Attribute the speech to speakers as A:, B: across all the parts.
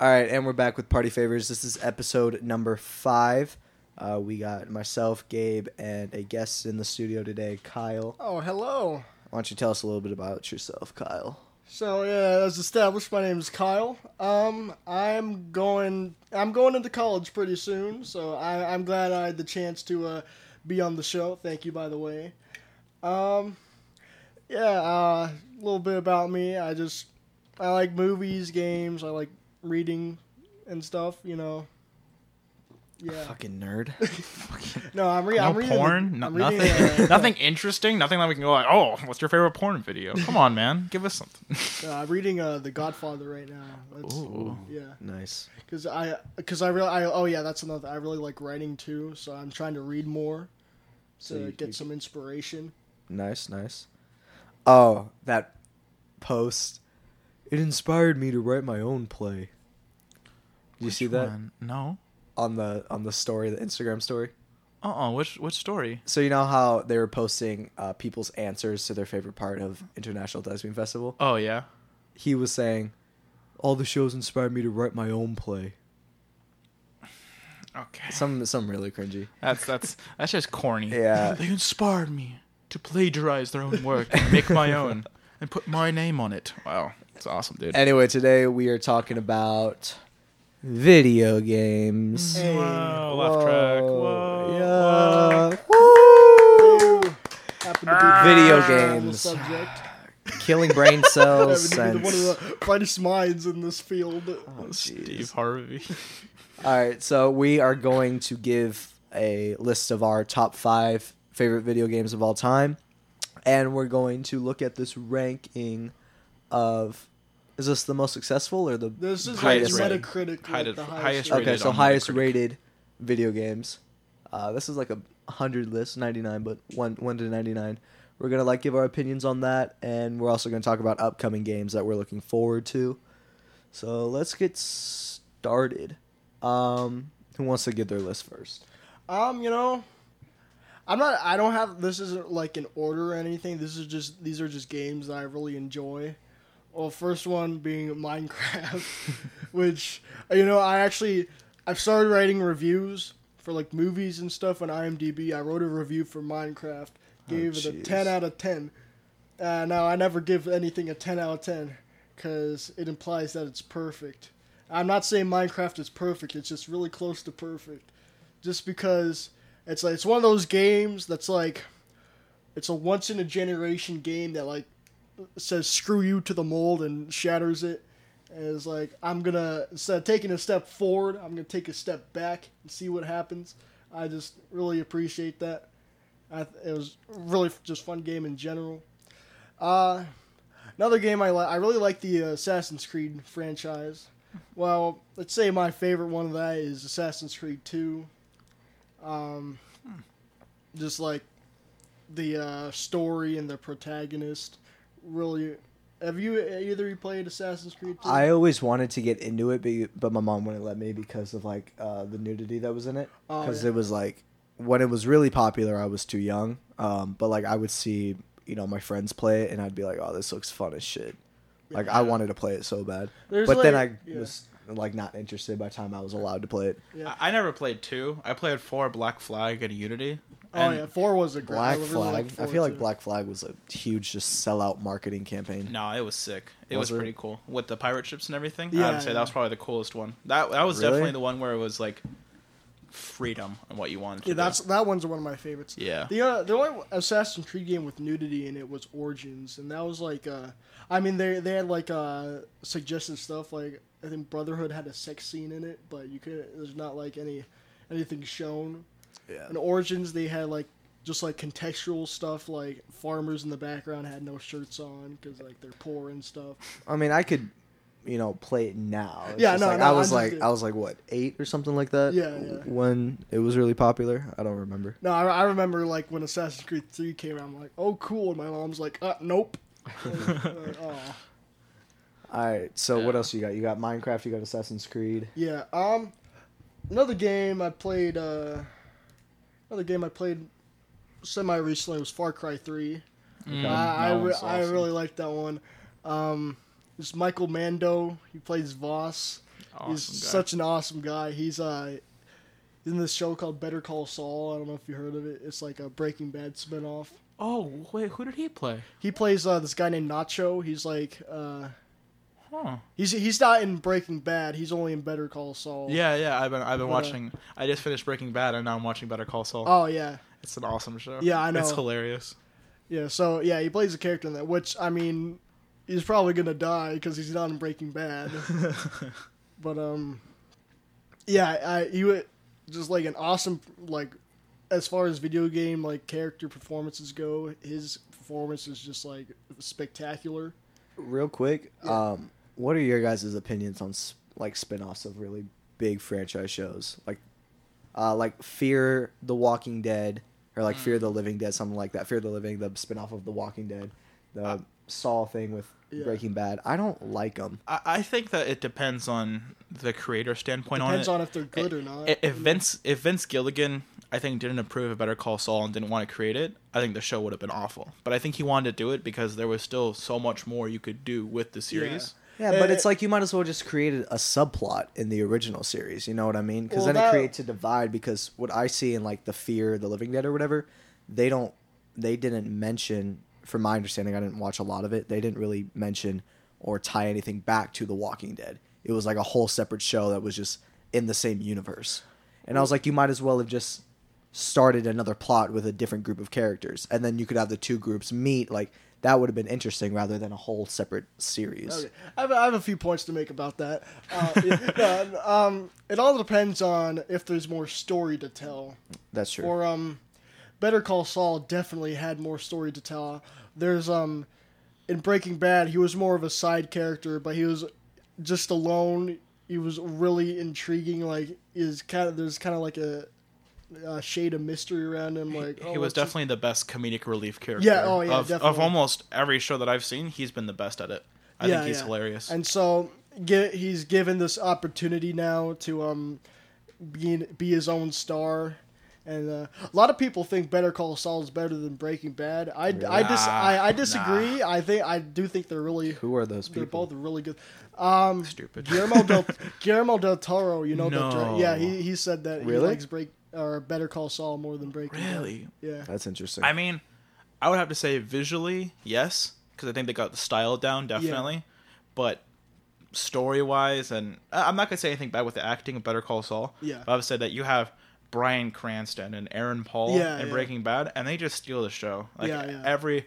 A: All right, and we're back with Party Favors. This is episode number five. Uh, we got myself, Gabe, and a guest in the studio today, Kyle.
B: Oh, hello.
A: Why don't you tell us a little bit about yourself, Kyle?
B: So yeah, as established, my name is Kyle. Um, I'm going. I'm going into college pretty soon, so I, I'm glad I had the chance to uh, be on the show. Thank you, by the way. Um, yeah, a uh, little bit about me. I just I like movies, games. I like reading and stuff. You know. Yeah.
A: Fucking nerd.
B: No, I'm, re-
C: no
B: I'm reading. the-
C: porn, no-
B: I'm reading,
C: nothing,
B: uh,
C: nothing interesting, nothing that we can go like, oh, what's your favorite porn video? Come on, man, give us something.
B: Uh, I'm reading uh, The Godfather right now. That's,
C: Ooh.
B: Yeah.
A: nice.
B: Cause I, cause I really, I, oh yeah, that's another. I really like writing too, so I'm trying to read more to
A: So you-
B: get
A: you-
B: some inspiration.
A: Nice, nice. Oh, that post. It inspired me to write my own play. Did you
C: Which
A: see that
C: one? No.
A: on the on the story, the Instagram story?
C: Uh uh Which which story?
A: So you know how they were posting uh, people's answers to their favorite part of International Thespian Festival?
C: Oh yeah.
A: He was saying, "All the shows inspired me to write my own play."
C: Okay.
A: Some some really cringy.
C: That's that's that's just corny.
A: Yeah.
C: They inspired me to plagiarize their own work and make my own and put my name on it. Wow, it's awesome, dude.
A: Anyway, today we are talking about video games.
B: Hey.
C: Whoa, left track. Whoa.
A: Yeah. Woo.
B: Happen to be
A: Ah. Video
B: on the
A: games.
B: subject.
A: Killing brain cells.
B: Happen to be the- one of
A: since-
B: the brightest minds in this field.
C: Steve Harvey.
A: All right, so we are going to give a list of our top five favorite video games of all time, and we're going to look at this ranking of is this the most successful or the
B: This is like
A: Highest rated.
B: Metacritic, like
C: Highest-
B: the highest.
C: highest
B: rated.
A: okay?
C: rated
A: So
C: on
A: highest
C: Metacritic.
A: rated video games. Uh, this is like a hundred list, ninety nine, but one one to ninety nine. We're gonna like give our opinions on that, and we're also gonna talk about upcoming games that we're looking forward to. So let's get started. Um, who wants to give their list first?
B: Um, you know, I'm not. I don't have. This isn't like an order or anything. This is just. These are just games that I really enjoy. Well, first one being Minecraft, which you know I actually I've started writing reviews for like movies and stuff on IMDb. I wrote a review for Minecraft, gave it a
A: jeez.
B: ten out of ten. Uh, now I never give anything a ten out of ten because it implies that it's perfect. I'm not saying Minecraft is perfect. It's just really close to perfect, just because it's like it's one of those games that's like it's a once in a generation game that like says screw you to the mold and shatters it and is like i'm gonna instead of taking a step forward i'm gonna take a step back and see what happens i just really appreciate that I, th- it was really f- just fun game in general uh, another game i like i really like the uh, assassin's creed franchise well let's say my favorite one of that is assassin's creed 2 um, just like the uh, story and the protagonist really have you either you played assassin's creed 2?
A: I always wanted to get into it, be- but my mom wouldn't let me because of like uh, the nudity that was in it.
B: Oh,
A: Because
B: yeah.
A: it was like when it was really popular, I was too young. Um, but like I would see, you know, my friends play it, and I'd be like, "Oh, this looks fun as shit." Like I wanted to play it so bad,
B: There's,
A: but then
B: like-
A: I
B: yeah.
A: was like not interested by the time I was allowed to play it.
B: Yeah.
C: I I never played two. I played four Black Flag and Unity.
B: Oh
C: And-
B: yeah, four was a great.
A: Black
B: I really
A: Flag.
B: liked
A: I
B: four,
A: feel like
B: too.
A: Black Flag was a huge just sellout marketing campaign.
C: No, it was sick. It
A: Was
C: was,
A: it?
C: pretty cool with the pirate ships and everything. I
B: Yeah,
C: would say
B: yeah.
C: that was probably the coolest one. That that was
A: Really?
C: definitely the one where it was like freedom and what you wanted. To
B: Yeah,
C: do.
B: that's that one's one of my favorites.
C: Yeah.
B: The uh, the only Assassin's Creed game with nudity in it was Origins, and that was like uh, I mean they they had like uh suggested stuff like I think Brotherhood had a sex scene in it, but you could there's not like any anything shown.
A: Yeah.
B: In Origins they had like just like contextual stuff like farmers in the background had no shirts on because like they're poor and stuff.
A: I mean, I could, you know, play it now. It's
B: Yeah,
A: just
B: no,
A: like,
B: no,
A: I
B: I'm
A: was
B: just
A: like,
B: kidding.
A: I was like, what, eight or something like that?
B: Yeah, yeah.
A: When it was really popular, I don't remember.
B: No, I, I remember like when Assassin's Creed Three came out, I'm like, oh cool, and my mom's like, uh, nope. Like, oh.
A: All right, so what
C: Yeah.
A: else you got? You got Minecraft. You got Assassin's Creed.
B: Yeah. Um, another game I played. Uh, another game I played semi recently was Far Cry Three.
C: Mm,
B: I I,
C: that
B: re-
C: one's
B: I
C: awesome.
B: really liked that one. Um, it's Michael Mando. He plays Voss.
C: Awesome
B: he's
C: guy.
B: such an awesome guy. He's uh, in this show called Better Call Saul. I don't know if you heard of it. It's like a Breaking Bad spinoff.
C: Oh wait, who did he play?
B: He plays uh, this guy named Nacho. He's like uh,
C: Huh.
B: he's he's not in Breaking Bad. He's only in Better Call Saul.
C: Yeah, yeah. I've been I've been
B: What, uh,
C: watching. I just finished Breaking Bad, and now I'm watching Better Call Saul.
B: Oh yeah.
C: It's an awesome show.
B: Yeah, I
C: It's
B: know.
C: hilarious.
B: Yeah, so yeah, he plays a character in that, which I mean, he's probably gonna die because he's not in Breaking Bad. but um, yeah, I he wa- just like an awesome like as far as video game like character performances go, his performance is just like spectacular.
A: Real quick, um, what are your guys' opinions on s- like spin-offs of really big franchise shows, like, uh, like Fear the Walking Dead or like
B: Mm.
A: Fear the Living Dead, something like that. Fear the Living, the spin-off of The Walking Dead, the Saw thing with
B: Uh, Yeah.
A: Breaking Bad. I don't like them.
C: I, I think that it depends on the creator standpoint
B: Depends on
C: on it.
B: if they're good or not.
C: I- If Vince, if Vince Gilligan, I think didn't approve of Better Call Saul and didn't want to create it, I think the show would have been awful. But I think he wanted to do it because there was still so much more you could do with the series.
A: Yeah, but
B: Eh,
A: it's like you might as well just create a subplot in the original series. You know what I mean? Because
B: Well,
A: then it
B: that-
A: creates a divide. Because what I see in like the Fear, the Living Dead, or whatever, they don't, they didn't mention. From my understanding, I didn't watch a lot of it. They didn't really mention or tie anything back to The Walking Dead. It was like a whole separate show that was just in the same universe. And I was like, you might as well have just started another plot with a different group of characters, and then you could have the two groups meet. Like that would have been interesting rather than a whole separate series.
B: Okay. I have, I have a few points to make about that. Uh, it, uh, um, it all depends on if there's more story to tell.
A: That's true.
B: Or um, Better Call Saul definitely had more story to tell. There's um, in Breaking Bad, he was more of a side character, but he was just alone. He was really intriguing. Like is kind of there's kind of like a, a shade of mystery around him. Like oh,
C: he was
B: what's this-
C: definitely the best comedic relief character.
B: Yeah, oh, yeah,
C: of, of
B: definitely.
C: almost every show that I've seen, he's been the best at it. I
B: Yeah,
C: think he's
B: yeah.
C: hilarious.
B: And so get, he's given this opportunity now to um, be, be his own star. And uh, a lot of people think Better Call Saul is better than Breaking Bad. I, I, dis-
C: Nah,
B: I, I disagree. I think I do think they're really
A: Who are those
B: they're
A: people?
B: both really good.
C: Stupid.
B: Guillermo del Guillermo del Toro, you know, the
C: No.
B: dir- yeah, he, he said that he
A: Really?
B: likes Break or Better Call Saul more than Breaking
C: Really?
B: Bad. Yeah.
A: That's interesting.
C: I mean, I would have to say visually, yes, because I think they got the style down definitely, but story wise, and I- I'm not gonna say anything bad with the acting of Better Call Saul.
B: Yeah.
C: but I would say that you have Brian Cranston and Aaron Paul
B: Yeah,
C: in
B: yeah.
C: Breaking Bad, and they just steal the show. Like
B: Yeah, yeah.
C: every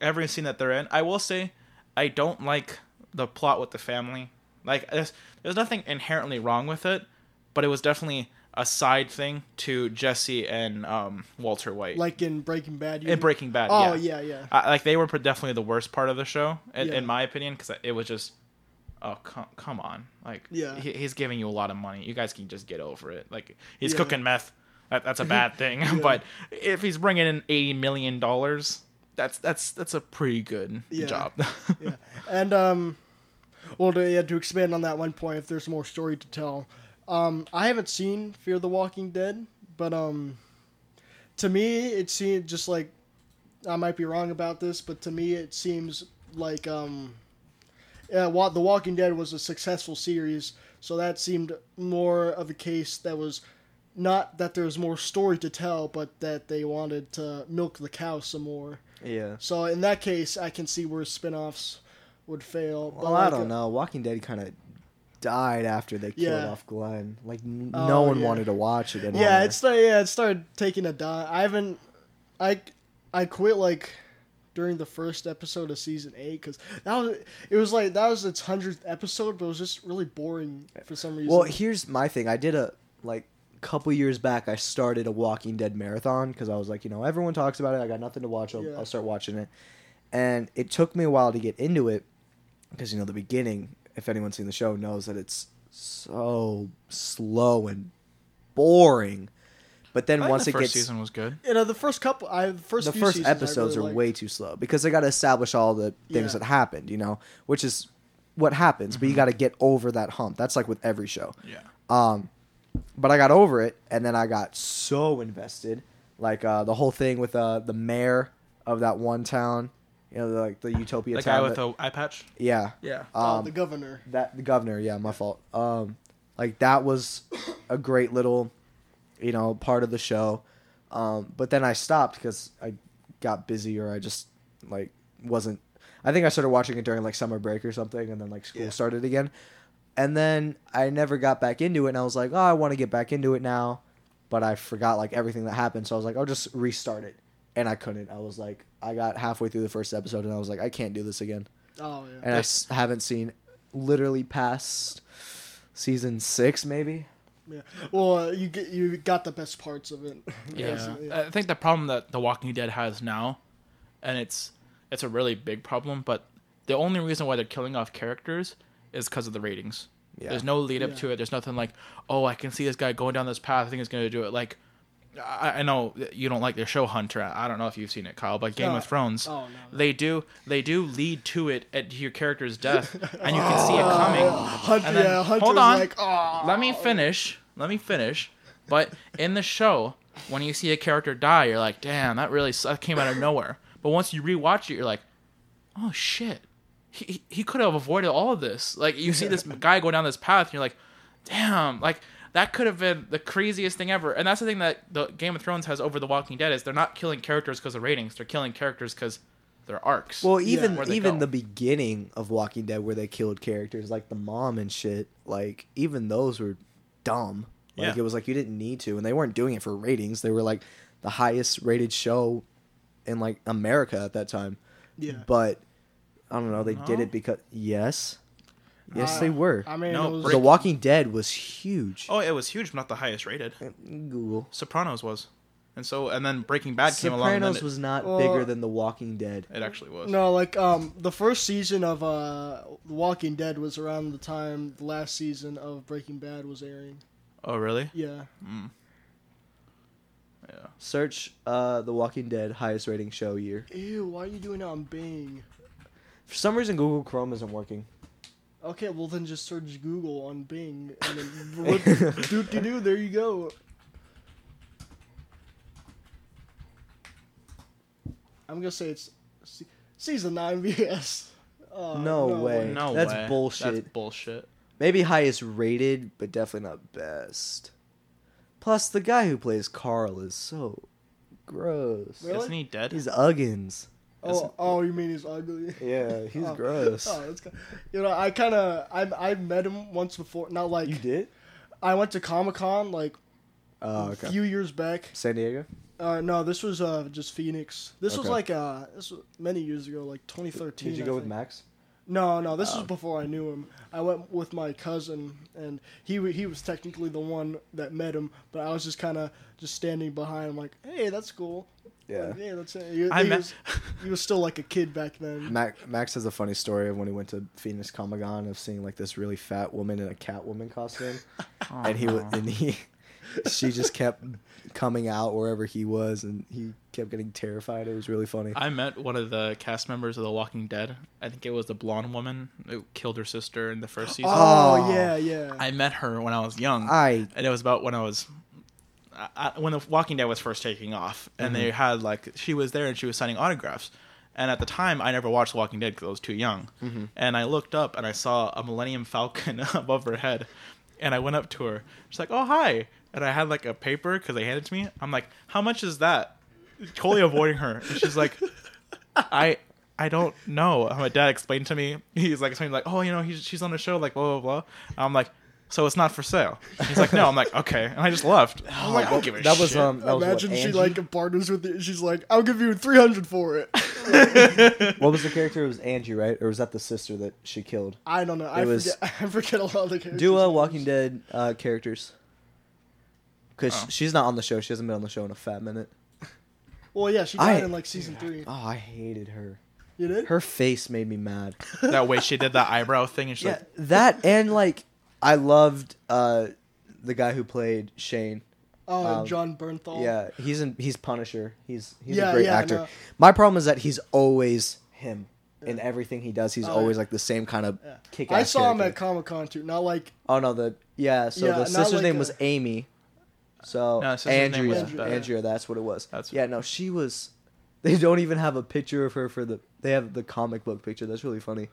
C: every scene that they're in. I will say, I don't like the plot with the family. Like there's there's nothing inherently wrong with it, but it was definitely a side thing to Jesse and um, Walter White
B: Like in Breaking Bad. You
C: in Breaking Bad.
B: Oh yeah,
C: yeah,
B: yeah.
C: I, like they were pr- definitely the worst part of the show, in,
B: Yeah.
C: in my opinion, because it was just, oh come, come on, like
B: Yeah.
C: he, he's giving you a lot of money. You guys can just get over it. Like he's
B: Yeah.
C: cooking meth, that, that's a bad thing. But if he's bringing in eighty million dollars, that's that's that's a pretty good
B: Yeah.
C: job.
B: yeah. And um, well, to, yeah, to expand on that one point, if there's more story to tell, um, I haven't seen Fear the Walking Dead, but um, to me, it seemed just like I might be wrong about this, but to me, it seems like um, yeah, Wa- the Walking Dead was a successful series, so that seemed more of a case that was. Not that there was more story to tell, but that they wanted to milk the cow some more.
A: yeah.
B: So in that case, I can see where spin-offs would fail. but
A: Well, I
B: like, uh,
A: don't know. Walking Dead kind of died after they killed
B: Yeah.
A: off Glenn. Like n-
B: Oh,
A: no one
B: yeah.
A: wanted to watch it anymore.
B: Yeah, it's sta- yeah, it started taking a dive. I haven't, I, I quit like during the first episode of season eight because that was it was like that was its hundredth episode, but it was just really boring for some reason.
A: Well, here's my thing. I did a like couple years back. I started a Walking Dead marathon because I was like, you know, everyone talks about it. I got nothing to watch. I'll,
B: Yeah.
A: I'll start watching it. And it took me a while to get into it because you know the beginning. If anyone's seen the show, knows that it's so slow and boring. But then
C: I think
A: once
C: the
A: it
C: first
A: gets
C: season was good.
B: you know, the first couple, I the first
A: the
B: few
A: first
B: seasons I
A: episodes are
B: really liked.
A: way too slow because they got to establish all the things
B: Yeah. Mm-hmm.
A: that happened, you know, which is what happens. But you got to get over that hump. That's like with every show.
C: Yeah.
A: Um, but I got over it, and then I got so invested, like uh, the whole thing with uh, the mayor of that one town. You know, the, like the Utopia
C: the guy
A: town
C: with
A: that-
C: the eye patch.
A: yeah.
C: Yeah.
B: Oh,
A: Um,
B: the governor.
A: that the governor yeah my fault um like that was a great little you know part of the show um but then i stopped because i got busy or i just like wasn't i think i started watching it during like summer break or something and then like school
D: Yeah.
A: started again and then i never got back into it and i was like oh i want to get back into it now but i forgot like everything that happened so i was like i'll just restart it and i couldn't i was like i got halfway through the first episode and i was like i can't do this again
B: Oh yeah.
A: and I s- haven't seen literally past season six, maybe.
B: yeah. Well, uh, you get, you got the best parts of it.
C: Yeah.
B: Basically,
C: I think the problem that The Walking Dead has now, and it's it's a really big problem, but the only reason why they're killing off characters is because of the ratings.
A: Yeah.
C: There's no lead up
B: Yeah.
C: to it. There's nothing like, oh, I can see this guy going down this path. I think he's going to do it. Like, I, I know that you don't like the show Hunter. I don't know if you've seen it, Kyle, but Game
B: No.
C: of Thrones,
B: Oh, no.
C: they do they do lead to it at your character's death, and you can see it
B: Oh.
C: coming.
B: Hunter,
C: And then-
B: yeah, Hunter
C: hold
B: was
C: on.
B: like, oh.
C: Let me finish. Let me finish. But in the show, when you see a character die, you're like, damn, that really su- that came out of nowhere. But once you rewatch it, you're like, oh shit, he he- he could have avoided all of this. Like you see this guy go down this path, and you're like, damn, like that could have been the craziest thing ever. And that's the thing that the Game of Thrones has over The Walking Dead is they're not killing characters because of ratings. They're killing characters because they're arcs.
A: Well, e- even
C: Where'd they
A: even
C: go?
A: the beginning of Walking Dead, where they killed characters like the mom and shit, like even those were dumb. Like
C: Yeah.
A: it was like you didn't need to, and they weren't doing it for ratings. They were like the highest rated show in like America at that time.
B: Yeah.
A: But I don't know. They did
C: No?
A: it because yes, yes
B: Uh,
A: they were.
B: I mean,
C: No,
B: it was,
A: the Walking Dead was huge.
C: oh, it was huge, but not the highest rated.
A: Google.
C: Sopranos was, and so and then Breaking Bad came along. And then
A: Sopranos
C: it,
A: was not
B: Well-
A: bigger than The Walking Dead.
C: it actually was.
B: No, like um, the first season of uh, The Walking Dead was around the time the last season of Breaking Bad was airing.
C: Oh really?
B: Yeah,
C: Yeah.
A: Search uh, The Walking Dead highest rating show year.
B: Ew, why are you doing it on Bing?
A: For some reason, Google Chrome isn't working.
B: Okay, well then just search Google on Bing and then do do do. There you go. I'm gonna say it's se- season nine VS. Uh,
A: No way.
C: No
A: That's
C: way.
A: bullshit.
C: That's bullshit.
A: Maybe highest rated, but definitely not best. Plus, the guy who plays Carl is so gross.
B: Really?
C: Isn't he dead?
A: He's Uggins.
B: Oh, oh, you mean he's ugly?
A: Yeah, he's
B: Oh.
A: gross.
B: Oh, that's good. You know, I kind of I I met him once before. Not like
A: You did?
B: I went to Comic Con like
A: Oh,
B: a
A: okay.
B: few years back.
A: San Diego?
B: Uh, no, this was uh just Phoenix. This was
A: Okay.
B: like uh this was many years ago, like 2013.
A: Did you
B: I
A: go with
B: think.
A: Max?
B: No, no, this
A: Oh.
B: was before I knew him. I went with my cousin, and he wa- he was technically the one that met him, but I was just kind of just standing behind, him, like, hey, that's cool.
A: Yeah.
B: Like, yeah, that's it. He,
C: I
B: he
C: met-
B: was, he was still like a kid back then.
A: Mac, Max has a funny story of when he went to Phoenix Comic Con of seeing like this really fat woman in a Catwoman costume, and he wa- and he, she just kept coming out wherever he was, and he kept getting terrified. It was really funny.
C: I met one of the cast members of The Walking Dead. I think it was the blonde woman who killed her sister in the first season.
B: Oh,
A: Oh.
B: yeah, yeah.
C: I met her when I was young.
A: I
C: and it was about when I was I, I- when the Walking Dead was first taking off, and they had like she was there and she was signing autographs. And at the time, I never watched The Walking Dead because I was too young. And I looked up and I saw a Millennium Falcon above her head, and I went up to her. She's like, "Oh hi," and I had like a paper because they handed it to me. I'm like, "How much is that?" Totally avoiding her, and she's like, I I don't know. My dad explained to me. He's like explaining like, oh, you know, he's, she's on the show, like blah blah blah. I'm like, so it's not for sale. He's like, no. I'm like, okay, and I just left.
B: Oh,
C: I'm like, I don't give a
A: that was
C: shit.
A: um that was
B: Imagine
A: what,
B: she
A: Angie?
B: like partners with it. She's like, I'll give you 300 for it.
A: what was the character? It was Angie, right? Or was that the sister that she killed?
B: I don't know. I
A: It was-
B: forget. I forget a lot of the characters.
A: Do uh,
B: names.
A: Walking Dead uh, characters, because
C: Oh.
A: she's not on the show. She hasn't been on the show in a fat minute.
B: Well, yeah, she
A: I-
B: died in like season three.
A: Oh, I hated her.
B: You did?
A: Her face made me mad.
C: that way she did that eyebrow thing, and she's
A: Yeah,
C: like,
A: that and like I loved uh the guy who played Shane.
B: oh,
A: um,
B: John Bernthal.
A: Yeah, he's in he's Punisher. He's he's
B: Yeah,
A: a great
B: yeah, I
A: actor.
B: know.
A: My problem is that he's always him in everything he does. He's
B: Oh,
A: always
B: yeah.
A: like the same kind of
B: Yeah.
A: kick ass.
B: I saw him at Comic Con too. Not like
A: Oh no, the yeah, so
B: Yeah,
A: the
B: not
A: sister's
B: like
A: name
B: a-
A: was Amy. So
C: No, sister's name
A: Andrea,
C: was
A: Andrea,
B: Beth.
A: that's what it was.
C: That's-
A: yeah, no, she was They don't even have a picture of her for the. They have the comic book picture. That's really funny.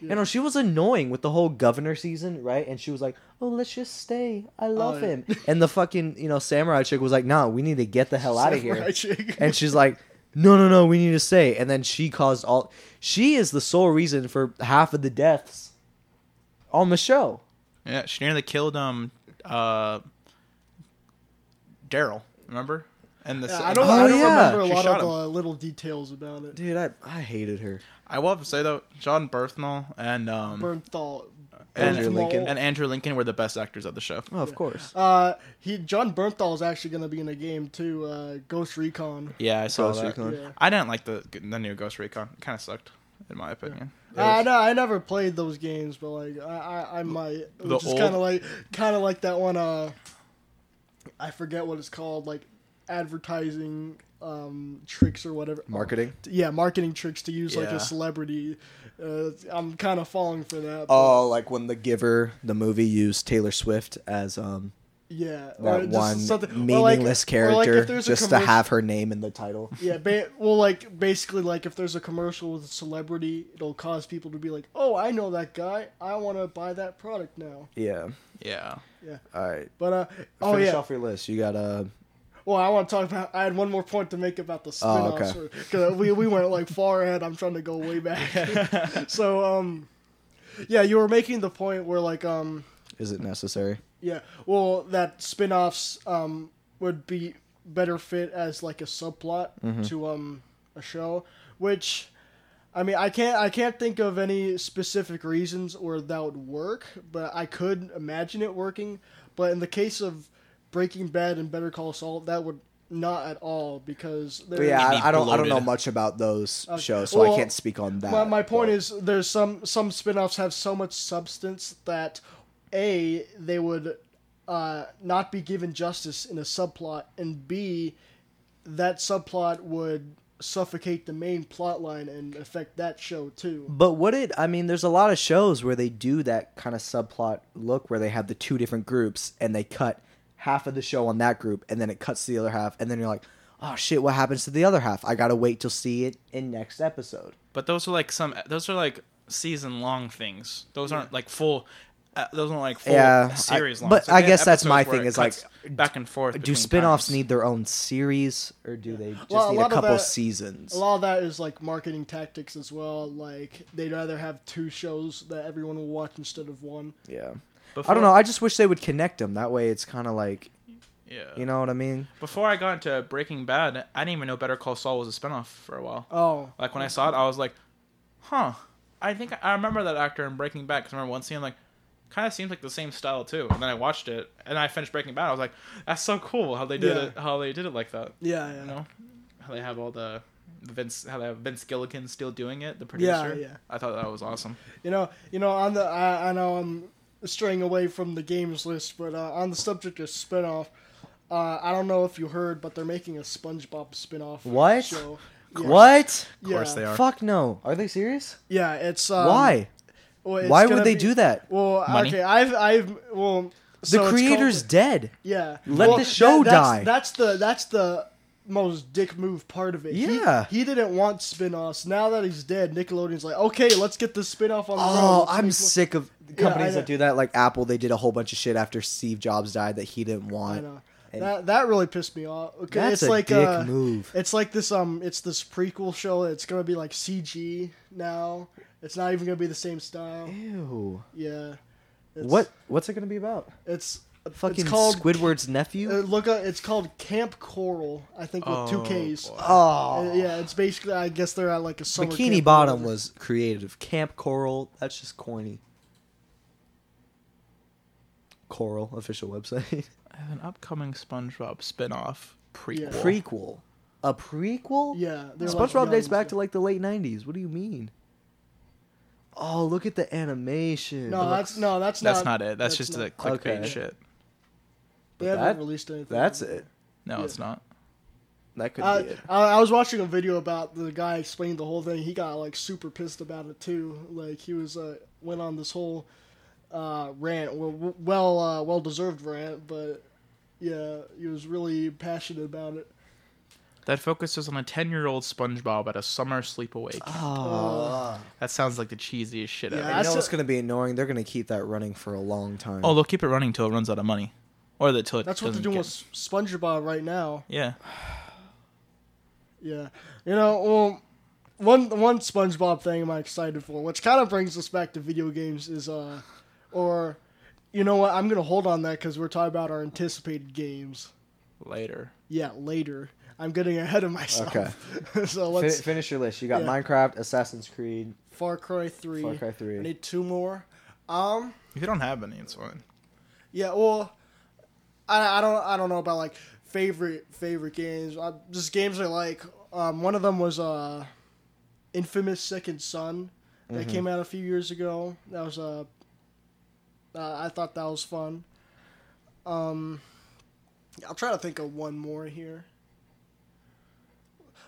A: You
B: Yeah.
A: know, she was annoying with the whole governor season, right? And she was like, "Oh, let's just stay. I love
B: Oh, yeah.
A: him." And the fucking you know samurai chick was like, "No, we need to get the hell out of here."
B: Samurai chick.
A: and she's like, "No, no, no, we need to stay." And then she caused all. She is the sole reason for half of the deaths on the show.
C: Yeah, she nearly killed um uh Daryl. Remember? And the
B: Yeah, I don't,
A: Oh,
B: I don't
A: yeah.
B: remember a
C: She
B: lot
C: shot
B: of uh,
C: him.
B: the little details about it.
A: Dude, I I hated her.
C: I will have to say though, John Bernthal and um
B: Bernthal.
C: and
A: Andrew
C: Andrew
A: Lincoln.
C: Lincoln and Andrew Lincoln were the best actors of the show.
A: Oh, of course.
B: Uh, he John Bernthal is actually going to be in a game too. Uh, Ghost Recon.
C: Yeah, I saw
A: Ghost
C: that.
A: Recon.
B: Yeah.
C: I didn't like the the new Ghost Recon. It kind of sucked, in my opinion.
B: I know I never played those games, but like I I, I might.
C: The
B: Which is
C: old-
B: kind of like kind of like that one. Uh, I forget what it's called. Like advertising um tricks or whatever.
A: Marketing.
B: Yeah, marketing tricks to use like
C: Yeah.
B: a celebrity. Uh, I'm kind of falling for that. but-
A: Oh, like when The Giver, the movie, used Taylor Swift as um
B: yeah,
A: that
B: just
A: one
B: something- or, like-
A: meaningless
B: or,
A: character,
B: like, if there's a
A: just to
B: commercial-
A: have her name in the title.
B: Yeah, ba- well, like basically, like if there's a commercial with a celebrity, it'll cause people to be like, "Oh, I know that guy. I want to buy that product now."
A: Yeah.
C: Yeah.
A: All right.
B: But uh, oh
A: Finish
B: yeah.
A: off your list. You got uh
B: Well, I want to talk about. I had one more point to make about the
A: Oh,
B: spinoffs
A: okay.
B: because we we went like far ahead. I'm trying to go way back. so um, yeah, you were making the point where like um,
A: is it necessary?
B: yeah, well that spinoffs um would be better fit as like a subplot
A: Mm-hmm.
B: to um a show, which. I mean, I can't. I can't think of any specific reasons where that would work, but I could imagine it working. But in the case of Breaking Bad and Better Call Saul, that would not at all because there-
A: yeah,
C: You'd be
A: I, I don't I don't know
C: bloated.
A: much about those
B: Okay.
A: shows, so I
B: Well,
A: can't speak on that.
B: My, my point
A: but-
B: is, there's some some spin-offs have so much substance that a they would uh, not be given justice in a subplot, and b that subplot would suffocate the main plot line and affect that show too.
A: But would it? I mean, there's a lot of shows where they do that kind of subplot look where they have the two different groups and they cut half of the show on that group and then it cuts to the other half and then you're like, oh shit, what happens to the other half? I gotta wait till see it in next episode.
C: But those are like some. Those are like season long things. Those aren't like full. Uh, those aren't like full
A: Yeah, I-
C: series long.
A: but
C: So they
A: I
C: have
A: guess that's
C: episodes
A: my
C: where
A: thing
C: it
A: is, like,
C: cuts back and forth.
A: Do
C: between
A: spin-offs
C: times.
A: need their own series or do they just
B: Well, a
A: need a
B: lot of
A: couple
B: that-
A: seasons?
B: A lot of that is like marketing tactics as well. Like they'd rather have two shows that everyone will watch instead of one.
A: yeah. I
C: Before-
A: don't know. I just wish they would connect them. That way, it's kind of like
C: Yeah.
A: you know what I mean.
C: Before I got into Breaking Bad, I didn't even know Better Call Saul was a spinoff for a while.
B: Oh,
C: Like when I saw it, I was like, "Huh." I think I remember that actor in Breaking Bad because I remember one scene I'm like, kind of seems like the same style too. And then I watched it and I finished Breaking Bad. I was like, "That's so cool how they did
B: Yeah.
C: it. How they did it like that."
B: yeah,
C: You
B: yeah.
C: know, how they have all the Vince, how they have Vince Gilligan still doing it, the producer.
B: yeah.
C: I thought that was awesome.
B: You know, you know, on the I, I know I'm straying away from the games list, but uh, on the subject of spinoff, uh, I don't know if you heard, but they're making a SpongeBob spinoff
A: What?
B: show.
A: What?
B: Of course
C: they are.
A: Fuck no. Are they serious?
B: Yeah, it's um,
A: Why?
B: well, Um, it's
A: Why would
B: gonna
A: they
B: be-
A: do that?
B: Well,
C: Money?
B: okay, I've I've
A: the
B: well so it's called-
A: creator's dead.
B: Yeah.
A: Let the show
B: that's-
A: die.
B: That's the that's the most dick move part of it. He-
A: Yeah.
B: He, didn't want spin-offs. Now that he's dead, Nickelodeon's like, "Okay, let's get this spin-off on the road."
A: Oh,
B: Let's
A: I'm
B: make-
A: sick of
B: I
A: companies
B: know.
A: that do that. Like Apple, they did a whole bunch of shit after Steve Jobs died that he didn't
B: I
A: want.
B: know.
A: And-
B: uh, That that really pissed me off. Okay,
A: That's
B: it's
A: a
B: like
A: dick
B: uh,
A: move.
B: It's like this um it's this prequel show. It's going to be like CG now. It's not even going to be the same style.
A: Ew.
B: Yeah. It's,
A: What? What's it gonna be about?
B: It's
A: Fucking
B: it's called
A: Squidward's nephew.
B: uh, look up, it's called Camp Coral, I think with
C: Oh,
B: 2 Ks.
C: boy.
A: oh,
B: Uh, yeah, it's basically I guess they're at like a summer
A: Bikini
B: camp or
A: Bottom
B: whatever.
A: was creative. Camp Coral. That's just corny. Coral official website.
C: I have an upcoming SpongeBob spinoff prequel.
B: Yeah.
A: prequel. A prequel.
B: Yeah, they're, like,
A: SpongeBob dates
B: young,
A: back
B: so-
A: to like the late '90s. What do you mean? Oh, look at the animation.
B: No, that's no, that's not.
C: That's not, it. That's, just
B: not-
C: a clickbait
A: Okay.
C: shit.
B: They
A: But
B: haven't
A: that-
B: released anything.
A: That's it.
C: No,
B: Yeah.
C: it's not.
A: That could
B: Uh,
A: be it.
B: I, I was watching a video about the guy explaining the whole thing. He got like super pissed about it too. Like he was uh, went on this whole uh, rant, well, well, uh, well deserved rant, but yeah, he was really passionate about it.
C: that focuses on a 10 year old SpongeBob at a summer sleepaway.
B: Ah.
C: camp.
A: Oh,
C: That sounds like the cheesiest shit ever.
B: Yeah,
A: I
B: That's
A: know
B: a-
A: it's gonna be annoying. They're gonna keep that running for a long time.
C: Oh, they'll keep it running till it runs out of money, or that till it.
B: That's what they're
C: doesn't
B: doing
C: get-
B: with S- SpongeBob right now.
C: Yeah,
B: Yeah, you know, well, one one SpongeBob thing I'm excited for, which kind of brings us back to video games, is uh, or, you know what? I'm gonna hold on that because we're talking about our anticipated games.
C: later.
B: Yeah, later. I'm getting ahead of myself. so
A: Fin-
B: let's
A: finish your list. You got
B: yeah.
A: Minecraft, Assassin's Creed.
B: Far Cry Three.
A: Far Cry 3.
B: I need two more. Um.
C: If you don't have any, it's fine.
B: Yeah, well, I, I don't I don't know about like favorite favorite games. I, just games I like. Um, one of them was uh, Infamous Second Son that came out a few years ago. That was uh, uh, I thought that was fun. Um, I'll try to think of one more here.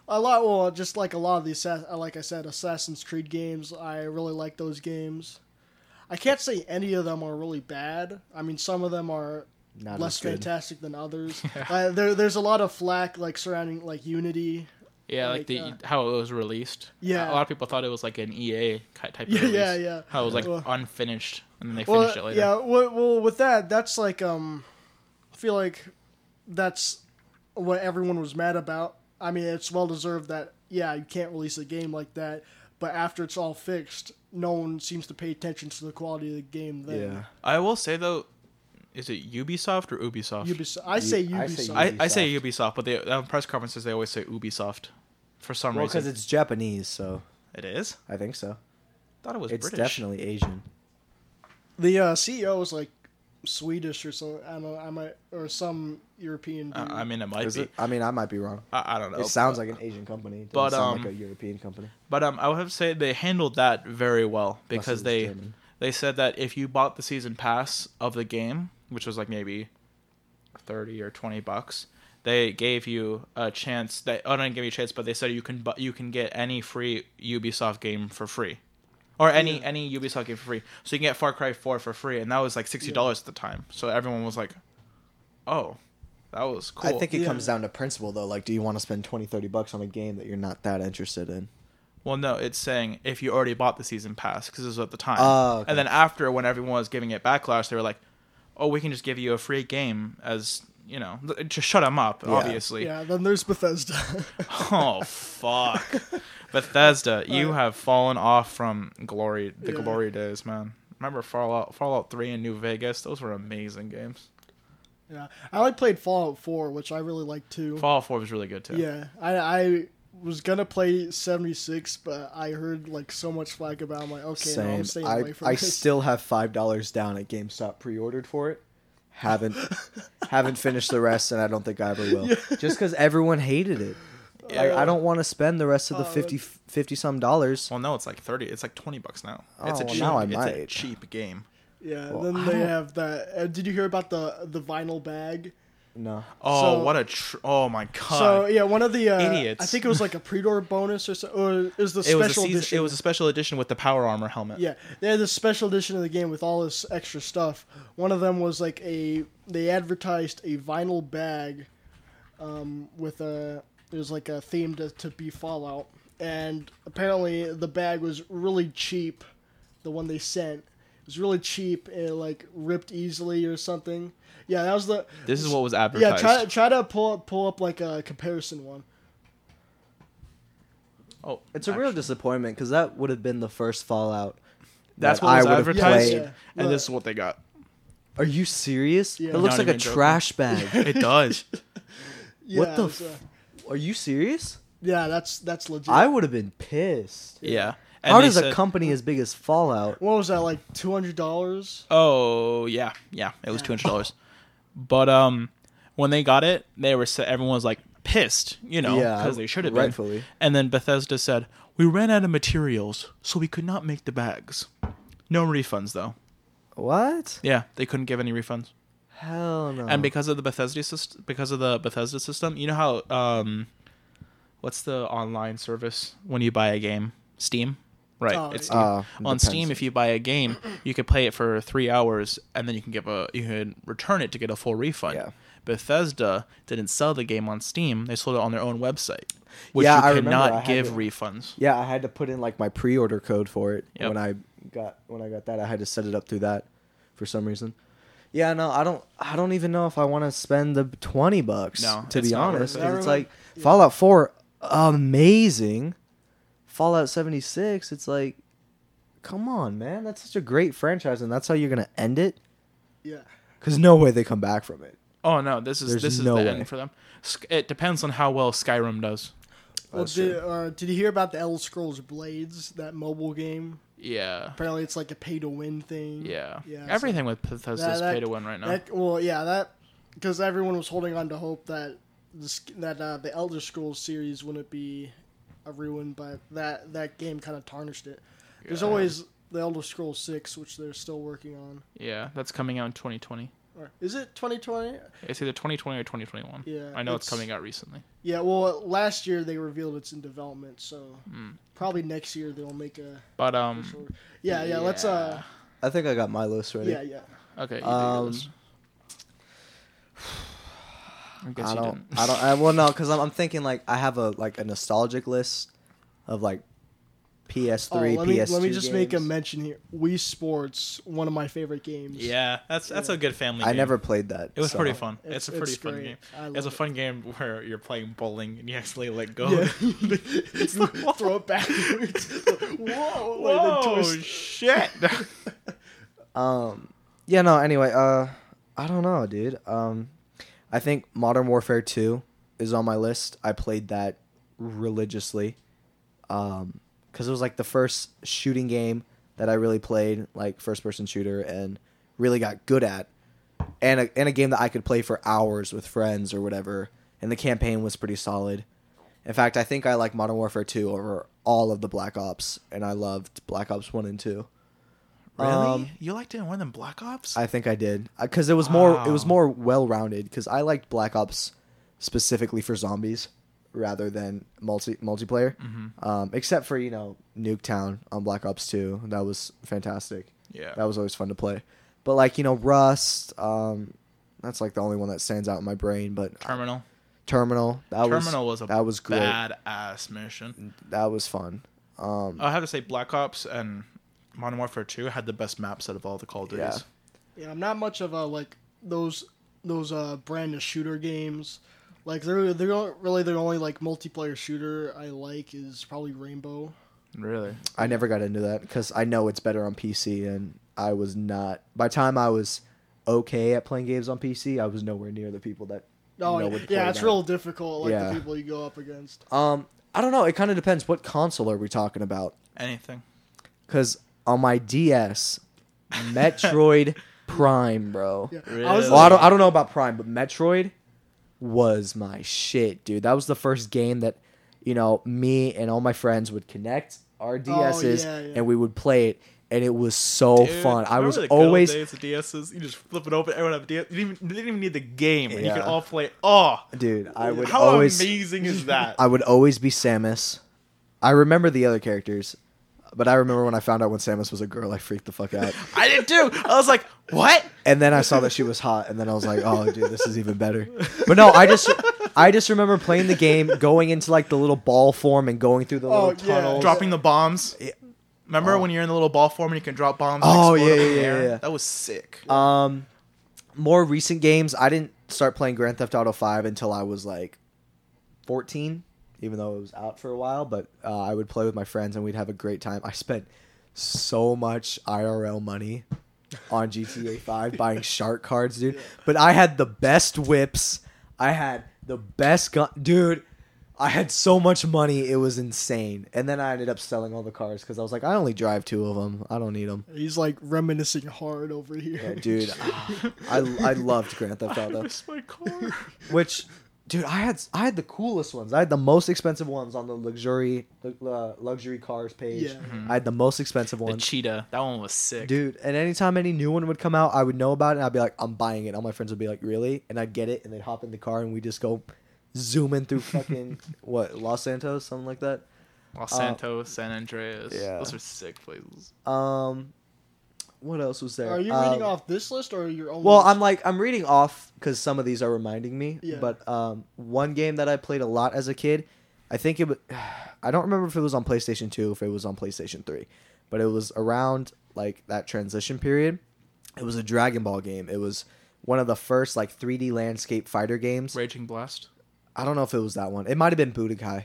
B: A lot, well, just like a lot of the Assa- uh, like I said, Assassin's Creed games. I really like those games. I can't say any of them are really bad. I mean, some of them are
A: Not
B: less
A: as good.
B: fantastic than others. Uh, there, there's a lot of flack like surrounding like Unity.
C: Yeah, like,
B: Like,
C: the
B: uh,
C: how it was released.
B: Yeah.
C: a lot of people thought it was like an EA ki- type. Of
B: Yeah,
C: release.
B: yeah, yeah.
C: How it was like
B: Well-
C: unfinished, and then they
B: Well,
C: finished it later.
B: yeah. Well, well, with that, that's like um, I feel like that's what everyone was mad about. I mean, it's well deserved that yeah, you can't release a game like that. But after it's all fixed, no one seems to pay attention to the quality of the game. Then
C: I will say though, is it Ubisoft or Ubisoft?
B: Ubis- I say
A: I say
B: Ubisoft.
C: I, I say Ubisoft, but they on press conferences they always say Ubisoft for some
A: Well, because
C: reason.
A: it's Japanese, so
C: It is.
A: I think so.
C: Thought it was
A: It's
C: British.
A: definitely Asian.
B: the uh, CEO was like Swedish or something. I don't know. I might or some European.
C: Uh,
B: dude.
C: I mean, it might
A: Is
C: be.
A: it? I mean, I might be wrong.
C: I, I don't know.
A: It sounds like an Asian company. It doesn't
C: But,
A: sound
C: um,
A: like a European company.
C: But um, I would have to say they handled that very well
A: it
C: because
A: was
C: they
A: German.
C: they said that if you bought the season pass of the game, which was like maybe thirty or twenty bucks, they gave you a chance. They oh, didn't give you a chance, but they said you can bu- you can get any free Ubisoft game for free, or any
B: Yeah.
C: any Ubisoft game for free. So you can get Far Cry Four for free, and that was like sixty dollars at the time. So everyone was like, "Oh, that was cool."
A: I think it
B: Yeah.
A: comes down to principle, though. Like, do you want to spend 20, 30 bucks on a game that you're not that interested in?
C: Well, no, it's saying if you already bought the season pass because it was at the time.
A: Oh, okay.
C: And then after, when everyone was giving it backlash, they were like, "Oh, we can just give you a free game as you know, th- just shut them up." Obviously.
B: yeah. Then there's Bethesda.
C: Oh fuck, Bethesda, you have fallen off from glory, the
B: Yeah.
C: glory days, man. Remember Fallout, Fallout Three and New Vegas? Those were amazing games.
B: Yeah, I only played Fallout Four, which I really like too.
C: Fallout Four was really good too.
B: yeah, I I was gonna play seventy six, but I heard like so much flack about. it. I'm like, okay, no, I'm
A: Same.
B: staying
A: I,
B: away from
A: I
B: this.
A: still have five dollars down at GameStop pre-ordered for it. Haven't haven't finished the rest, and I don't think I ever will. Just because everyone hated it. Like, I don't want to spend the rest of the
B: Oh,
A: 50, 50 some dollars.
C: Well, no, it's like thirty. It's like twenty bucks now. it's
A: Oh,
C: a
A: well,
C: cheap,
A: now I
C: it's a
A: might.
C: cheap game.
B: yeah.
A: Well,
B: then
A: I
B: they
A: don't-
B: have that. Uh, did you hear about the the vinyl bag?
A: No.
C: Oh,
B: So-
C: what a! Tr- oh my god.
B: so yeah, one of the uh,
C: Idiots.
B: I think it was like a pre-order bonus or so. Or it was the
C: it
B: special
C: was a season,
B: edition.
C: It was a special edition with the power armor helmet.
B: Yeah, they had this special edition of the game with all this extra stuff. One of them was like a they advertised a vinyl bag, um, with a it was like a theme to, to be Fallout, and apparently the bag was really cheap. The one they sent it was really cheap and it, like ripped easily or something. Yeah, that was the
C: This is what was
B: yeah.
C: advertised.
B: Try try to pull up pull up like a comparison one.
C: oh,
A: It's a real
C: actually,
A: disappointment because that would have been the first Fallout.
C: That's
A: that
C: what was
A: I would have
C: advertised,
A: played.
B: Yeah.
C: and this is what they got.
A: Are you serious?
B: Yeah.
A: It looks
C: Not
A: like a
C: even joking.
A: trash bag.
C: It does.
B: Yeah,
A: What the
B: it was, uh,
A: f- Are you serious?
B: yeah, that's that's legit.
A: I would have been pissed.
C: yeah. And
A: How
C: they
A: does a
C: said-
A: company as big as Fallout?
B: what was that like two hundred dollars?
C: Oh yeah, yeah. It was
B: Yeah.
C: two hundred dollars. but um, when they got it, they were sa- everyone was like pissed, you know,
A: Yeah,
C: because they should have
A: rightfully.
C: been. And then Bethesda said, "We ran out of materials, so we could not make the bags. No refunds though.
A: What?
C: Yeah, they couldn't give any refunds."
A: Hell no.
C: and because of the Bethesda system, because of the Bethesda system, you know how um, what's the online service when you buy a game? Steam. Right.
B: Oh,
C: it's
B: yeah.
A: Uh,
C: on
A: depends.
C: Steam. If you buy a game, you could play it for three hours, and then you can give a you can return it to get a full refund.
A: Yeah.
C: Bethesda didn't sell the game on Steam; they sold it on their own website, which
A: Yeah,
C: you
A: I remember.
C: cannot
A: I had
C: give
A: it.
C: refunds.
A: Yeah, I had to put in like my pre-order code for it
C: Yep.
A: when I got when I got that. I had to set it up through that for some reason. Yeah, no, I don't. I don't even know if I want to spend the twenty bucks.
C: No,
A: to
C: it's
A: be
C: not worth
A: honest,
C: it.
A: 'cause
B: I
A: it's
B: remember-
A: like Fallout Four, amazing. Fallout seventy six. It's like, come on, man, that's such a great franchise, and that's how you're gonna end it.
B: Yeah.
A: Because no way they come back from it.
C: Oh no, this is
A: There's
C: this is
A: no
C: the
A: way.
C: end for them. Sk- It depends on how well Skyrim does.
B: Well,
A: That's true.
B: did, uh, did you hear about the Elder Scrolls Blades, that mobile game?
C: Yeah,
B: Apparently, it's like a pay to win thing.
C: yeah,
B: Yeah, so-
C: Everything with Bethesda
B: That-
C: is
B: that-
C: pay to win right now.
B: That, well, yeah, that because everyone was holding on to hope that this, that uh, the Elder Scrolls series wouldn't be a ruin, but that that game kind of tarnished it. There's
C: Yeah.
B: always the Elder Scrolls Six, which they're still working on.
C: Uh, yeah, that's coming out in 2020.
B: Or is it 2020?
C: It's either 2020 or 2021.
B: Yeah,
C: I know it's,
B: it's-
C: coming out recently.
B: Yeah. Well, last year they revealed it's in development, so probably next year they'll make a.
C: But um,
B: Yeah, yeah. Let's uh.
A: I think I got my list ready.
B: Yeah, yeah.
C: okay. You
A: Um,
C: um, I guess
A: I
C: you
A: don't.
C: didn't.
A: I don't. I, well, no, because I'm, I'm thinking like I have a like a nostalgic list of like PS3,
B: Oh, let me
A: PS2.
B: let me just make a
A: games.
B: mention here. Wii Sports, one of my favorite games.
C: Yeah, that's that's a good family.
A: I
C: game.
A: never played that.
C: It was
A: so-
C: pretty fun.
B: It's-
C: It's, a pretty
B: it's
C: fun
B: great.
C: game.
B: I love
C: It's a
B: it.
C: fun game where you're playing bowling and you actually let go.
B: Yeah.
C: it's the ball.
B: Throw it backwards. Whoa! like the
C: Whoa,
B: twist.
C: shit!
A: Um. Yeah. No. Anyway. Uh. I don't know, dude. Um. I think Modern Warfare 2 is on my list. I played that religiously. Um. Because it was like the first shooting game that I really played, like first person shooter, and really got good at. and a, and a game that I could play for hours with friends or whatever. And the campaign was pretty solid. In fact, I think I like Modern Warfare 2 over all of the Black Ops, and I loved Black Ops 1 and 2.
C: really?
A: Um,
C: you liked it more than Black Ops?
A: I think I did because it was more it was
C: Wow.
A: more well rounded because I liked Black Ops specifically for zombies rather than multi multiplayer.
C: Mm-hmm.
A: Um, except for you know Nuketown on Black Ops Two, that was fantastic.
C: Yeah.
A: that was always fun to play. But like you know Rust, um, that's like the only one that stands out in my brain. But
C: Terminal.
A: Terminal, that
C: Terminal
A: was
C: was, a
A: that was great.
C: badass mission.
A: That was fun. Um,
C: I have to say, Black Ops and Modern Warfare 2 had the best maps out of all the Call of
A: Yeah.
C: Duties.
B: Yeah, I'm not much of a like those those uh brand of shooter games. Like they're they're o- really the only like multiplayer shooter I like is probably Rainbow. Oh,
C: Really?
A: I never got into that because I know it's better on PC, and I was not. By the time I was okay at playing games on PC, I was nowhere near the people that.
B: Oh
A: know would play
B: yeah, it's
A: that.
B: real difficult. Like
A: Yeah.
B: the people you go up against.
A: Um, I don't know. It kind of depends. What console are we talking about?
C: Anything?
A: Because on my DS, Metroid Prime, bro.
B: Yeah, I was
C: Really?
A: Well, I don't. I don't know about Prime, but Metroid was my shit, dude. That was the first game that you know me and all my friends would connect our DSs,
B: Oh, yeah, yeah.
A: and we would play it, and it was so
C: Dude,
A: Oh, fun. I
C: remember
A: was
C: the good old
A: always.
C: days of DSs. You just flip it open. Everyone have DS. You didn't even, you didn't even need the game, and you
A: Yeah.
C: could all play. Oh,
A: Dude, I would
C: how
A: always
C: amazing is that?
A: I would always be Samus. I remember the other characters, but I remember when I found out when Samus was a girl, I freaked the fuck out.
C: I did too. I was like, what?
A: And then I saw that she was hot, and then I was like, "Oh, dude, this is even better." But no, I just, I just remember playing the game, going into like the little ball form and going through the
B: Oh,
A: little
B: yeah.
A: tunnels.
B: Drop-
C: Dropping the bombs. Remember when you're in the little ball form and you can drop bombs? and
A: Oh,
C: explode
A: yeah,
C: up in the
A: yeah,
C: air?
A: yeah, yeah.
C: That was sick.
A: Um, more recent games, I didn't start playing Grand Theft Auto Five until I was like fourteen, even though it was out for a while. But uh, I would play with my friends, and we'd have a great time. I spent so much IRL money on GTA Five buying shark cards, dude. But I had the best whips. I had the best gun, dude. I had so much money, it was insane. And then I ended up selling all the cars because I was like, I only drive two of them. I don't need them.
B: He's like reminiscing hard over here.
A: Yeah, dude, ah, I I loved Grand Theft Auto,
C: my car.
A: which, dude, I had I had the coolest ones. I had the most expensive ones on the luxury uh, luxury cars page.
B: Yeah. Mhm.
A: I had the most expensive
C: the
A: ones,
C: cheetah. That one was sick.
A: dude. And anytime any new one would come out, I would know about it. and I'd be like, I'm buying it. All my friends would be like, really? And I'd get it, and they'd hop in the car, and we would just go zooming through fucking what Los Santos, something like that.
C: Los Santos, San Andreas.
A: uh, yeah.
C: Those are sick places.
A: Um, what else was there?
B: Are you
A: Um,
B: reading off this list or your own?
A: Well,
B: list?
A: I'm like I'm reading off because some of these are reminding me.
B: Yeah.
A: But um, one game that I played a lot as a kid, I think it. Was, I don't remember if it was on PlayStation Two, if it was on PlayStation Three, but it was around like that transition period. It was a Dragon Ball game. It was one of the first like 3D landscape fighter games.
C: Raging Blast.
A: I don't know if it was that one. It might have been Budokai.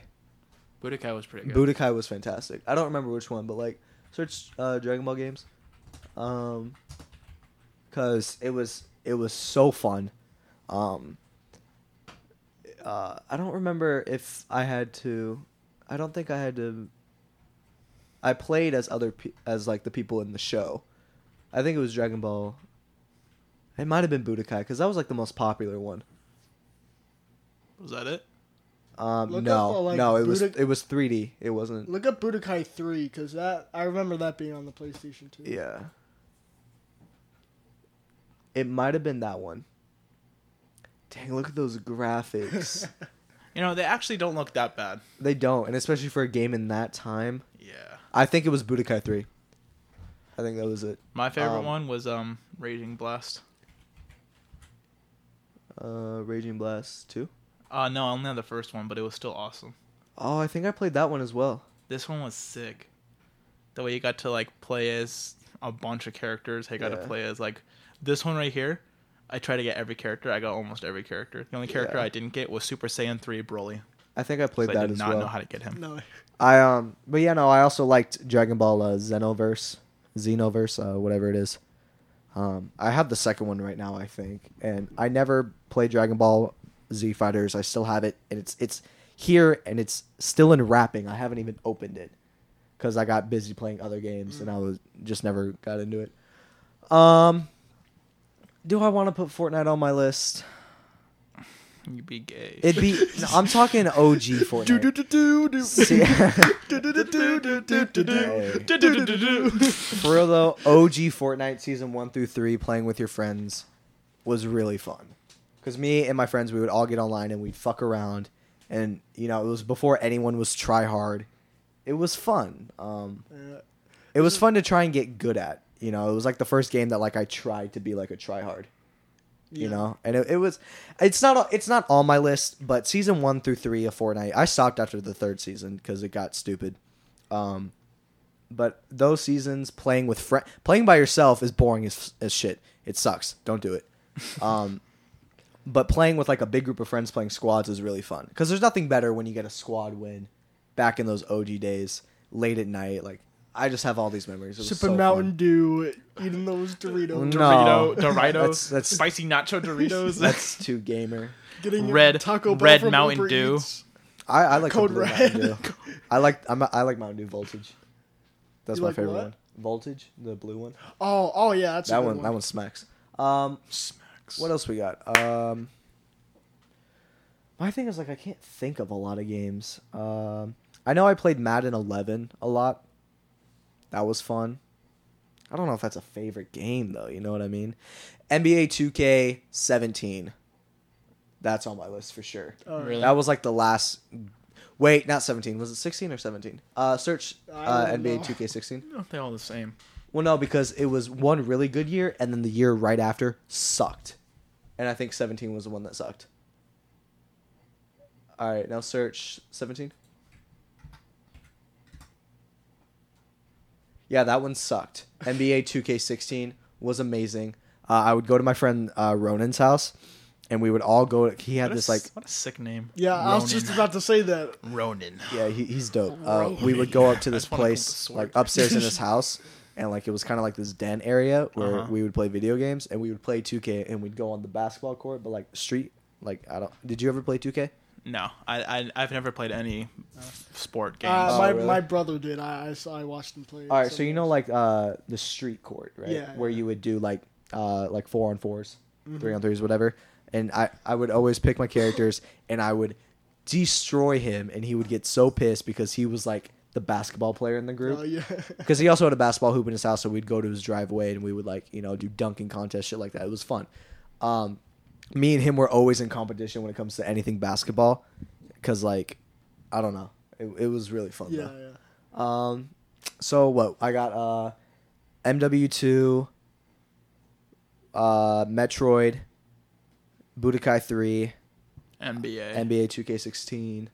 C: Budokai was pretty good.
A: Budokai was fantastic. I don't remember which one, but like search uh, Dragon Ball games, um, cause it was it was so fun. Um, uh, I don't remember if I had to. I don't think I had to. I played as other pe- as like the people in the show. I think it was Dragon Ball. It might have been Budokai because that was like the most popular one.
C: was that it?
A: Um,
B: Look
A: no,
B: up, uh, like,
A: no, it was
B: Budo-
A: it was 3D. It wasn't.
B: Look up Budokai 3 because that I remember that being on the PlayStation 2.
A: Yeah. It might have been that one. Dang, look at those graphics.
C: You know, they actually don't look that bad.
A: they don't, and especially for a game in that time.
C: Yeah.
A: I think it was Budokai 3. I think that was it.
C: My favorite
A: Um,
C: one was um Raging Blast.
A: Uh, Raging Blast 2.
C: Uh no, I only had the first one, but it was still awesome.
A: Oh, I think I played that one as well.
C: This one was sick. The way you got to like play as a bunch of characters. I got to
A: Yeah.
C: play as like this one right here. I tried to get every character. I got almost every character. The only character
A: Yeah.
C: I didn't get was Super Saiyan 3 Broly.
A: I think I played
C: 'cause I
A: that
C: did
A: as
C: not
A: well.
C: know how to get him.
B: No.
A: I um, but yeah, no, I also liked Dragon Ball uh, Xenoverse, Xenoverse, uh, whatever it is. Um, I have the second one right now, I think, and I never played Dragon Ball Z Fighters. I still have it, and it's it's here and it's still in wrapping. I haven't even opened it because I got busy playing other games and I was just never got into it. Um, do I want to put Fortnite on my list?
C: You'd be gay.
A: It'd be no, I'm talking OG Fortnite.
B: Do-do-do-do-do.
A: See-
B: Do-do-do-do-do-do-do.
A: For real though, OG Fortnite season one through three, playing with your friends, was really fun. Cause me and my friends, we would all get online and we'd fuck around, and you know it was before anyone was try hard. It was fun. Um,
B: Yeah.
A: it was fun to try and get good at. You know, it was like the first game that like I tried to be like a try hard. You
B: Yeah.
A: know, and it, it was. It's not. It's not on my list, but season one through three of Fortnite, I stopped after the third season because it got stupid. Um, but those seasons playing with friend, playing by yourself is boring as as shit. It sucks. Don't do it. Um, but playing with like a big group of friends, playing squads is really fun because there's nothing better when you get a squad win. Back in those OG days, late at night, like I just have all these memories. It was
B: Sipping
A: so
B: Mountain
A: fun.
B: Dew, eating those Doritos,
A: No.
C: Dorito, Doritos,
A: That's- that's-
C: spicy nacho Doritos.
A: That's too gamer.
B: getting
C: Red-
B: Taco Bell
C: Red
B: from
C: Mountain
B: Uber
C: Dew.
B: Eats.
A: I, I like
B: Code
A: Code Red.
B: Red.
A: Mountain Dew. I like I'm a, I like Mountain Dew Voltage. That's
B: You
A: my
B: like
A: favorite
B: what?
A: one. Voltage, the blue one.
B: Oh, oh yeah, that's a
A: that
B: good
A: one, that one smacks. Um,
C: Smacks.
A: what else we got? Um, my thing is like I can't think of a lot of games. Um, I know I played Madden 11 a lot. That was fun. I don't know if that's a favorite game though. You know what I mean? NBA 2K 17. That's on my list for sure.
B: All right.
C: Really?
A: That was like the last. Wait, not 17. Was it 16 or 17? Uh, search
B: I
A: uh,
B: don't
A: NBA
B: know.
A: 2K16.
C: Aren't they all the same?
A: Well, no, because it was one really good year, and then the year right after sucked. And I think 17 was the one that sucked. All right, now search 17. Yeah, that one sucked. NBA 2K16 was amazing. Uh, I would go to my friend uh, Ronan's house, and we would all go. He had
C: What a
A: this
C: s-
A: like
C: what a sick name.
B: Yeah, I was
C: Ronin.
B: just about to say that.
C: Ronin.
A: Yeah, he, he's dope. Uh, we would go up to
C: I
A: this
C: just wanna pull the
A: place,
C: sword.
A: like upstairs in his house, and like it was kind of like this den area where
C: Uh-huh.
A: we would play video games, and we would play 2K, and we'd go on the basketball court, but like street, like I don't. Did you ever play 2K?
C: No, I, I I've never played any f- sport games.
B: Uh,
A: Oh,
B: my,
A: really?
B: my brother did. I, I saw- I watched him play. it
A: All right, so you
B: sometimes.
A: know like uh the street court, right?
B: Yeah,
A: Where
B: yeah.
A: you would do like uh like four on 4s three on threes, whatever. And I I would always pick my characters, and I would destroy him, and he would get so pissed because he was like the basketball player in the group.
B: Oh yeah.
A: because he also had a basketball hoop in his house, so we'd go to his driveway and we would like you know do dunking contests, shit like that. It was fun. Um, me and him were always in competition when it comes to anything basketball, because like I don't know, It, it was really fun
B: Yeah,
A: though.
B: yeah.
A: Um, so what? I got uh, MW2, uh, Metroid, Budokai 3,
C: NBA.
A: NBA 2K16.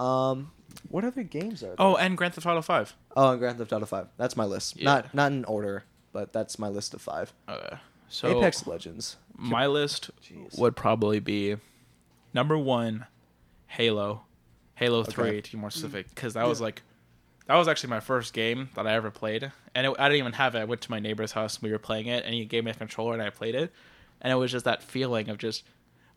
A: Um, what other games are? There?
C: Oh, and Grand Theft Auto Five.
A: Oh, and Grand Theft Auto 5. That's my list.
C: Yeah.
A: Not not in order, but that's my list of five.
C: Okay. So
A: Apex Legends.
C: my list
A: Jeez.
C: would probably be number one, Halo, Halo Three to be more specific, because that was
B: Yeah.
C: like that was actually my first game that I ever played, and it, I didn't even have it. I went to my neighbor's house and we were playing it, and he gave me a controller and I played it, and it was just that feeling of just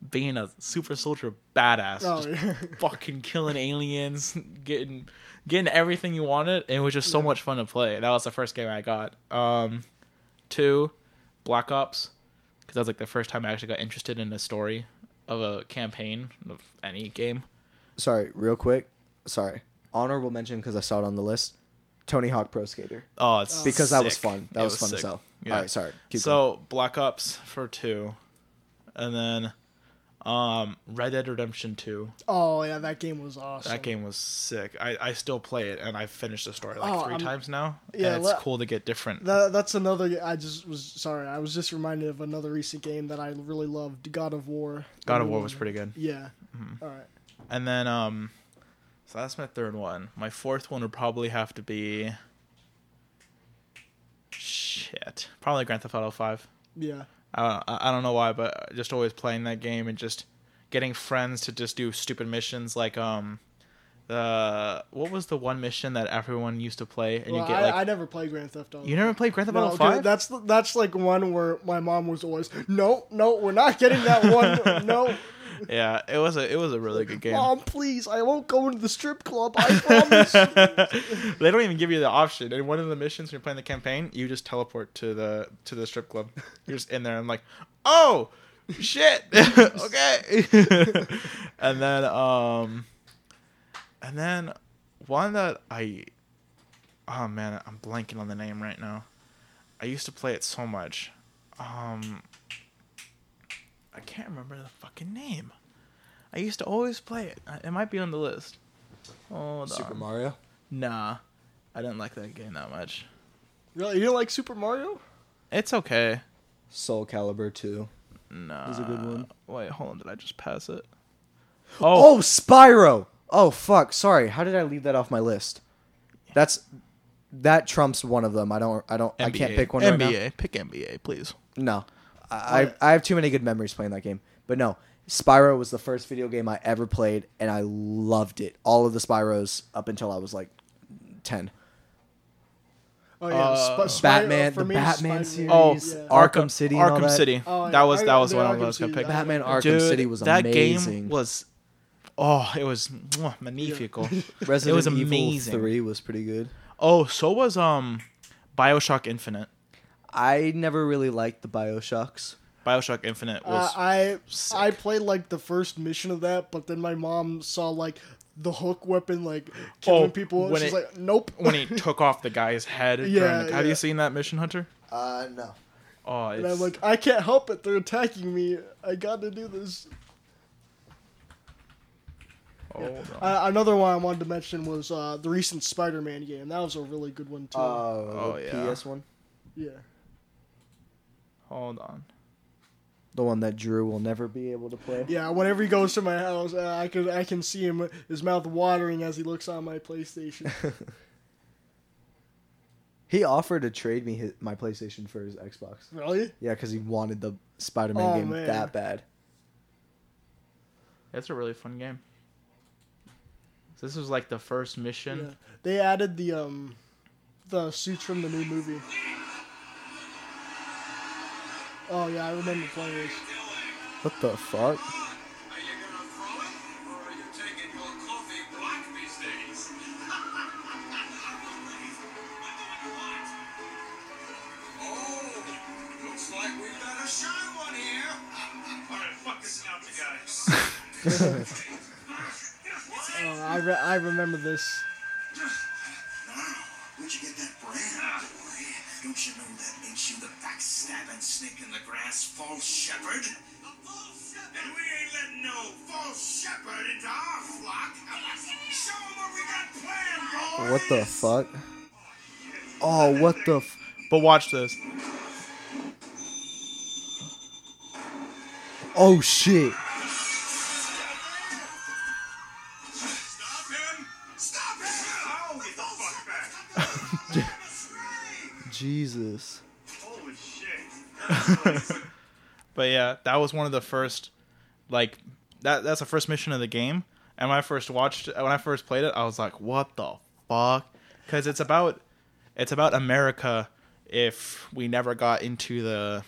C: being a super soldier badass,
B: Oh,
C: just
B: yeah.
C: fucking killing aliens, getting getting everything you wanted, and it was just so much fun to play. That was the first game I got. Um, two, Black Ops, because that was like the first time I actually got interested in a story of a campaign of any game.
A: Sorry, real quick. Sorry. Honorable mention because I saw it on the list. Tony Hawk Pro Skater.
C: Oh, it's
A: Because that was
C: sick.
A: fun. That
C: It
A: was, fun
C: sick.
A: as hell.
C: Yeah.
A: All right, sorry. Keep going.
C: so Black Ops for two, and then um Red Dead Redemption Two.
B: Oh yeah, that game was awesome.
C: That game was sick. I, I still play it, and I've finished the story like
B: Oh,
C: three
B: I'm-
C: times now.
B: Yeah,
C: and it's
B: le-
C: cool to get different.
B: That, that's another. I just was sorry. I was just reminded of another recent game that I really loved, God of War.
C: God of War was pretty Mm-hmm. good.
B: Yeah. All right.
C: And then um so that's my third one. My fourth one would probably have to be shit. Probably Grand Theft Auto 5.
B: Yeah.
C: I don't I I don't know why, but just always playing that game and just getting friends to just do stupid missions like um the what was the one mission that everyone used to play and
B: well,
C: you get
B: I,
C: like
B: I never played Grand Theft Auto.
C: you never played Grand Theft
B: No,
C: Auto
B: 'cause
C: 5?
B: That's that's like one where my mom was always, no, no, we're not getting that one. no,
C: Yeah, it was a it was a really good game.
B: mom, please, I won't go into the strip club. I promise.
C: they don't even give you the option. In one of the missions when you're playing the campaign, you just teleport to the to the strip club. You're just in there. I'm like, oh shit, okay. and then um, and then one that I, oh man, I'm blanking on the name right now. I used to play it so much. Um, I can't remember the fucking name. I used to always play it. Uh, It might be on the list. Hold
A: Super
C: on.
A: Mario.
C: Nah, I didn't like that game that much.
B: really, you don't like Super Mario?
C: It's okay.
A: Soul Calibur 2.
C: Nah.
A: was a good one.
C: Wait, hold on. Did I just pass it?
A: Oh.
C: Oh,
A: Spyro. Oh fuck, sorry. How did I leave that off my list? That's that trumps one of them. I don't I don't I can't
C: NBA.
A: pick one
C: NBA.
A: right
C: Pick NBA, please.
A: now. No. I I I have too many good memories playing that game. But no, Spyro was the first video game I ever played and I loved it. All of the Spyros up until I was like 10.
B: Oh yeah,
C: Uh,
B: Sp- Spyro-
A: Batman-
B: for
A: the
B: me,
A: Batman
B: Spider-Man.
A: series.
C: Oh,
A: Yeah.
B: Ar-
A: Arkham City and all
C: Arkham
A: that.
C: City.
B: Oh, yeah.
C: That was that
B: Arkham-
C: was
B: the
C: one of
B: Arkham
C: them I was gonna
B: City,
C: pick.
B: that-
A: Batman Arkham
C: Dude,
A: City was
C: that
A: amazing.
C: game was. Oh, it was mwah, magnifical.
A: Resident
C: it was
A: Evil
C: amazing.
A: 3 was pretty good.
C: Oh, so was um, Bioshock Infinite.
A: I never really liked the BioShocks.
C: Bioshock Infinite was.
B: Uh, I
C: sick.
B: I played like the first mission of that, but then my mom saw like the hook weapon like killing
C: Oh,
B: people. and
C: when
B: She's
C: it-
B: like, nope.
C: when he took off the guy's head. during
B: Yeah,
C: the- have
B: yeah.
C: you seen that Mission Hunter?
A: Uh no.
C: Oh, it's,
B: and I'm like, I can't help it. They're attacking me. I got to do this.
C: oh, no.
B: Uh, another one I wanted to mention was uh, the recent Spider-Man game. That was a really good one too.
A: Oh,
C: Oh,
A: the
C: yeah.
A: PS one,
B: yeah.
C: hold on.
A: the one that Drew will never be able to play.
B: Yeah. Whenever he goes to my house, uh, I could I can see him his mouth watering as he looks on my PlayStation.
A: He offered to trade me his, my PlayStation for his Xbox.
B: really?
A: Yeah, because he wanted the Spider-Man
B: Oh,
A: game
B: man.
A: that bad.
C: That's a really fun game. This was like the first mission.
B: Yeah. They added the um the suits from the new movie. Oh yeah, I remember playing this.
A: What the fuck?
D: Are you gonna throw it, or are you taking your coffee black these days? Oh, looks like we've got a shy one here. All right, fuck this out, you guys.
B: Oh, I re- I remember this.
D: Where'd you get that brand? Don't you know that makes you the backstabbing snake in the grass, false shepherd? And we ain't letting no false shepherd into our flock. Show 'em what we got planned, boys.
A: What the fuck? Oh, what the f-
C: But watch this.
A: Oh shit.
D: Stop him! Stop him! Oh, get the fuck back.
A: Jesus.
D: Holy shit.
C: But yeah, that was one of the first, like, that that's the first mission of the game. And when I first watched, when I first played it, I was like, "What the fuck?" Because it's about, it's about America. If we never got into the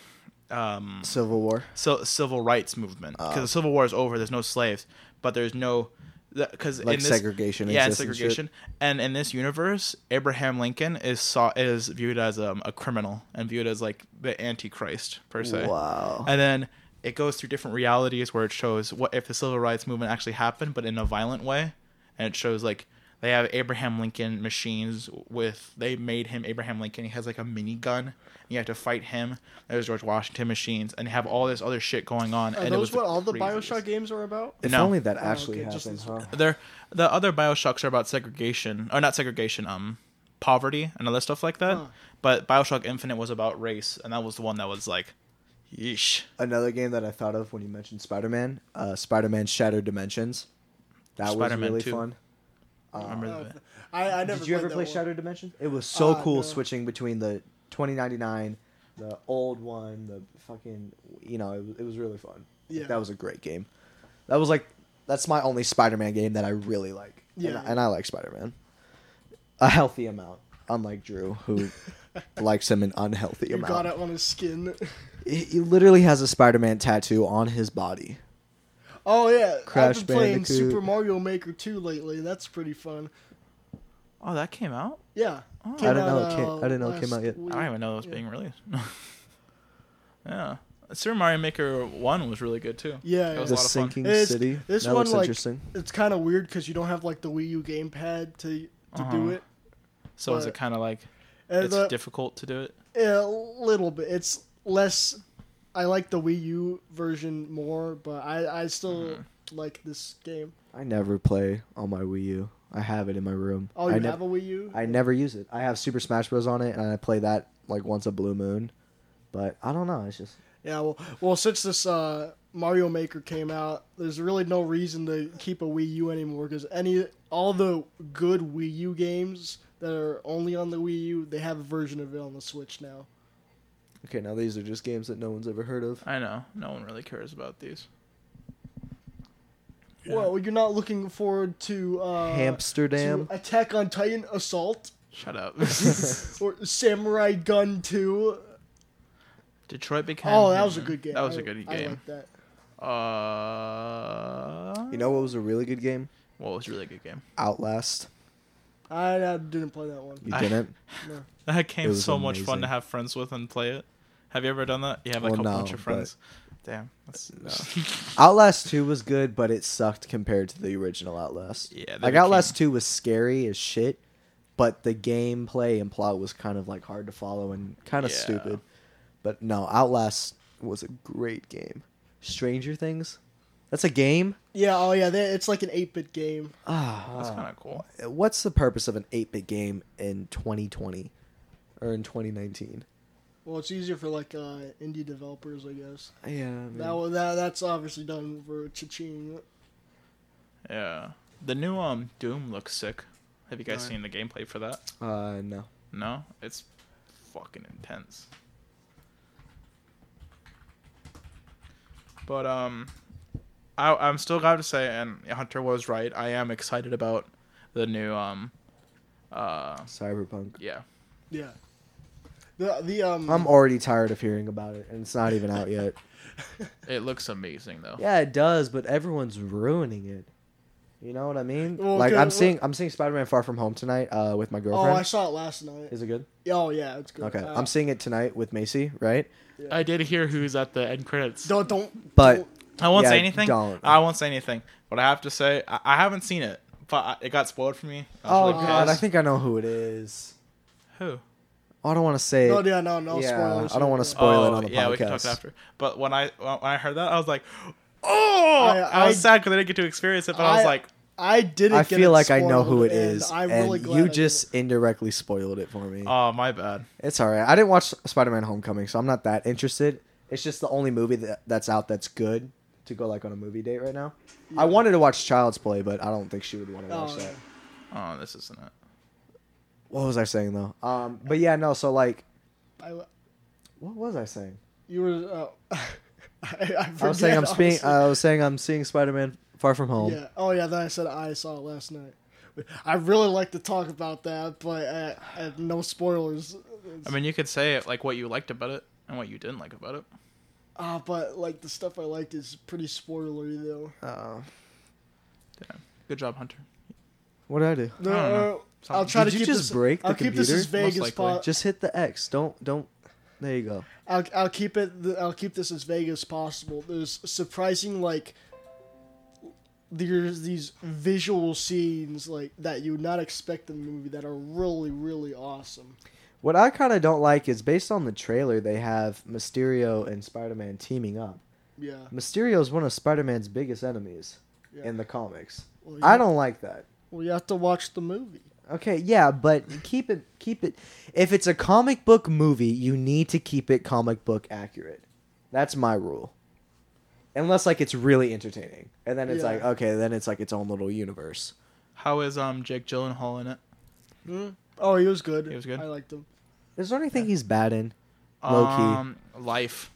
A: Civil War.
C: civil, civil rights movement, because
A: Ah.
C: the Civil War is over, there's no slaves, but there's no, because
A: Like
C: in this,
A: segregation
C: yeah,
A: exists and shit.
C: segregation, and, in this universe, Abraham Lincoln is saw is viewed as um, a criminal and viewed as like the Antichrist per se.
A: Wow.
C: And then it goes through different realities where it shows what if the civil rights movement actually happened, but in a violent way. And it shows like they have Abraham Lincoln machines with they made him Abraham Lincoln. He has like a minigun. And you have to fight him. There's George Washington machines, and they have all this other shit going on.
B: Are
C: and it was
B: those what all the
C: craziest.
B: Bioshock games are about?
A: If
C: No.
A: only that actually
B: Oh, okay, just
A: happened,
B: this-
A: huh?
C: They're the other Bioshocks are about segregation or not segregation, um, poverty and other stuff like that. But Bioshock Infinite was about race, and that was the one that was like, yeesh.
A: Another game that I thought of when you mentioned Spider Man, uh, Spider Man Shattered Dimensions. That was
C: Spider-Man
A: really
C: 2.
A: fun.
B: Uh,
C: Remember that?
B: Oh. I, I
A: Did
B: never
A: you
B: played
A: ever
B: that
A: play
B: one.
A: Shattered Dimensions? It was so
B: Uh,
A: cool
B: no.
A: switching between the 2099, the old one, the fucking, you know, it, was- it was really fun. Like,
B: Yeah.
A: That was a great game. That was like, that's my only Spider Man game that I really like. And-
B: Yeah.
A: And, I like Spider Man. A healthy amount, unlike Drew, who likes him an unhealthy
B: You
A: amount.
B: got it on his skin.
A: He- he literally has a Spider Man tattoo on his body.
B: Oh yeah,
A: Crash
B: I've been playing
A: Bandicoot.
B: Super Mario Maker 2 lately. and That's pretty fun.
C: Oh, that came out.
B: Yeah,
A: Oh.
B: uh,
A: I didn't know it came- I didn't know it came
B: last
A: out yet.
B: week.
C: I don't even know it was being released. yeah. Super Mario Maker 1 was really good too.
B: Yeah,
C: That was
A: The
B: yeah.
C: a lot of fun.
A: Sinking
B: It's-
A: City.
B: This
A: that
B: one
A: looks
B: like
A: interesting.
B: it's kind of weird because you don't have like the Wii U gamepad to to
C: Uh-huh.
B: do it.
C: So is it
B: but-
C: kind of like
B: And
C: it's
B: the-
C: difficult to do it?
B: a little bit. It's less. I like the Wii U version more, but I I still like this game.
A: I never play on my Wii U. I have it in my room.
B: Oh,
A: I
B: you
A: nev-
B: have a Wii U?
A: I never use it. I have Super Smash Bros. on it, and I play that like once a blue moon. But I don't know. It's just
B: Yeah, well, well, since this uh, Mario Maker came out, there's really no reason to keep a Wii U anymore because any all the good Wii U games that are only on the Wii U, they have a version of it on the Switch now.
A: okay. Now these are just games that no one's ever heard of.
C: I know. No one really cares about these.
B: Well, you're not looking forward to uh,
A: Hamsterdam.
B: to Attack on Titan Assault,
C: Shut up.
B: or Samurai Gun Two.
C: Detroit became
B: Oh, that was a
C: Human.
B: good game.
C: That was
B: I-
C: a good
B: I
C: game.
B: like that.
C: Uh
A: You know what was a really good game?
C: well, it was a really good game.
A: Outlast.
B: I uh, didn't play that one.
A: You
C: I-
A: didn't.
C: That
A: It
C: game's
A: was
C: so much fun to
A: amazing.
C: have friends with and play it. Have you ever done that? You have like
A: Well,
C: a
A: no,
C: bunch of
A: but-
C: friends. Damn. That's,
A: Outlast Two was good, but it sucked compared to the original Outlast.
C: Yeah, they
A: like Outlast Two was scary as shit, but the gameplay and plot was kind of like hard to follow and kind of
C: Yeah.
A: stupid. But no, Outlast was a great game. Stranger Things. That's a game.
B: Yeah, oh yeah, they, it's like an 8-bit game.
A: Ah,
C: that's kind of cool.
A: what's the purpose of an 8-bit game in 2020 or in 2019
B: Well, it's easier for like uh, indie developers, I guess.
A: yeah I
B: That, wa- that that's obviously done for cha-ching.
C: Yeah. The new um Doom looks sick. Have you guys
B: Alright.
C: seen the gameplay for that?
A: uh no
C: No, it's fucking intense. But um, I I'm still glad to say, and Hunter was right. I am excited about the new um, uh,
A: cyberpunk
C: yeah.
B: Yeah. The the um
A: i'm already tired of hearing about it and it's not even out yet
C: It looks amazing though.
A: yeah it does but everyone's ruining it you know what i mean
B: Well,
A: like
B: okay,
A: i'm
B: well-
A: seeing i'm seeing spider-man far from home tonight uh with my
B: oh,
A: girlfriend
B: I saw it last night.
A: is it good
B: Oh yeah, it's good.
A: okay
B: Uh,
A: i'm seeing it tonight with macy right
C: I did hear who's at the end credits.
B: don't don't.
A: But-
B: don't-
C: I won't
A: Yeah,
C: say anything.
A: don't.
C: I won't say anything. But I have to say, I, I haven't seen it, but I, it got spoiled for me. I was
A: oh
C: really
A: god i
C: pissed.
A: think i know who it is
C: who?
A: Oh, I don't want to say.
B: No,
A: it.
B: yeah, no, no
A: Yeah,
B: spoilers.
A: I don't wanna spoil it on the
C: Oh, yeah, we can talk
A: podcast.
C: after. But when I when I heard that, I was like, oh, I,
B: I-
C: was
B: I-
C: sad because I didn't get to experience it. But I, was like,
B: I didn't.
A: I
B: get
A: feel
B: it
A: like I know
B: spoiled,
A: who it
B: and
A: is,
B: I'm
A: and
B: really glad I
A: you
B: didn't.
A: just indirectly spoiled it for me.
C: oh, my bad.
A: It's all right. I didn't watch Spider-Man: Homecoming, so I'm not that interested. It's just the only movie that, that's out that's good to go like on a movie date right now. I wanted to watch Child's Play, but I don't think she would want to watch
B: Oh,
A: that.
B: yeah.
C: Oh, this isn't it.
A: What was I saying though? Um, but yeah, no. So like,
B: I,
A: what was I saying?
B: you were. Uh, I, I,
A: I was saying I'm uh,
B: forget,
A: seeing.
B: honestly.
A: I was saying I'm seeing Spider-Man: Far From Home.
B: Yeah. Oh yeah. Then I said I saw it last night. I really like to talk about that, but uh, uh, no spoilers.
C: I mean, you could say like what you liked about it and what you didn't like about it.
B: Ah, but like the stuff I liked is pretty spoilery though.
A: Uh,
C: Good job, Hunter.
A: what did I do?
B: No,
C: don't know.
B: uh, I'll try
A: Did
B: to
A: you
B: keep
A: just
B: this.
A: break the
B: I'll keep this as
A: computer?
B: vague
C: Most
B: as possible.
C: likely.
A: Just hit the X. Don't don't. There you go.
B: I'll, I'll keep it. th- I'll keep this as vague as possible. There's surprising like there's these visual scenes like that you would not expect in the movie that are really really awesome.
A: What I kind of don't like is based on the trailer, they have Mysterio and Spider-Man teaming up.
B: Yeah.
A: Mysterio is one of Spider-Man's biggest enemies
B: yeah.
A: in the comics.
B: well,
A: I
B: you-
A: don't like that.
B: Well, you have to watch the movie.
A: Okay, yeah, but keep it keep it if it's a comic book movie, you need to keep it comic book accurate. That's my rule. Unless like it's really entertaining. And then it's
B: Yeah.
A: like okay, then it's like its own little universe.
C: How is um Jake Gyllenhaal in it?
B: Oh, he was good.
C: He was good?
B: I liked him.
A: Is there anything he's bad in? Low key.
C: Um, life.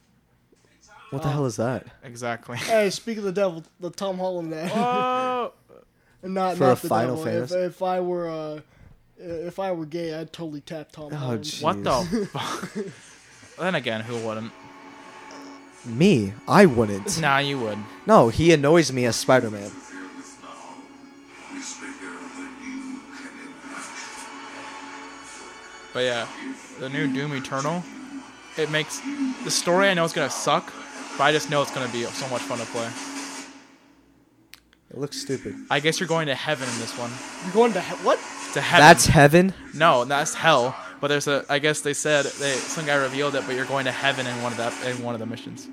A: What the hell is that?
C: Exactly.
B: Hey, speak of the devil, the Tom Holland there.
C: oh,
B: not
A: For
B: not
A: a
B: the
A: Final
B: devil. If,
A: Fantasy?
B: if I were uh, if I were gay, I'd totally tap Tom Holland.
A: Oh, gee.
C: what the? fuck? then again, who wouldn't?
A: Me, I wouldn't.
C: Nah, you would.
A: No, he annoys me as Spider-Man.
C: But yeah, the new Doom Eternal, it makes the story I know it's gonna suck, but I just know it's gonna be so much fun to play.
A: It looks stupid.
C: I guess you're going to heaven in this one.
B: You're going to he- what?
C: To heaven.
A: That's heaven.
C: no, that's hell. But there's a. I guess they said they some guy revealed it, but you're going to heaven in one of that in one of the missions.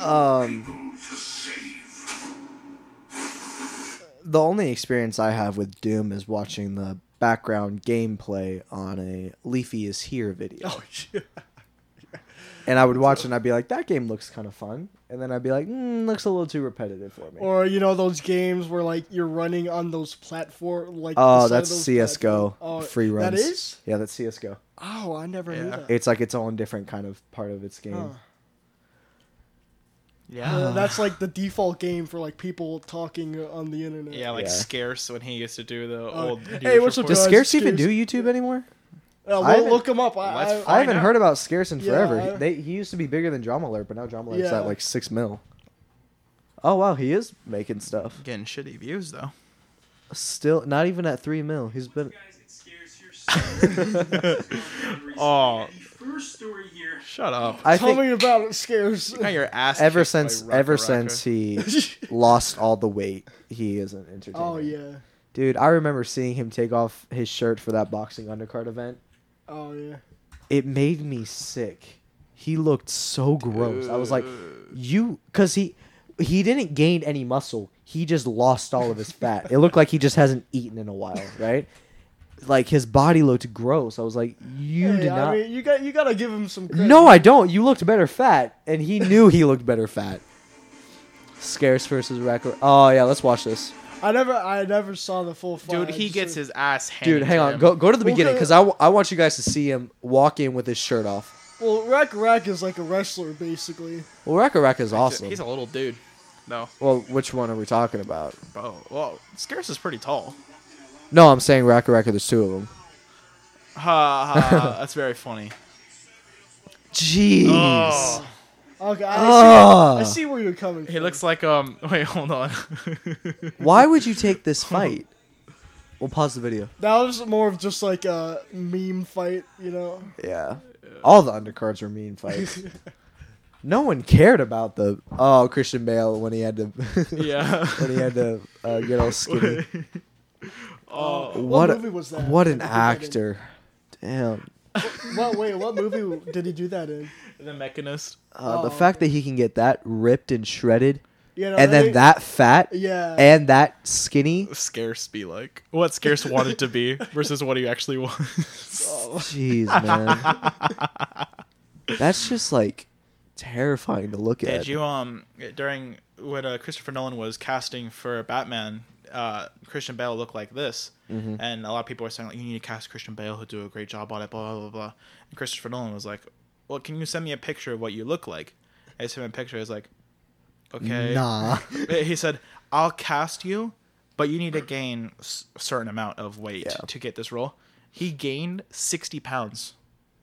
A: Um, the only experience I have with Doom is watching the background gameplay on a Leafy is Here video.
B: Oh, yeah.
A: And I would watch it and I'd be like, that game looks kind of fun. And then I'd be like, mm, looks a little too repetitive for me.
B: Or you know those games where like you're running on those platform like. the side
A: oh,
B: of
A: that's
B: those
A: CSGO.
B: platform- Oh,
A: free runs.
B: That is.
A: Yeah, that's CSGO.
B: Oh, I never knew
C: Yeah.
B: that.
A: It's like its own different kind of part of its game.
B: Huh.
C: Yeah.
B: Uh, that's like the default game for like people talking uh, on the internet.
C: yeah, like
A: Yeah.
C: scarce when he used to do the old.
B: hey,
C: news
B: what's up,
C: report.
A: Does
B: Uh,
A: Scarce even do
B: excuse-
A: YouTube anymore?
B: Uh,
A: I
B: we'll
A: haven't-
B: look them up. I,
C: Let's
B: I,
A: I
C: Why
A: haven't
C: not?
A: heard about Scarce in
B: Yeah,
A: forever.
B: I-
A: They, he used to be bigger than Drama Alert, but now Drama Alert's
B: Yeah.
A: at like six mil. Oh wow, he is making stuff.
C: Getting shitty views though.
A: Still not even at three mil. He's been
C: Oh.
E: The first story here.
C: Shut up.
A: I
B: tell
A: think
B: me about it, scares.
C: Got your ass
A: ever
C: kicked by
A: since
C: Rucka
A: ever
C: Rucka.
A: since he lost all the weight, he isn't entertaining.
B: oh yeah.
A: Dude, I remember seeing him take off his shirt for that boxing undercard event.
B: Oh yeah.
A: It made me sick. He looked so gross. I was like, you because he he didn't gain any muscle he just lost all of his fat it looked like he just hasn't eaten in a while right like his body looked gross i was like you
B: Hey,
A: did not
B: I mean, you got you gotta give him some credit.
A: no i don't you looked better fat and he knew he looked better fat scarce versus record oh yeah let's watch this
B: I never I never saw the full fight.
C: Dude,
B: I
C: he
B: just
C: gets
B: heard-
C: his ass handed.
A: dude hang
C: to
A: on
C: him.
A: go go to the
B: Well,
A: beginning
B: the-
A: because I wa- I want you guys to see him walk in with his shirt off
B: Well, Rack Rack is like a wrestler basically.
A: well record record is awesome
C: He's a little dude. No.
A: well which one are we talking about
C: Bro, well, Scarce is pretty tall.
A: no i'm saying record record there's two of them
C: Ha ha, that's very funny.
A: jeez
C: Oh.
B: Okay, I, see, I
A: Ugh.
B: see where you're coming from.
C: He looks like um. Wait, hold on.
A: Why would you take this fight? We'll pause the video.
B: That was more of just like a meme fight, you know.
A: Yeah.
C: good.
A: All the undercards were mean fights. no one cared about the oh Christian Bale when he had to
C: Yeah.
A: when he had to uh, get all skinny.
C: oh,
A: What,
B: What
A: a-
B: movie was that?
A: What an
B: I forget it.
A: actor! Damn.
B: Well, wait, what movie did he do that in?
C: the mechanist.
A: Uh,
B: Oh,
A: the fact that he can get that ripped and shredded,
B: You know,
A: and
B: I
A: then
B: mean-
A: that fat,
B: Yeah.
A: and that skinny.
C: Scarce be like what Scarce wanted to be versus what he actually was.
A: Jeez, man. That's just like terrifying to look at.
C: Did you um during when uh, Christopher Nolan was casting for Batman, uh, Christian Bale looked like this,
A: Mm-hmm.
C: and a lot of people were saying like you need to cast Christian Bale, he'll do a great job on it, blah blah blah. blah. And Christopher Nolan was like, well, can you send me a picture of what you look like? I sent him a picture. I was like, okay,
A: Nah.
C: he said, "I'll cast you, but you need to gain s- a certain amount of weight
A: Yeah.
C: to get this role." He gained sixty pounds,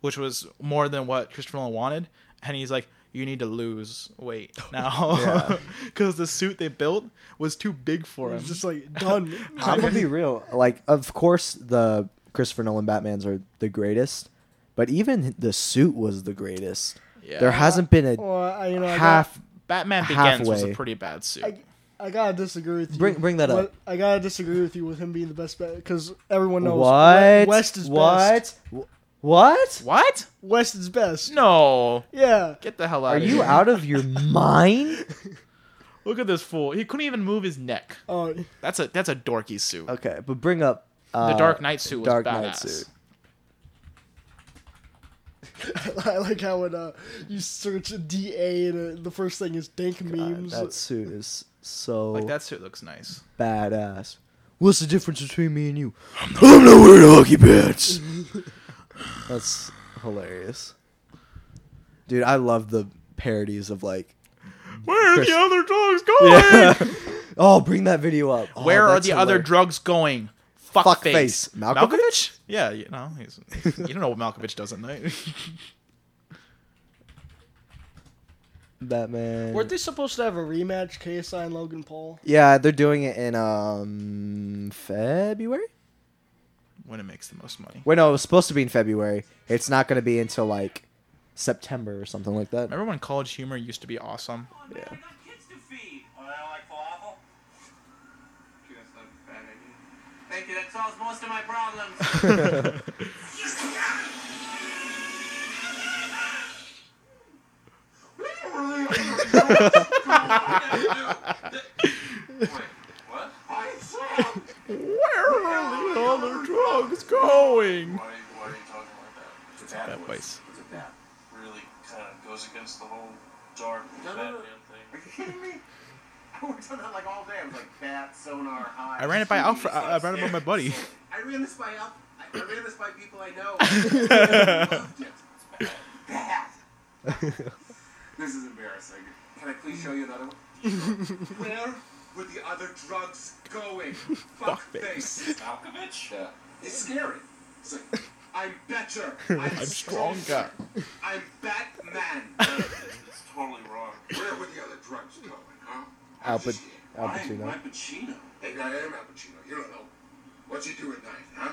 C: which was more than what Christopher Nolan wanted, and he's like, "You need to lose weight now, because the suit they built was too big for him."
B: It's just like done.
A: I'm gonna be real. Like, of course, the Christopher Nolan Batman's are the greatest, but even the suit was the greatest.
C: Yeah.
A: There hasn't been a
B: Well, I, you know, I
A: half.
C: Batman Begins was a
A: Halfway.
C: pretty bad suit.
B: I, I gotta disagree with you.
A: Bring- bring that
B: What-
A: up.
B: I gotta disagree with you with him being the best bet because everyone knows
A: What?
B: West is best.
A: what? What? What?
C: what?
B: West is best.
C: No.
B: Yeah.
C: Get the hell out
A: Are
C: of here.
A: you out of your mind?
C: Look at this fool. He couldn't even move his neck.
B: Oh,
C: That's a that's a dorky suit.
A: Okay, but bring up uh,
C: the Dark Knight suit was
A: Dark
C: badass.
A: Knight suit.
B: I like how when uh, you search DA and uh, the first thing is dank
A: God,
B: memes.
A: uh, that suit is so
C: Like that suit looks nice.
A: badass. What's the difference between me and you? I'm not wearing hockey pants. That's hilarious, dude. I love the parodies of like,
C: Where are
A: Chris-
C: the other drugs going?
A: oh, bring that video up. Oh,
C: Where are
A: that's
C: the other
A: hilarious.
C: drugs going? Fuck,
A: Fuck
C: face.
A: face. Malkovich?
C: Yeah, you know, he's, you don't know what Malkovich does at night.
A: Batman?
B: Weren't they supposed to have a rematch, KSI and Logan Paul?
A: yeah, they're doing it in um February.
C: when it makes the most money.
A: Wait, no, it was supposed to be in February. It's not going to be until like September or something like that.
C: Remember when college humor used to be awesome?
D: Come on, Oh, man, I got kids to feed.
E: Oh, they don't like falafel? Just like fat idea. Thank you, that solves most of my problems. What?
D: I said,
C: Where are the other drugs going?
E: Why, why are you talking like that? It's a
C: bad voice.
E: It's a bad. Really kind of goes against the whole dark
D: no,
E: Batman
D: no. Are
E: thing.
D: you kidding me? I worked on that like all day. I was like, bat, sonar, high.
C: I ran it by Alfred. I, I ran it by my buddy.
D: I ran this by Alf. I, I ran this by people I know. I loved it. It's bad. this is embarrassing. Can I please show you another one? Where were the other drugs going? Fuck
C: Fuckface.
D: face. Malkovich? Yeah. It's scary. It's like, I'm better. I'm,
C: I'm stronger.
D: I'm Batman.
E: It's totally wrong.
D: Where were the other drugs going, huh?
A: Al
D: How'd you
A: Pac-
D: see it?
A: Al
E: I am
A: Pacino.
E: Al Pacino.
D: Hey, I am Al Pacino. You don't know. What you do at night, huh?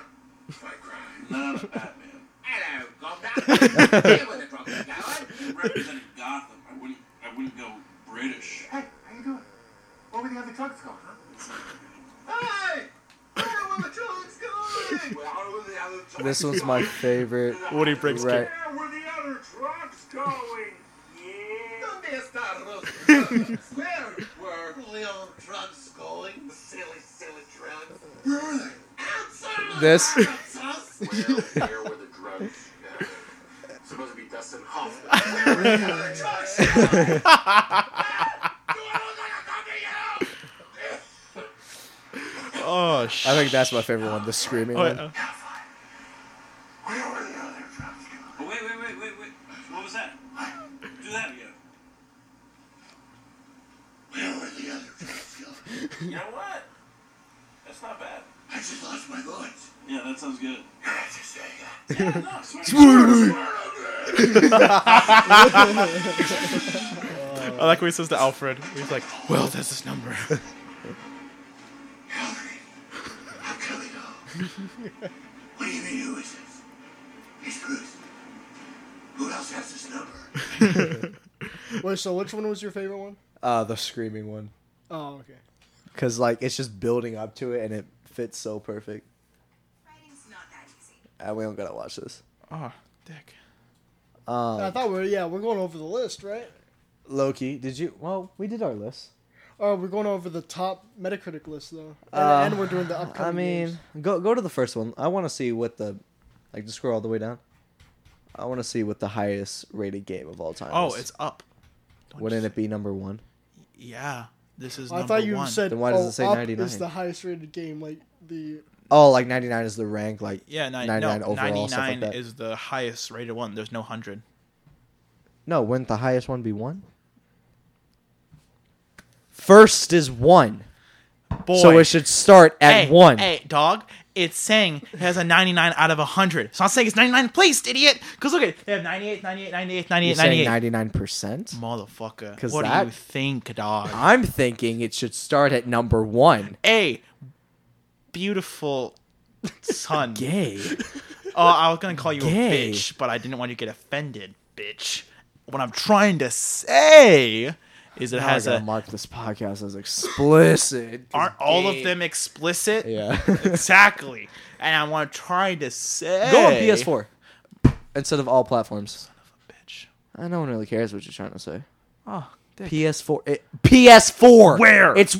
D: Fight crime.
E: Not a Batman.
D: Hello, Gotham. Here with the drugs going.
E: Representing Gotham, I wouldn't. I wouldn't go British.
D: Hey, how you doing? Where were the other drugs going, huh? Hey! Where were the drugs going? Where were the other drugs
A: This one's my favorite.
C: Woody Briggs
A: Right.
D: Where were the other drugs going? Yeah. ¿Dónde están los drugs? Where were the other drugs going? The silly, silly drugs. Where were they? Outside!
A: This-
D: Where, where were the drugs going? Supposed to be Dustin Hoffman. Where were the other drugs going?
C: Oh shit.
A: I think that's my favorite one. The screaming
C: Oh,
A: one.
C: yeah.
D: Where were the other drugs going?
E: Oh, wait, wait, wait, wait, wait. What was that? Do that again.
D: Where were the other drugs going?
E: You know what? That's not bad.
D: I just lost my voice.
E: Yeah, that sounds good.
D: You're not just saying that.
E: Yeah, no, it's
C: I like what he says to Alfred. He's like, "Well, that's his number."
D: Alfred, I'm coming home. what do you mean, who is this? It's Bruce. Who else has this number?
B: Wait, so which one was your favorite one?
A: Uh, the screaming one,
B: Oh, okay.
A: because like it's just building up to it and it fits so perfect.
F: Writing's not that easy.
A: Uh, we don't gotta watch this.
C: Oh, dick.
B: I
A: Um,
B: thought we were, yeah, we're going over the list, right?
A: Loki, did you? Well, we did our list.
B: Or Oh, we're going over the top Metacritic list, though. And,
A: Uh,
B: and we're doing the upcoming.
A: I mean,
B: games.
A: go go to the first one. I want to see what the, like, just scroll all the way down. I want to see what the highest rated game of all time.
C: Oh,
A: is.
C: it's up.
A: wouldn't it be number one?
C: Yeah, this is.
B: I
C: number
B: thought you
C: one.
B: said
A: Then why does
B: oh,
A: it say
B: Up
A: 99?
B: is the highest rated game, like the
A: Oh, like ninety nine is the rank. Like
C: Yeah, ni-
A: 99
C: no,
A: overall, stuff like
C: 99
A: that.
C: is the highest rated one. There's no 100.
A: no, wouldn't the highest one be one? First is one,
C: Boy.
A: so it should start at
C: hey,
A: one.
C: Hey, dog, it's saying it has a 99 out of 100. It's not saying it's 99 placed, idiot. Because look at it. They have 98, 98, 98, 98,
A: You're saying ninety nine percent.
C: Motherfucker.
A: 'Cause
C: What do
A: that-
C: you think, dog?
A: I'm thinking it should start at number one.
C: Hey, beautiful son.
A: Gay.
C: Oh, I was going to call you
A: Gay.
C: a bitch, but I didn't want you to get offended, bitch. What I'm trying to say is it
A: Now I
C: has
A: gotta
C: a.
A: mark this podcast as explicit. 'cause
C: Aren't all of
A: gay.
C: them explicit?
A: Yeah.
C: exactly. And I want to try to say.
A: Go on PS4 instead of all platforms.
C: Bitch.
A: Uh, no one really cares what you're trying to say.
C: Oh, dick.
A: PS4. It, PS4.
C: Where?
A: It's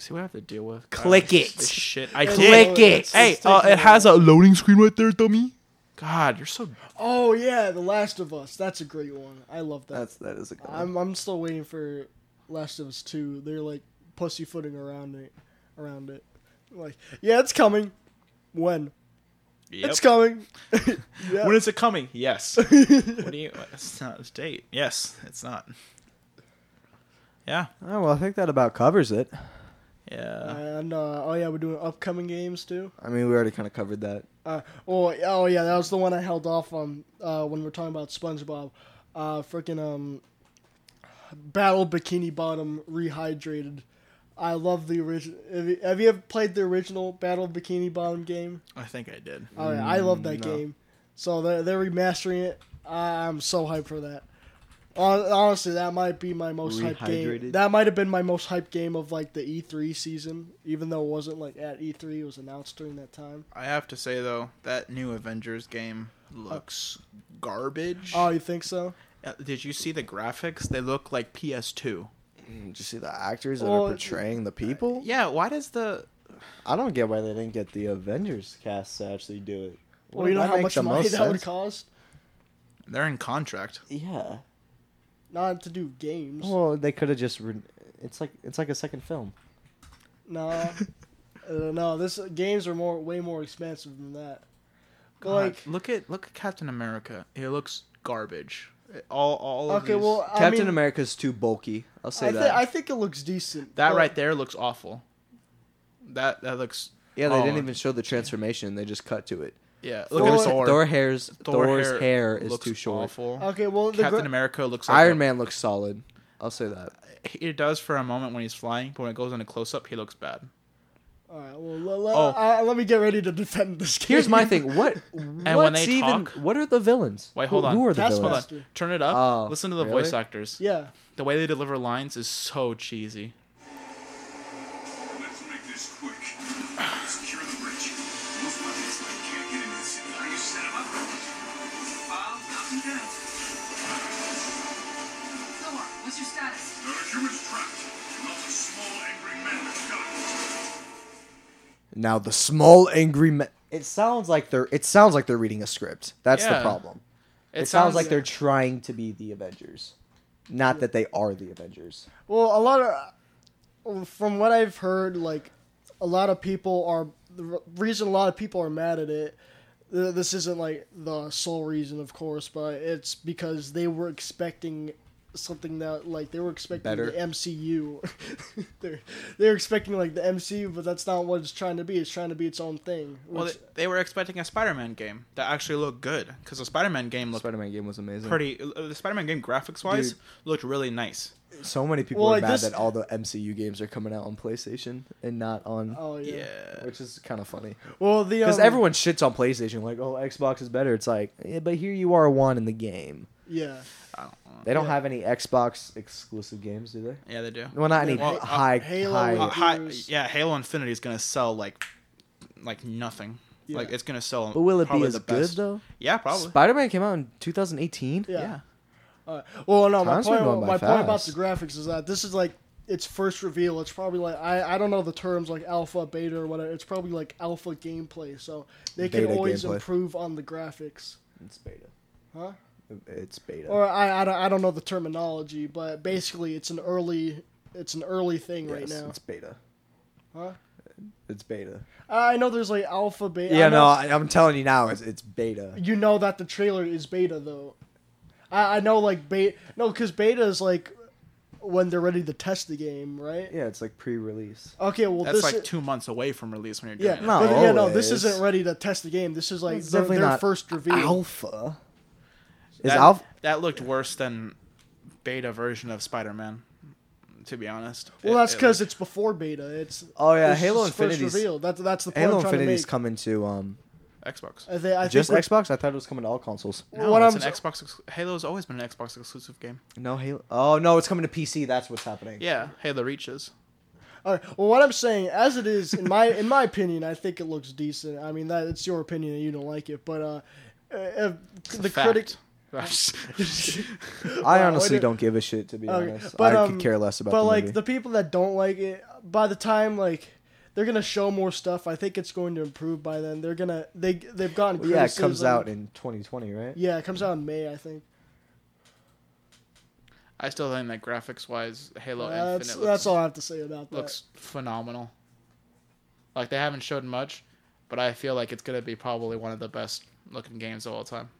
C: See what I have to deal with.
A: Click
C: God, Oh, this-
A: it.
C: This shit. I
A: Click
C: did.
A: it.
C: Hey,
B: It's
C: uh,
B: taking
C: it
B: a
C: has a loading screen right there, dummy. God, you're so.
B: oh yeah, The Last of Us. That's a great one. I love that.
A: that is a good
B: I'm I'm still waiting for Last of Us Two. They're like pussyfooting around it, around it. Like yeah, it's coming. When it's coming. yeah.
C: When is it coming? Yes. what do you? It's not a date. Yes, it's not. Yeah.
A: Oh, well, I think that about covers it.
C: Yeah.
B: and uh, oh yeah, we're doing upcoming games too.
A: I mean, we already kind of covered that.
B: Uh, oh oh yeah, that was the one I held off on uh, when we we're talking about SpongeBob. Uh, freaking um, Battle Bikini Bottom rehydrated. I love the original. Have you, have you ever played the original Battle Bikini Bottom game?
C: I think I did.
B: Oh, yeah, I love that
A: Mm, no.
B: game. So they're, they're remastering it. I, I'm so hyped for that. Hon- Honestly, that might be my most hyped game.
A: Rehydrated?
B: That might have been my most hyped game of like the E3 season, even though it wasn't like at E3. It was announced during that time.
C: I have to say though, that new Avengers game looks garbage.
B: Oh, you think so?
C: Uh, did you see the graphics? They look like PS2.
A: Mm, Did you see the actors that
B: Well,
A: are portraying the people?
C: Yeah. Why does the
A: I don't get why they didn't get the Avengers cast to actually do it.
B: Well, you
A: Wouldn't
B: know
A: that
B: how
A: make
B: much
A: the
B: money
A: most
B: that would
A: sense?
B: cost
C: they're in contract?
A: Yeah.
B: not to do games.
A: Well, they could have just. Re- it's like it's like a second film.
B: No, uh, no. This games are more way more expensive than that. But
C: God,
B: like,
C: look at look at Captain America. It looks garbage. It- All all of
B: okay,
C: these-
B: well, I
A: Captain
B: mean,
A: America's too bulky. I'll say
B: I, thi-
A: that.
B: I think it looks decent.
C: that
B: but-
C: right there looks awful. That that looks
A: yeah, they
C: oh,
A: didn't even show the transformation. They just cut to it.
C: yeah.
A: Look
C: Look at
A: Thor,
C: Thor.
A: Thor hair's
C: Thor
A: Thor's hair, is
C: looks
A: too short.
C: Awful.
B: Okay, well, the
C: Captain
B: gra-
C: America looks like
A: Iron
C: a-
A: Man looks solid. I'll say that.
C: It does for a moment when he's flying, but when it goes into close up, he looks bad.
B: All right. Well, le- le-
C: Oh.
B: uh, let me get ready to defend this game.
A: Here's my thing. What? And
C: when
A: what's
C: they
A: even?
C: talk-
A: what are the villains?
C: Wait, hold
A: who,
C: on.
A: Who are the
B: That's
A: villains?
B: what
C: Hold
B: Faster.
C: on, turn it up.
A: Oh,
C: Listen to the
A: really?
C: voice actors.
B: Yeah.
C: The way they deliver lines is so cheesy.
D: Let's make this quick. Secure the bridge. Most buttons I can't get into the city. Are you set up?
E: Bob, nothing good. Thor, what's your status?
D: There are humans trapped. And lots of small, angry men with guns.
A: Now the small angry men. It sounds like they're. It sounds like they're reading a script. That's
C: Yeah.
A: the problem.
C: It,
A: It, sounds, like they're trying to be the Avengers, not that they are the Avengers.
B: Well, a lot of well, from what I've heard, like a lot of people are the re- reason a lot of people are mad at it. th- This isn't like the sole reason, of course, but it's because they were expecting something that like they were expecting
A: Better.
B: the MCU. they're they're expecting like the MCU, but that's not what it's trying to be. It's trying to be its own thing.
C: Well, they,
B: which-
C: they were expecting a Spider-Man game that actually looked good because the Spider-Man game looked
A: Spider-Man game was amazing.
C: pretty. uh, The Spider-Man game graphics-wise
A: Dude.
C: looked really nice.
A: So many people
B: Well,
A: are
B: like
A: mad
B: this-
A: that all the MCU games are coming out on PlayStation and not on,
B: oh yeah.
A: which is kind of funny.
B: Well, the
A: Because
B: um,
A: everyone shits on PlayStation, like, oh, Xbox is better. It's like, yeah, but here you are, one in the game.
B: yeah.
C: I don't know.
A: They don't
B: Yeah.
A: have any Xbox exclusive games, do they?
C: Yeah, they do.
A: Well, not any
B: Yeah, well,
C: uh,
A: high,
B: Halo
A: high.
B: was-
C: Uh, hi,
B: Years.
C: yeah, Halo Infinity is gonna sell like like nothing. Like
B: Yeah.
C: it's gonna sell.
A: but will it be
C: probably
A: as
C: the
A: good
C: best.
A: though?
C: Yeah, probably.
A: Spider-Man came out in 2018.
B: Yeah.
C: yeah.
B: Alright. Well, no,
A: Times
B: my
A: are
B: point.
A: going
B: My
A: by
B: point about
A: fast.
B: the graphics is that this is like its first reveal. It's probably like I, I don't know the terms like alpha, beta, or whatever. It's probably like alpha gameplay. So they can
A: Beta
B: always
A: gameplay.
B: improve on the graphics,
A: It's beta.
B: huh?
A: It's beta.
B: Or I, I, don't, I don't know the terminology, but basically it's an early it's an early thing right
A: Yes,
B: now.
A: it's beta.
B: Huh?
A: It's beta.
B: I know there's like alpha, beta.
A: Yeah,
B: I
A: no,
B: know,
A: I, I'm telling you now, it's it's beta.
B: you know that the trailer is beta though. I, I know like beta. No, because beta is like when they're ready to test the game, right?
A: Yeah, it's like pre-release.
B: Okay, well
C: That's
B: this
C: like
B: i-
C: two months away from release when you're doing
B: Yeah,
C: it.
A: Not
B: but, yeah, no, this
A: always.
B: isn't ready to test the game. This is like
A: It's
B: their,
A: definitely
B: their
A: not
B: first reveal.
A: Alpha. Is
C: that,
A: Alpha?
C: that looked worse than beta version of Spider-Man. To be honest.
B: Well,
C: It-
B: that's
C: it
B: because
C: looked-
B: it's before beta. It's
A: Oh yeah,
B: it's
A: Halo
B: just first
A: Infinity's
B: reveal. That's that's the point
A: Halo
B: I'm trying
A: Infinity's
B: to make.
A: coming to um
C: Xbox.
B: I thi- I think
A: just
B: we're-
A: Xbox. I thought it was coming to all consoles.
C: No,
B: uh, what
C: it's
B: I'm
C: an
B: s-
C: Xbox. Ex- Halo's always been an Xbox exclusive game.
A: No Halo. Oh no, it's coming to PC. That's what's happening.
C: Yeah, Halo Reaches.
B: All right. Well, what I'm saying, as it is, in my in my opinion, I think it looks decent. I mean, that it's your opinion and you don't like it, but uh, uh, uh the critic.
C: critics.
A: I
B: Wow,
A: honestly
B: it-
A: don't give a shit to be
B: Okay,
A: honest.
B: but,
A: I
B: um,
A: could care less about.
B: But
A: the
B: like
A: movie.
B: the people that don't like it, by the time like they're gonna show more stuff, I think it's going to improve by then. They're gonna they they've gotten
A: Well, yeah, it comes
B: criticism.
A: out in 2020, right?
B: yeah, it comes out in May, I think.
C: I still think that graphics wise, Halo
B: Uh, That's
C: Infinite looks,
B: that's all I have to say about that.
C: looks phenomenal. Like they haven't showed much, but I feel like it's gonna be probably one of the best looking games of all time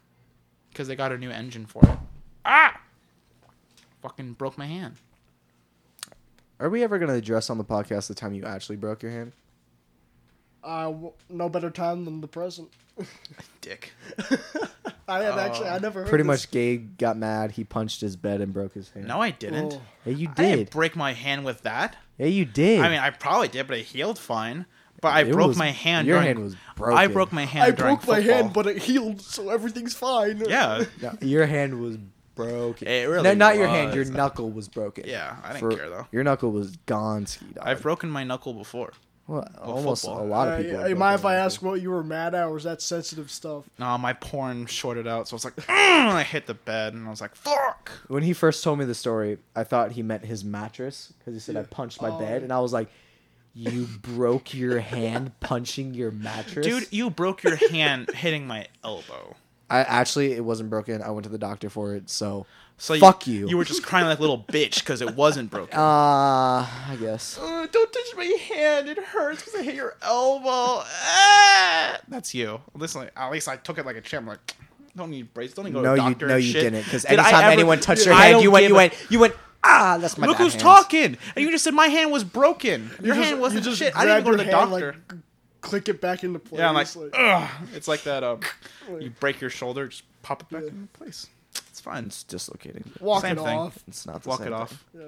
C: because they got a new engine for it. Ah, fucking broke my hand.
A: Are we ever gonna address on the podcast the time you actually broke your hand?
B: I Uh, w- no better time than the present.
C: Dick.
B: I
C: Oh.
B: have actually I never heard
A: Pretty
B: this.
A: much, Gabe got mad. He punched his bed and broke his hand.
C: No, I didn't.
B: Oh.
A: yeah, you
C: I didn't
A: did.
C: break my hand with that.
A: yeah, you did.
C: I mean, I probably did, but it healed fine. But I
A: It
C: broke
A: was-
C: my hand.
A: your
C: during,
A: hand was
C: I
A: broken.
C: broke my hand.
B: I
C: during
B: broke my
C: football.
B: hand, but it healed, so everything's fine.
C: yeah,
A: No, your hand was broken.
C: It really
A: No, not your hand.
C: was.
A: Your knuckle was broken.
C: yeah, I didn't
A: For-
C: care though.
A: Your knuckle was gone, ski dog.
C: I've broken my knuckle before.
A: well, almost
C: football.
A: a lot of
B: Uh,
A: people. have
B: hey,
A: broken
B: mind if I
A: their
B: ask what you were mad at, or is that sensitive stuff?
C: No, my porn shorted out, so I was like, "Mm," I hit the bed, and I was like, fuck.
A: When he first told me the story, I thought he meant his mattress because he said I punched my
B: Oh.
A: bed, and I was like, "You broke your hand punching your mattress,
C: Dude, you broke your hand hitting my elbow.
A: I actually it wasn't broken. I went to the doctor for it, so
C: So
A: Fuck you.
C: You were just crying like a little bitch because it wasn't broken.
A: uh I guess.
C: Uh, don't touch my hand; it hurts because I hit your elbow. Ah! That's you. Listen, at least I took it like a champ. Like, don't need braces. Don't need to go
A: No,
C: to
A: you
C: Oh, doctor.
A: no,
C: and
A: you
C: shit.
A: didn't. Because
C: Did I
A: anytime
C: ever-
A: anyone touched your
C: I
A: hand,
C: don't
A: you went,
C: give
A: you
C: a-
A: went, you went. Ah, that's my.
C: Look
A: bad
C: who's
A: hands."
C: talking! And you just said my hand was broken. Your
B: just-
C: hand
B: you
C: wasn't
B: just
C: shit. I didn't
B: grab
C: even go to
B: your
C: the
B: hand,
C: doctor.
B: like, Click it back into place.
C: Yeah, I'm like,
B: like-
C: ugh. It's like that. Um, you break your shoulder, just pop it back into place. It's fine.
A: It's dislocating.
B: walk
C: same
B: it
C: thing.
B: off.
A: It's not. The
C: walk
A: same
C: it
A: thing.
C: off.
B: Yeah.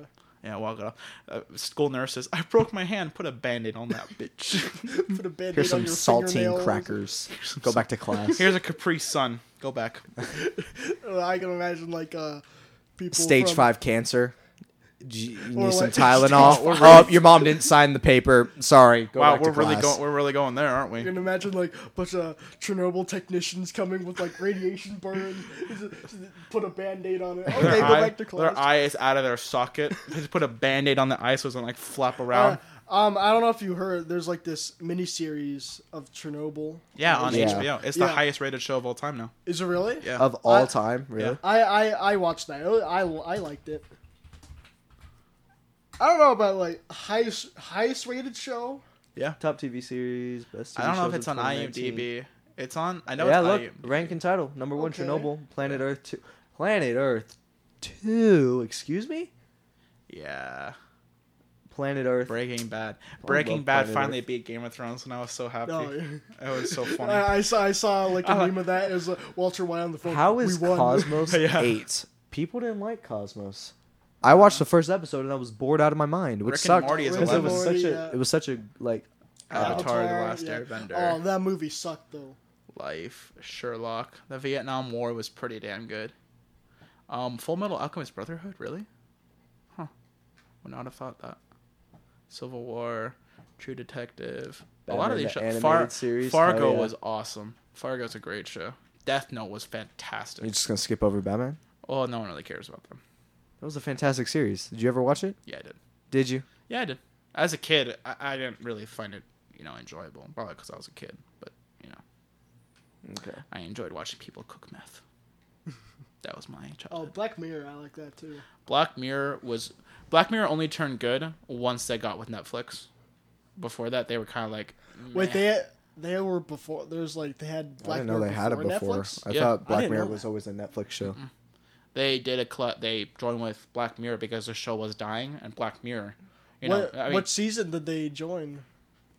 C: Yeah, walk it off. Uh, school nurses. I broke my hand. Put a band-aid on that bitch.
B: Put a band
A: Here's
B: on
A: some
B: your
A: saltine
B: fingernails.
A: crackers. Go back to class.
C: Here's a Capri Sun. Go back.
B: Uh, I can imagine like uh, people
A: Stage
B: from-
A: five cancer. G- You
B: Or
A: need some
B: like-
A: Tylenol.
B: Stage
A: Oh, your mom didn't sign the paper. Sorry. Go
C: wow,
A: back
C: we're
A: to
C: really
A: class.
C: going. We're really going there, aren't
B: You
C: we?
B: can imagine like a bunch of Chernobyl technicians coming with like radiation burn, put a band aid on it. Okay,
C: Their,
B: go
C: eye,
B: back to class. Uh,
C: their eye is out of their socket. Just put a band-aid on the eye so it doesn't like flop
B: Uh,
C: around.
B: um, I don't know if you heard. There's like this miniseries of Chernobyl.
C: yeah, on
A: Yeah.
C: HBO. It's the
B: Yeah.
C: highest rated show of all time now.
B: Is it really?
C: Yeah.
A: of all
B: I-
A: time, really.
C: Yeah.
B: I I, I watched that. I, I liked it. I don't know about like highest highest rated show.
A: Top TV series, best.
C: I don't know if it's on IMDb. It's on. I know
A: yeah,
C: it's
A: look,
C: IMDb.
A: rank and title number one:
B: Okay.
A: Chernobyl, Planet Earth two, Planet Earth two. Excuse me.
C: Yeah.
A: Planet Earth.
C: Breaking Bad.
A: love
C: Breaking Bad
A: Planet
C: finally
A: Earth.
C: beat Game of Thrones, and I was so happy.
B: No,
C: It was so funny.
B: I, I saw I saw like a
C: Uh,
B: meme of that as uh, Walter White on the phone.
A: How is
B: we won.
A: Cosmos
C: Yeah.
A: eight? People didn't like Cosmos. I watched the first episode and I was bored out of my mind, which
C: Rick and
A: sucked
C: Morty is
A: because it
C: 11.
A: was such a
B: Yeah.
A: it was such a like
C: Avatar: The Last Airbender.
B: Oh,
A: Um,
B: that movie sucked though.
C: Life, Sherlock. The Vietnam War was pretty damn good. Um, Full Metal Alchemist Brotherhood, really? Huh. Would not have thought that. Civil War, True Detective. a lot
A: Batman,
C: of these
A: the
C: shows.
A: animated series,
C: Fargo
A: hell yeah.
C: was awesome. Fargo's a great show. Death Note was fantastic.
A: You're just gonna skip over Batman?
C: Oh, no one really cares about them.
A: That was a fantastic series. Did you ever watch it?
C: Yeah, I did.
A: Did you?
C: Yeah, I did. As a kid, I, I didn't really find it, you know, enjoyable. Probably because I was a kid, but you know,
A: Okay.
C: I enjoyed watching people cook meth. that was my childhood.
B: Oh, Black Mirror, I like that too.
C: Black Mirror was Black Mirror only turned good once they got with Netflix. Before that, they were kind of like
B: Wait,
C: meh.
B: they they were before. There's like they had Black
A: I didn't know
B: Mirror
A: they had it
B: before
A: before.
B: Netflix.
A: I
C: Yeah, I
A: thought Black
C: didn't
A: Mirror
C: know
A: was always a Netflix show.
C: they did a cl- they joined with Black Mirror because the show was dying and Black Mirror, you know,
B: what
C: I mean,
B: what season did they join?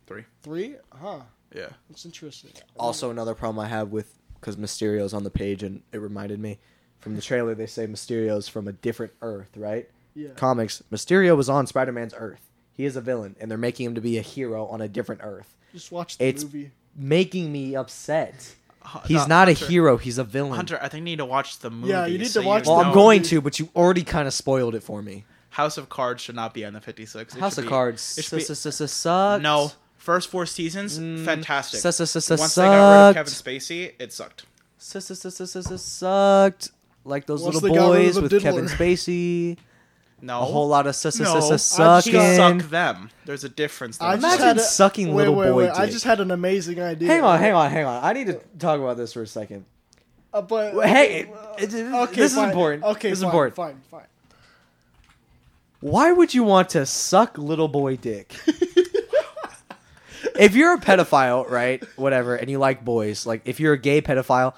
C: three?
B: Three? Huh.
C: Yeah,
B: That's interesting.
A: Also, another problem I have with because Mysterio's on the page, and it reminded me from the trailer they say Mysterio's from a different Earth, right?
B: Yeah.
A: Comics. Mysterio was on Spider Man's Earth. He is a villain, and they're making him to be a hero on a different Earth.
B: Just watch the
A: It's-
B: movie.
A: Making me upset.
C: Hu-
A: He's
C: uh,
A: not
C: Hunter-
A: a hero. He's a villain.
C: Hunter, I think you need to watch the movie.
B: Yeah, you need
C: so
B: to watch
A: well,
B: No.
A: I'm
C: know-
A: going to, but you already kind of spoiled it for me.
C: House of Cards should not be on the fifty six.
A: House of Cards.
C: It should be,
A: Sus- sus- sus- sucked.
C: no, first four seasons, fantastic.
A: sus- sus- sus-
C: Once they got rid of
A: sucked.
C: Kevin Spacey, it sucked.
A: Sus- sus- sus- sus- sus- sucked. Like those
B: Once
A: little
B: they got rid of
A: boys
B: the
A: with Kevin
B: diddler.
A: Spacey.
C: No,
A: A whole lot of sus- sus-
C: Oh, No,
A: sus- sus-
B: I just
A: sucking.
C: suck them. There's a difference. there.
B: I just
A: Imagine
B: had a-
A: sucking
B: wait,
A: little
B: wait,
A: boy
B: Wait, I
A: dick.
B: just had an amazing idea.
A: Hang on, hang on, hang on. I need to talk about this for a second.
B: Uh, but
A: Well, Hey, it- it-
B: okay,
A: this
B: fine.
A: is important.
B: Okay,
A: this is
B: fine,
A: important.
B: Fine, fine.
A: Why would you want to suck little boy dick? if you're a pedophile, right? Whatever, and you like boys, like if you're a gay pedophile,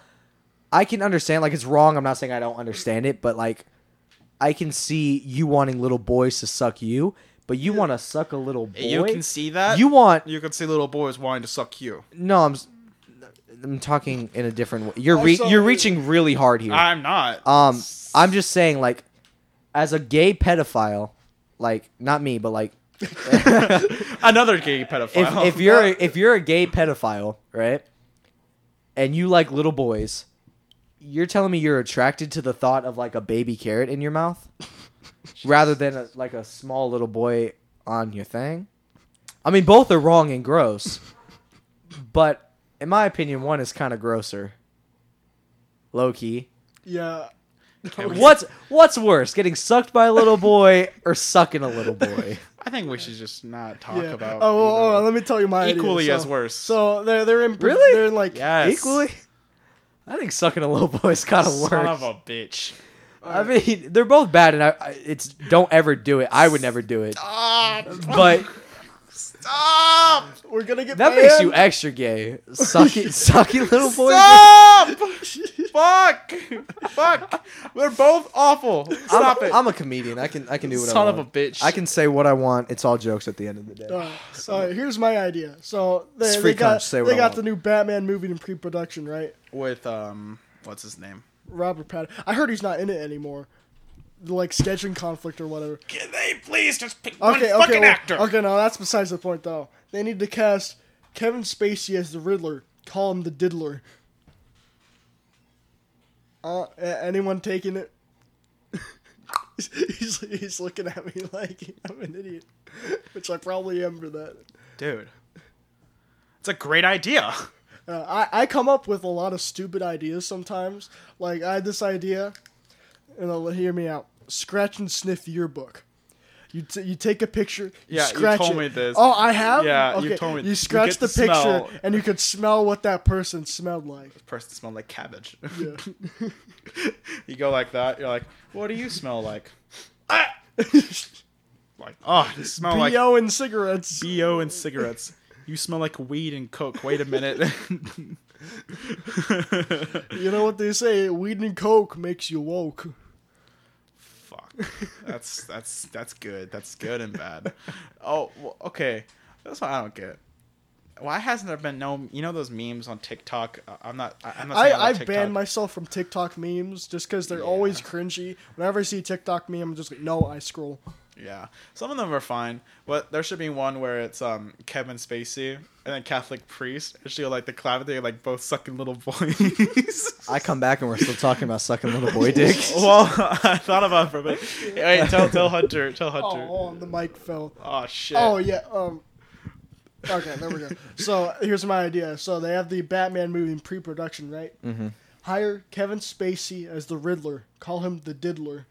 A: I can understand. Like it's wrong. I'm not saying I don't understand it, but like I can see you wanting little boys to suck you, but you want to suck a little boy.
C: You can see that.
A: You want
C: You can see little boys wanting to suck you.
A: no. I'm s- I'm talking in a different way. You're re-
B: Also-
A: you're reaching really hard here.
C: I'm not.
A: Um, I'm just saying, like, as a gay pedophile, like not me, but like
C: Another gay pedophile.
A: if, if you're if you're a gay pedophile, right, and you like little boys, you're telling me you're attracted to the thought of like a baby carrot in your mouth, rather than a, like a small little boy on your thing. I mean, both are wrong and gross, but in my opinion, one is kind of grosser. Low key.
B: Yeah.
A: What's what's worse, getting sucked by a little boy or sucking a little boy?
C: I think we should just not talk
B: yeah. Oh,
C: about.
B: oh,
C: either.
B: oh, let me tell you my idea.
C: Equally as
B: So-
C: worse.
B: So they're they're in
A: Really?
B: They're in like
C: Yes.
A: Equally, I think sucking a little boy is kind of worse.
C: son of a bitch.
A: I mean, they're both bad, and I, I it's don't ever do it. I would never do it,
B: Ah,
A: but
C: Stop!
B: we're gonna get
A: that
B: banned.
A: makes you extra gay. Sucky, sucky little boy.
C: Stop! Fuck! Fuck! We're both awful. Stop
A: I'm,
C: it.
A: I'm a comedian. I can I can do what
C: Son
A: I
C: of
A: want.
C: a bitch.
A: I can say what I want. It's all jokes at the end of the day.
B: All right, all right, here's my idea. So they,
A: It's
B: they
A: free
B: got
A: conch, say what
B: they
A: I
B: got
A: want.
B: the new Batman movie in pre-production, right?
C: With um, what's his name?
B: Robert Pattinson. I heard he's not in it anymore, like scheduling conflict or whatever.
C: Can they please just pick
B: Okay, okay, well, okay. No, that's besides the point, though. They need to cast Kevin Spacey as the Riddler. Call him the Diddler. Uh, a- anyone taking it? he's, he's he's looking at me like I'm an idiot, which I probably am for that.
C: Dude, it's a great idea.
B: Uh, I, I come up with a lot of stupid ideas sometimes. Like, I had this idea, and I'll hear me out. Scratch and sniff yearbook. You, t- you take a picture. You
C: Yeah, you
B: scratch
C: told
B: it.
C: me this.
B: Oh, I have.
C: Yeah,
B: okay.
C: you told me-
B: You
C: you
B: scratch
C: get
B: the,
C: the
B: picture,
C: smell.
B: and you could smell what that person smelled like.
C: Person smelled like cabbage.
B: Yeah.
C: you go like that. You're like, what do you smell like? Ah! like, oh, you smell like
B: Bo and cigarettes.
C: bo and cigarettes. You smell like weed and coke. Wait a minute.
B: you know what they say? Weed and coke makes you woke.
C: That's that's that's good. That's good and bad. Oh, well, okay. That's what I don't get. Why hasn't there been no? You know those memes on TikTok. Uh, I'm not. I- I'm not.
B: I,
C: Saying I,
B: I
C: love TikTok.
B: ban myself from TikTok memes just because they're always cringy. Whenever I see a TikTok meme, I'm just like, no, I scroll.
C: Yeah, some of them are fine, but there should be one where it's um Kevin Spacey and then Catholic priest. And she'll like the clap. They like both sucking little boys.
A: I come back and we're still talking about sucking little boy dick.
C: well, I thought about it for a bit. Hey, tell tell Hunter. Tell Hunter.
B: Oh, oh, the mic fell.
C: Oh shit.
B: Oh yeah. Um. Okay, there we go. so here's my idea. So they have the Batman movie in pre-production, right? Mm-hmm. Hire Kevin Spacey as the Riddler. Call him the Diddler.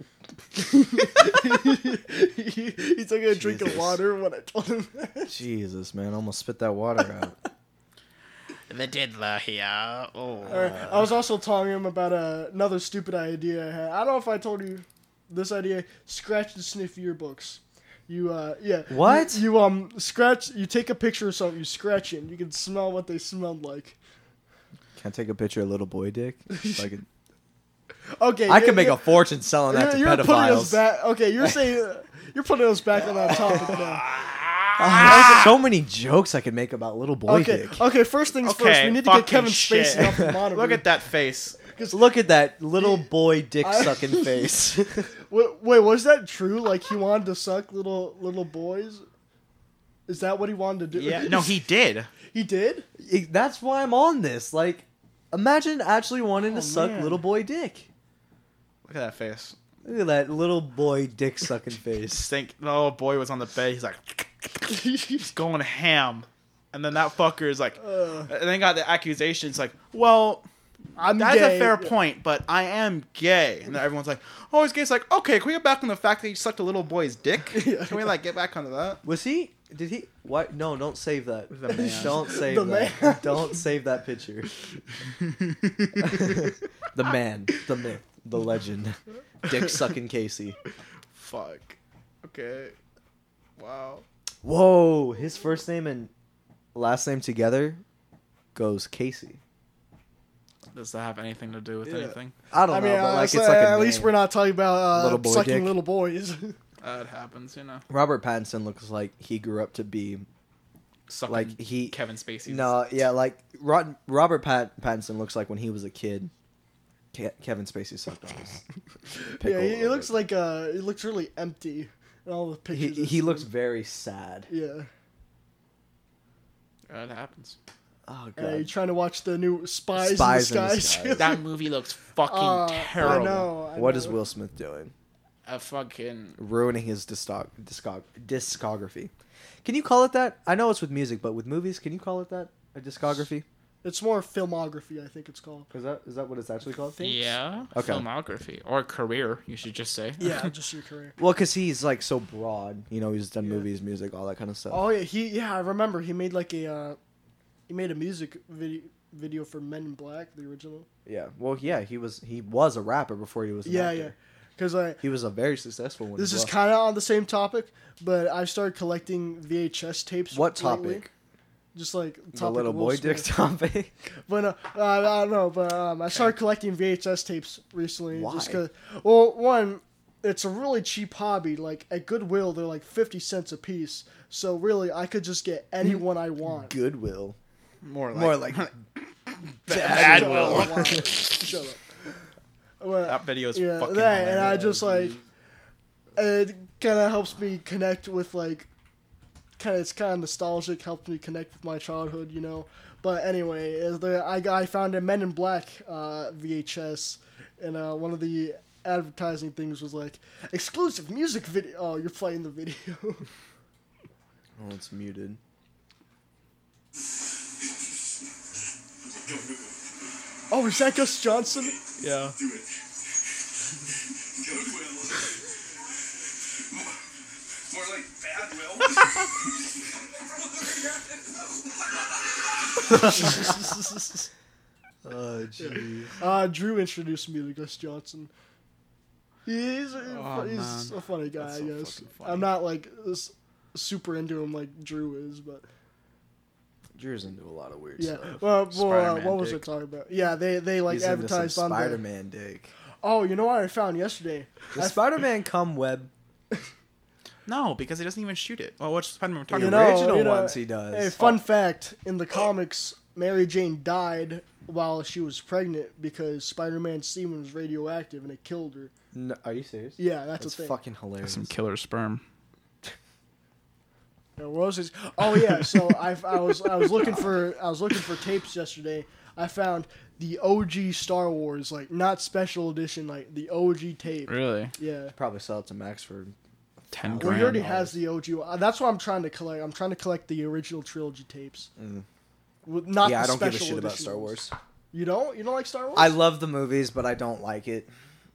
B: he, he took a drink of
A: Jesus.
B: water when I told him that.
A: Jesus, man, almost spit that water out.
C: The diddler here.
B: All
C: Oh.
B: right, I was also telling him about uh, another stupid idea I had. I don't know if I told you this idea: scratch and sniff yearbooks. You uh yeah
A: What?
B: you, you, um scratch you take a picture of something you scratch it and you can smell what they smelled like.
A: Can I take a picture of little boy dick? So I, can,
B: Okay,
A: I
B: yeah,
A: can make
B: yeah.
A: a fortune selling that to
B: you're, you're putting us
A: pedophiles.
B: back. Okay, you're saying you're putting us back on that topic now.
A: There's Ah! so many jokes I could make about little boy
B: Okay,
A: dick.
B: okay. First things
C: Okay,
B: first, we need to
C: fucking
B: get Kevin
C: shit.
B: Spacey off the monitor.
C: Look at that face.
A: Look at that little boy dick
B: I-
A: sucking face.
B: Wait, wait, was that true? Like he wanted to suck little little boys? Is that what he wanted to do?
C: Yeah. No, he did.
B: he did.
A: It- That's why I'm on this. Like, imagine actually wanting
B: Oh,
A: to suck
C: man.
A: little boy dick.
C: Look at that face.
A: Look at that little boy dick sucking face.
C: Stink. The little boy was on the bed. He's like, he's going ham. And then that fucker is like, and then got the accusation. It's like, well,
B: I'm
C: that's
B: gay.
C: a fair point, but I am gay. And then everyone's like, oh, he's gay. It's like, okay, can we get back on the fact that you sucked a little boy's dick? Can we like get back onto that?
A: Was he? Did he? Why? No, don't save that.
C: The man.
A: Don't save
B: The
A: that.
B: man.
A: Don't save that picture. the man, the myth, the legend, dick sucking Casey.
C: Fuck. Okay. Wow.
A: Whoa, his first name and last name together goes Casey.
C: Does that have anything to do with
B: Yeah.
C: anything?
A: I don't
B: I mean,
A: know, but
B: uh,
A: like
B: so
A: it's like a
B: at least
A: name.
B: we're not talking about uh,
A: Little boy
B: sucking
A: dick.
B: little boys.
C: Uh, it happens, you know.
A: Robert Pattinson looks like he grew up to be
C: Sucking
A: Like, he-
C: Kevin Spacey.
A: no, yeah, like Rod, Robert Pat, Pattinson looks like when he was a kid. Ke- Kevin Spacey sucked on his. pickle
B: yeah,
A: a
B: he, he
A: little
B: looks
A: bit.
B: like uh, he looks really empty in all the
A: he,
B: pictures.
A: he looks very sad.
B: Yeah,
C: Uh, it happens.
A: Oh
B: uh, you
A: god,
B: trying to watch the new Spies,
A: Spies
B: in the Sky?
A: Skies.
C: That movie looks fucking
B: Uh,
C: terrible.
B: I know. I
A: what
B: know.
A: is Will Smith doing?
C: A fucking
A: Ruining his discog- discog- discography. Can you call it that? I know it's with music, but with movies, can you call it that? A discography?
B: It's more filmography, I think it's called.
A: Is that is that what it's actually called?
C: yeah
A: Okay.
C: filmography or career, you should just say.
B: Yeah, just your career.
A: Well, because he's like so broad. You know, he's done movies, music, all that kind of stuff.
B: Oh yeah, he yeah I remember he made like a uh, he made a music video video for Men in Black, the original.
A: Yeah. Well, yeah, he was he was a rapper before he was. An
B: yeah,
A: actor.
B: yeah, because I
A: He was a very successful one.
B: this
A: as
B: is
A: well.
B: kind of on the same topic, but I started collecting VHS tapes.
A: What
B: lately.
A: topic?
B: Just like topic
A: The little
B: of Will
A: boy dick
B: Smith.
A: topic.
B: But uh, uh, I don't know. But um, I started collecting VHS tapes recently.
A: Why?
B: Just 'cause- well, one, it's a really cheap hobby. Like at Goodwill, they're like fifty cents a piece. So really, I could just get any one I want.
A: Goodwill.
C: More like,
A: More like
B: Oh,
C: bad
B: Shut
C: will.
B: up. Wow. Shut up. Well,
C: That video is
B: yeah,
C: fucking
B: that, and I
C: hilarious.
B: just like it kind of helps me connect with like kind of it's kind of nostalgic. Helped me connect with my childhood, you know. But anyway, is the I, I found a Men in Black uh, VHS, and uh, one of the advertising things was like exclusive music video. Oh, you're playing the video.
A: Oh, it's muted.
B: oh, is that Gus Johnson?
C: Yeah.
D: Goodwill. More like bad will.
A: Oh jeez.
B: Uh, Drew introduced me to Gus Johnson. He's,
A: Oh,
B: he's
C: man.
B: a funny guy,
C: That's
B: I
C: so
B: guess.
C: fucking funny.
B: I'm not like s- super into him like Drew is, but
A: Drew's into a lot of weird
B: yeah.
A: stuff.
B: Well, well uh,
C: Spider-Man
B: what was I
C: dick.
B: talking about? Yeah, they they like
A: He's into some
B: advertised on the
A: Spider-Man dick.
B: Oh, you know what I found yesterday?
A: Does Spider Man come web?
C: No, because he doesn't even shoot it. Well, which Spider-Man we're
A: You
C: talking
B: You
A: The
B: know,
C: about?
A: original
B: you know,
A: ones he does. Oh.
B: Hey, fun fact: in the comics, Mary Jane died while she was pregnant because Spider-Man's semen was radioactive and it killed her.
A: No, are you serious?
B: Yeah, that's,
A: That's
B: a thing.
A: fucking hilarious.
C: Some killer sperm.
B: Yeah, what was his- Oh yeah, so I, I was I was looking for I was looking for tapes yesterday. I found the OG Star Wars, like not special edition, like the OG tape.
C: Really?
B: Yeah.
A: Probably sell it to Max for.
C: Ten
B: Well,
C: grand.
B: he already has the OG. one. That's what I'm trying to collect. I'm trying to collect the original trilogy tapes. With not
A: Mm. yeah,
B: the
A: I don't give a
B: special
A: shit about
B: edition
A: Star Wars.
B: ones. You don't? You don't like Star Wars?
A: I love the movies, but I don't like it.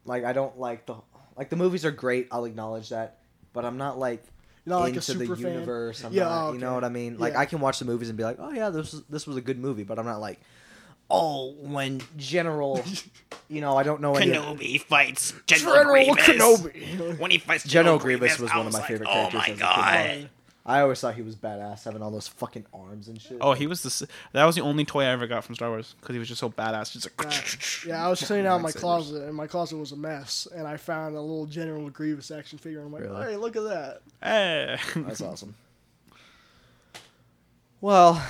A: Like I don't like the like the movies are great. I'll acknowledge that, but I'm not like
B: You're not like a
A: into the
B: super fan?
A: universe. I'm
B: Yeah,
A: not,
B: oh,
A: you know
B: okay.
A: what I mean. Like
B: Yeah.
A: I can watch the movies and be like, oh yeah, this was, this was a good movie, but I'm not like, oh, when General, you know, I don't know any.
G: Kenobi fights General,
B: General
G: Grievous.
B: Kenobi.
G: When he fights
A: General
G: General,
A: Grievous was
G: I
A: one of my
G: like,
A: favorite
G: Oh
A: characters
G: my
A: as a kid.
G: god!
A: I always thought he was badass, having all those fucking arms and shit.
C: Oh, he was the. s- That was the only toy I ever got from Star Wars because he was just so badass. Just like.
B: Yeah, I was cleaning out my
C: Lightsabers.
B: closet, and my closet was a mess. And I found a little General Grievous action figure, and I'm like,
A: Really?
B: hey, look at that.
C: Eh.
A: That's awesome. Well,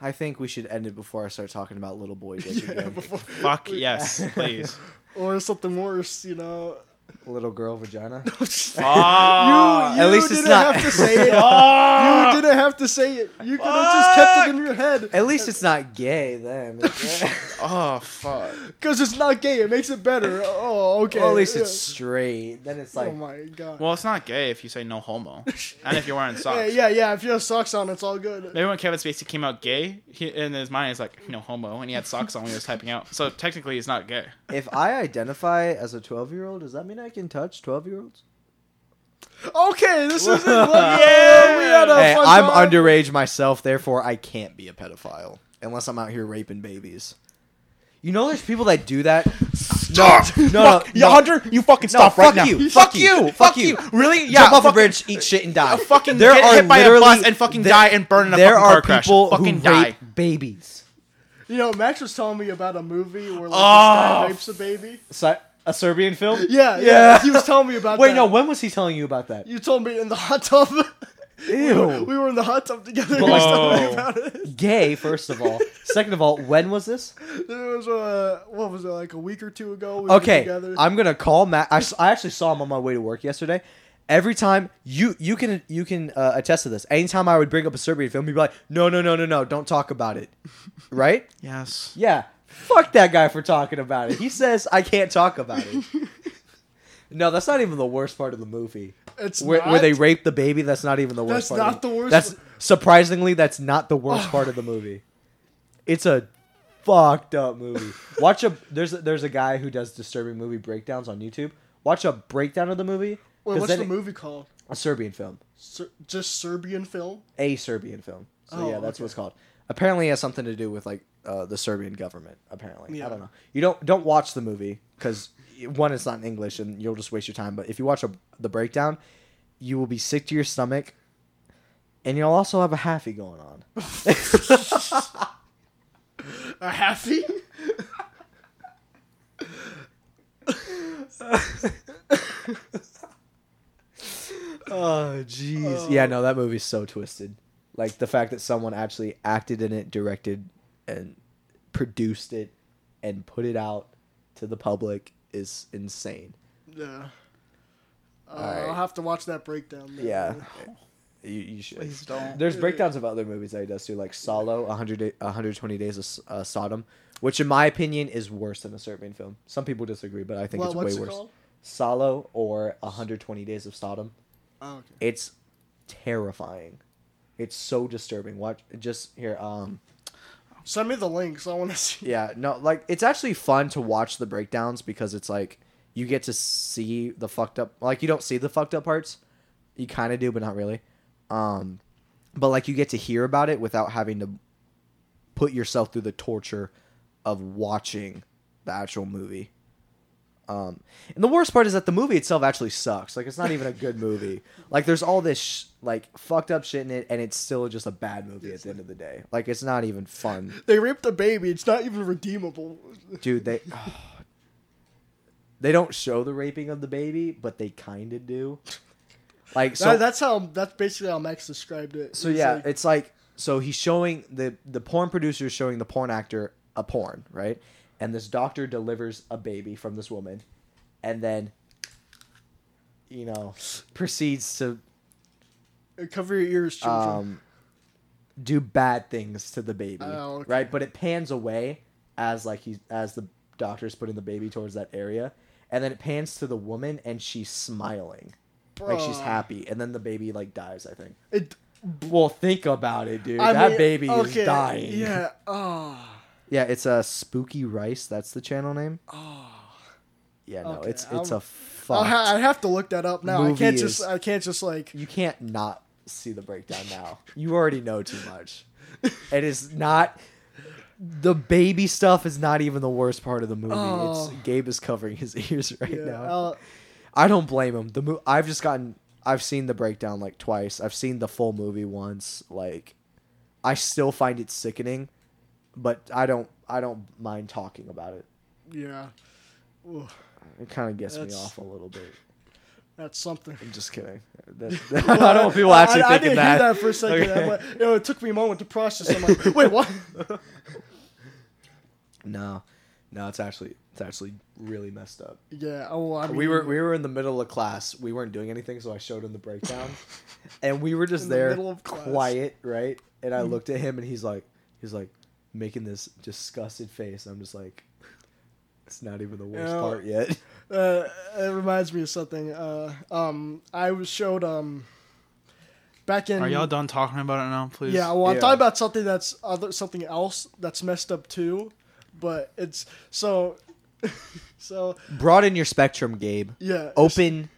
A: I think we should end it before I start talking about little boy dick again.
C: Fuck yes, please.
B: Or something worse, you know.
A: Little girl vagina.
C: Ah.
B: you
A: at least
B: didn't
A: it's not-
B: have to say it.
C: Ah!
B: You didn't have to say it. You could have just kept it in your head.
A: At least it's not gay then.
C: Oh fuck.
B: Because it's not gay. It makes it better. Oh, okay.
A: well, at least
B: Yeah.
A: it's straight. Then it's like
B: oh, my God.
C: Well, it's not gay if you say no homo, and if you're wearing socks.
B: Hey, yeah, yeah. If you have socks on, it's all good.
C: Maybe when Kevin Spacey came out gay, he, in his mind he's like no homo, and he had socks on when he was typing out. So technically, he's not gay.
A: if I identify as a twelve year old, does that mean I can touch twelve year olds?
B: Okay, this is it. Look,
C: Yeah.
B: We had a
A: Hey,
B: fun
A: I'm
B: time.
A: underage myself, therefore I can't be a pedophile unless I'm out here raping babies. You know, there's people that do that. Stop! No, no, no,
G: Yeah, Hunter, you fucking
A: No,
G: stop
A: fuck
G: right now.
A: you! Fuck you! Fuck you!
G: Really? Yeah.
A: Jump off a
G: fucking-
A: bridge, eat shit, and die.
C: fucking get hit by a
A: literally-
C: bus and fucking die and burn in a
A: there
C: fucking
A: are
C: car crash.
A: people who
C: Fucking die.
A: rape babies.
B: You know, Max was telling me about a movie where like this guy
C: Oh.
B: rapes a baby.
A: So, a Serbian film?
B: Yeah, yeah. He was telling me about
A: Wait,
B: that.
A: no. When was he telling you about that?
B: You told me in the hot tub.
A: Ew.
B: we were in the hot tub together.
A: Whoa.
B: You told me about it.
A: Gay. First of all. Second of all, when was this?
B: It was uh, what was it like a week or two ago? We were
A: Okay,
B: together.
A: I'm gonna call Matt. I, s- I actually saw him on my way to work yesterday. Every time you you can you can uh, attest to this. Anytime I would bring up a Serbian film, he'd be like, "No, no, no, no, no, don't talk about it." Right?
C: Yes.
A: Yeah. Fuck that guy for talking about it. He says I can't talk about it. No, that's not even the worst part of the movie.
B: It's
A: Where,
B: not,
A: where they rape the baby, that's not even the worst
B: That's
A: part.
B: not
A: of the,
B: the worst
A: That's
B: part.
A: surprisingly that's not the worst part of the movie. It's a fucked up movie. Watch a there's a, there's a guy who does disturbing movie breakdowns on YouTube. Watch a breakdown of the movie.
B: Wait,
A: 'cause
B: what's
A: then
B: the
A: it-
B: movie called?
A: A Serbian film.
B: Ser- just Serbian film.
A: A Serbian film. So
B: Oh,
A: yeah, that's
B: okay.
A: what it's called. Apparently, it has something to do with like uh, the Serbian government. Apparently, I
B: Yeah.
A: don't know. You don't don't watch the movie because one, it's not in English, and you'll just waste your time. But if you watch a, the breakdown, you will be sick to your stomach, and you'll also have a happy going on.
B: A happy.
A: Oh jeez. Yeah, no, that movie's so twisted. Like the fact that someone actually acted in it, directed and produced it, and put it out to the public is insane.
B: yeah. Uh,
A: Alright.
B: I'll have to watch that breakdown. then.
A: Yeah. You, you should.
C: Please don't.
A: There's breakdowns of other movies that he does too, like Solo, 100 day, 120 Days of S- uh, Sodom, which in my opinion is worse than a Serbian film. Some people disagree, but I think
B: What-
A: it's
B: what's
A: way
B: it
A: worse.
B: called?
A: Solo or 120 Days of Sodom.
B: Oh, okay.
A: It's terrifying. It's so disturbing. Watch just here. Um,
B: Send me the links. I want to see.
A: yeah, no, like it's actually fun to watch the breakdowns because it's like you get to see the fucked up. Like you don't see the fucked up parts. You kind of do, but not really. Um, but like you get to hear about it without having to put yourself through the torture of watching the actual movie. Um, and the worst part is that the movie itself actually sucks. Like it's not even a good movie. Like there's all this sh- like fucked up shit in it, and it's still just a bad movie at the end of the day. Like it's not even fun
B: They raped a baby. It's not even redeemable.
A: dude they They don't show the raping of the baby, but they kind of do. Like so,
B: That- that's how. That's basically how Max described it.
A: so
B: He's
A: yeah,
B: like,
A: it's like so he's showing the the porn producer is showing the porn actor a porn, right? And this doctor delivers a baby from this woman, and then you know proceeds to
B: cover your ears, children.
A: um, do bad things to the baby,
B: Oh, okay.
A: right? But it pans away as like he's as the doctor's putting the baby towards that area, and then it pans to the woman and she's smiling, like she's
B: Bruh.
A: happy, and then the baby like dies. I think.
B: It-
A: Well, think about it, dude.
B: I
A: that
B: mean,
A: baby
B: okay,
A: is dying.
B: Yeah. Oh.
A: Yeah, it's a uh, spooky rice. That's the channel name. Oh. Yeah, no,
B: Ah. Okay,
A: it's it's
B: I'll-
A: a
B: I'll
A: fuck.
B: ha- I have to look that up now. I
A: Movie
B: can't
A: is-
B: just. I can't just like.
A: you can't not see the breakdown now. You already know too much. It is not the baby stuff is not even the worst part of the movie.
B: Oh.
A: It's Gabe is covering his ears right
B: Yeah,
A: now.
B: I'll-
A: I don't blame him. The mo- I've just gotten I've seen the breakdown like twice. I've seen the full movie once. Like I still find it sickening, but I don't I don't mind talking about it.
B: yeah. Ugh,
A: It kind of gets
B: That's-
A: me off a little bit.
B: that's something.
A: I'm just kidding. That, I don't know if people actually
B: I, I
A: thinking
B: didn't
A: that.
B: hear that for a second.
A: Okay.
B: I'm like, you know, it took me a moment to process. I'm like, wait, what?
A: No, no, it's actually it's actually really messed up.
B: yeah. Oh, I mean,
A: We were we were in the middle of class. We weren't doing anything, so I showed him the breakdown, and we were just
B: In the
A: there,
B: middle of class. Mm-hmm.
A: quiet, right? And I looked at him, and he's like, he's like making this disgusted face. I'm just like, it's not even the worst
B: Yeah.
A: part yet.
B: Uh, it reminds me of something. Uh, um, I was showed um. Back in
C: Are y'all done talking about it now, please? Oh,
B: Yeah, well, I'm
A: Yeah.
B: talking about something that's other something else that's messed up too, but it's so so
A: Broaden your spectrum, Gabe.
B: yeah.
A: Open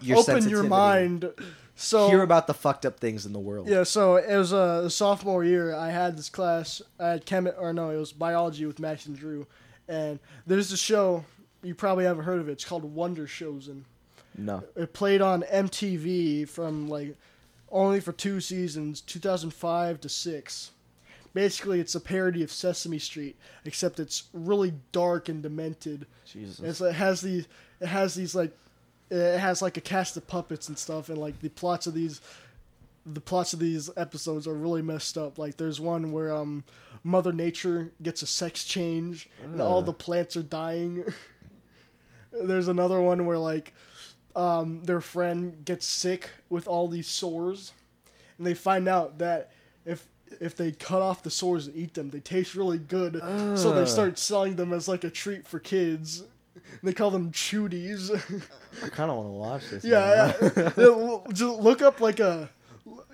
A: your
B: open your mind. So
A: Hear about the fucked up things in the world.
B: yeah, so it was uh, the sophomore year. I had this class. I had chem or no, it was biology with Max and Drew, and there's a show you probably haven't heard of it. It's called Wonder Shows and
A: No.
B: it played on MTV from like only for two seasons, 2005 to 6. Basically, it's a parody of Sesame Street, except it's really dark and demented.
A: Jesus.
B: It's, it has these, it has these like, it has like a cast of puppets and stuff, and like the plots of these, the plots of these episodes are really messed up. Like there's one where um, Mother Nature gets a sex change, and all the plants are dying. there's another one where like, um, their friend gets sick with all these sores, and they find out that if if they cut off the sores and eat them, they taste really good. So they start
A: Ah.
B: selling them as like a treat for kids. And they call them chewdies.
A: I kind of want to watch this. now.
B: yeah, yeah. Yeah, l- Just look up like a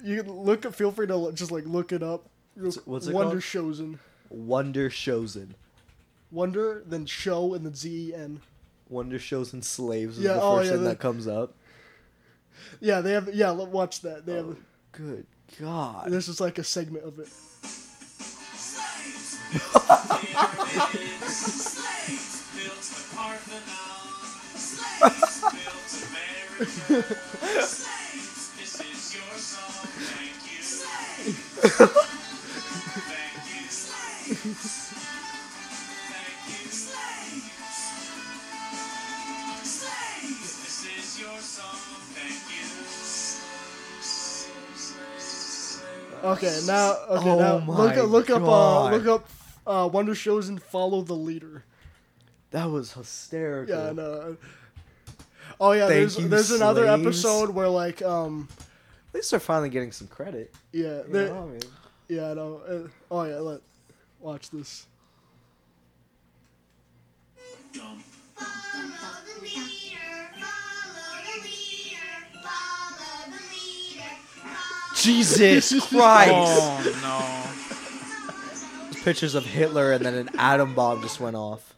B: you can look. Feel free to lo- just like look it up.
A: what's it
B: Wonder
A: called?
B: Chosen.
A: Wonder Chosen.
B: Wonder then show and then Z E N.
A: Wonder Chosen Slaves is
B: Yeah,
A: the
B: oh,
A: first
B: yeah,
A: thing
B: the-
A: that comes up.
B: Yeah, they have. Yeah, l- watch that. They
A: Oh,
B: have.
A: Good God.
B: This is like a segment of it. Okay, now okay
A: Oh
B: now
A: my
B: look up look up uh,
A: God.
B: look up uh, Wonder Shows and follow the leader.
A: That was hysterical.
B: Yeah, I know. Oh yeah,
A: Thank
B: there's
A: you,
B: there's another
A: slaves.
B: episode where like um
A: At least they're finally getting some credit.
B: yeah
A: You
B: there,
A: know, I mean,
B: yeah I know. Uh, oh yeah, let watch this.
F: Follow the leader. Follow the leader. Follow the leader. Follow
A: Jesus Christ.
C: Oh no.
A: Pictures of Hitler and then an atom bomb just went off.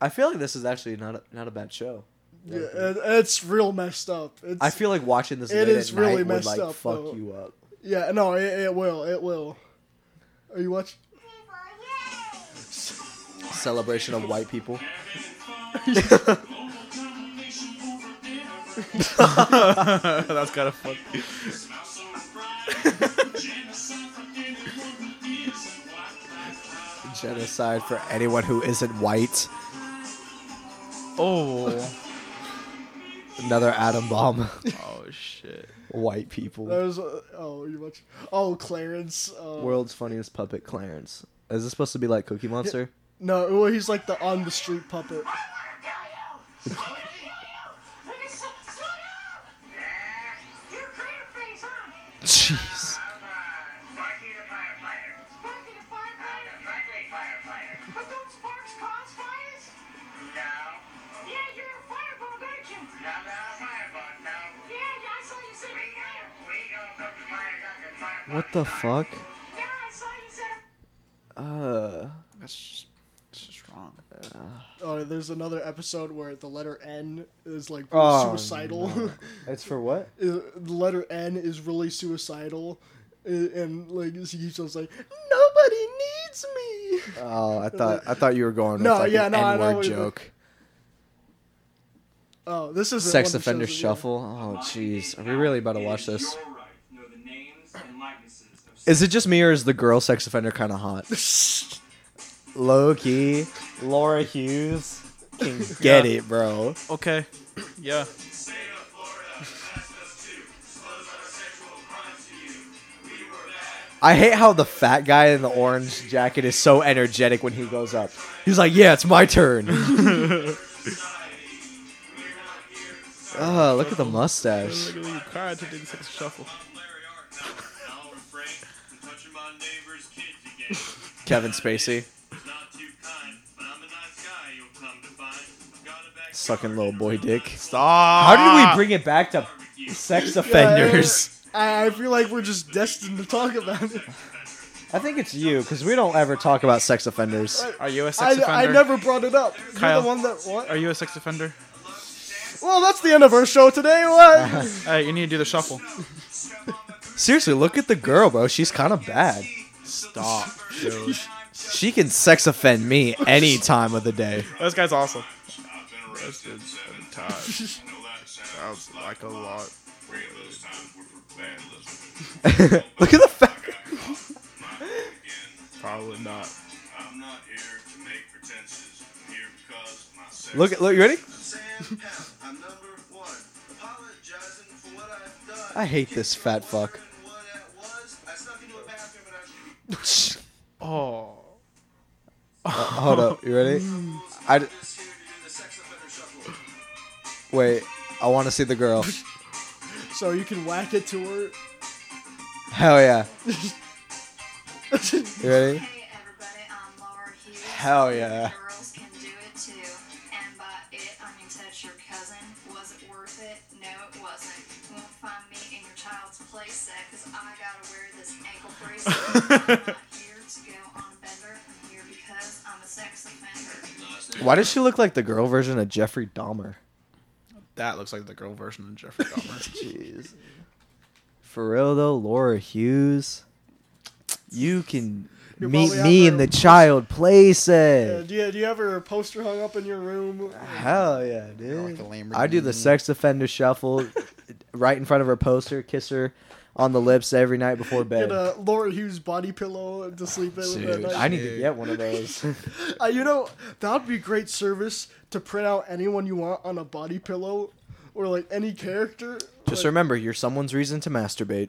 A: I feel like this is actually not a, not a bad show.
B: Yeah, it, it's real messed up. It's,
A: I feel like watching this late
B: It is
A: at
B: really
A: night would
B: messed
A: like
B: up,
A: fuck
B: though.
A: you up.
B: yeah no it, it will it will. Are you watching?
F: the people. Yay!
A: Celebration of white people.
C: That's kind of fun.
A: set aside for anyone who isn't white.
C: Oh.
A: Another atom bomb.
C: oh shit.
A: white people.
B: There's uh, oh you watch oh Clarence. Uh,
A: World's funniest puppet, Clarence. Is this supposed to be like Cookie Monster?
B: no, well he's like the on the street puppet.
A: Jeez. What the fuck? Uh,
G: That's that's just wrong.
B: Uh, there's another episode where the letter N is like
A: Oh,
B: suicidal.
A: it's for what?
B: Uh, the letter N is really suicidal, uh, and like he was like nobody needs me.
A: Oh, I thought I thought you were going with
B: No,
A: like
B: yeah,
A: an
B: no, I know
A: N-word
B: what you-
A: joke.
B: Oh, this is
A: Sex offender shuffle. Oh, jeez, are we really about to watch this? Is it just me or is the girl sex offender kind of hot? Low key, Laura Hughes can get
C: Yeah.
A: it, bro.
C: Okay. Yeah.
A: I hate how the fat guy in the orange jacket is so energetic when he goes up. He's like, "Yeah, it's my turn." oh, look at the mustache.
C: Look at you cried to do the sex shuffle.
A: Kevin Spacey sucking little boy dick. How
C: Stop.
A: did we bring it back to sex offenders?
B: I, I feel like we're just destined to talk about it.
A: I think it's you because we don't ever talk about sex offenders.
C: Are you a sex
B: I, I
C: offender?
B: never brought it up.
C: Kyle.
B: You're the one that what?
C: Are you a sex offender?
B: Well, that's the end of our show today. What?
C: Alright, you need to do the shuffle. Oh,
A: Seriously, look at the girl, bro. She's kind of bad.
C: Stop. dude.
A: She can sex offend me any time of the day.
C: this guy's awesome.
H: Sounds like a lot.
A: look at the fat.
H: Probably not.
A: Look at look. You ready? I hate this fat fuck.
C: Oh.
A: Hold up. You ready? I d- wait. I want to see the girl.
B: so you can whack it to her.
A: Hell yeah. You ready?
F: Hey everybody, I'm Laura Hughes.
A: Hell yeah.
F: Girls can do it too. And by it, I mean touch your cousin. Was it worth it? No, it wasn't. You won't find me in your child's play set because I gotta wear this ankle bracelet. I'm not here to go on a bender. I'm here because I'm a sex offender.
A: Why does she look like the girl version of Jeffrey Dahmer?
C: That looks like the girl version of Jeffrey Dahmer.
A: Jeez. For real though, Laura Hughes, you can
B: You're
A: meet
B: probably
A: me
B: out
A: in
B: there-
A: the child play
B: Uh,
A: set.
B: do, you, do you have her poster hung up in your room?
A: Hell yeah,
G: like
A: dude!
G: the
A: I do the
G: Lamborghini.
A: sex offender shuffle right in front of her poster, kiss her on the lips every night before bed.
B: Get a Laura Hughes body pillow to sleep in. at
A: Dude,
B: night.
A: I need to get one of those.
B: Uh, you know, that would be great service to print out anyone you want on a body pillow or like any character.
A: Just
B: Like,
A: remember, you're someone's reason to masturbate.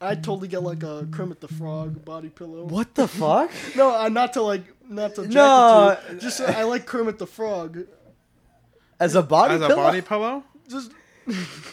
B: I'd totally get like a Kermit the Frog body pillow.
A: What the fuck?
B: No, uh, not to like, not to.
A: No.
B: No. Just, uh, I like Kermit the Frog.
A: As a body
C: As a
A: pillow?
C: body pillow?
B: Just.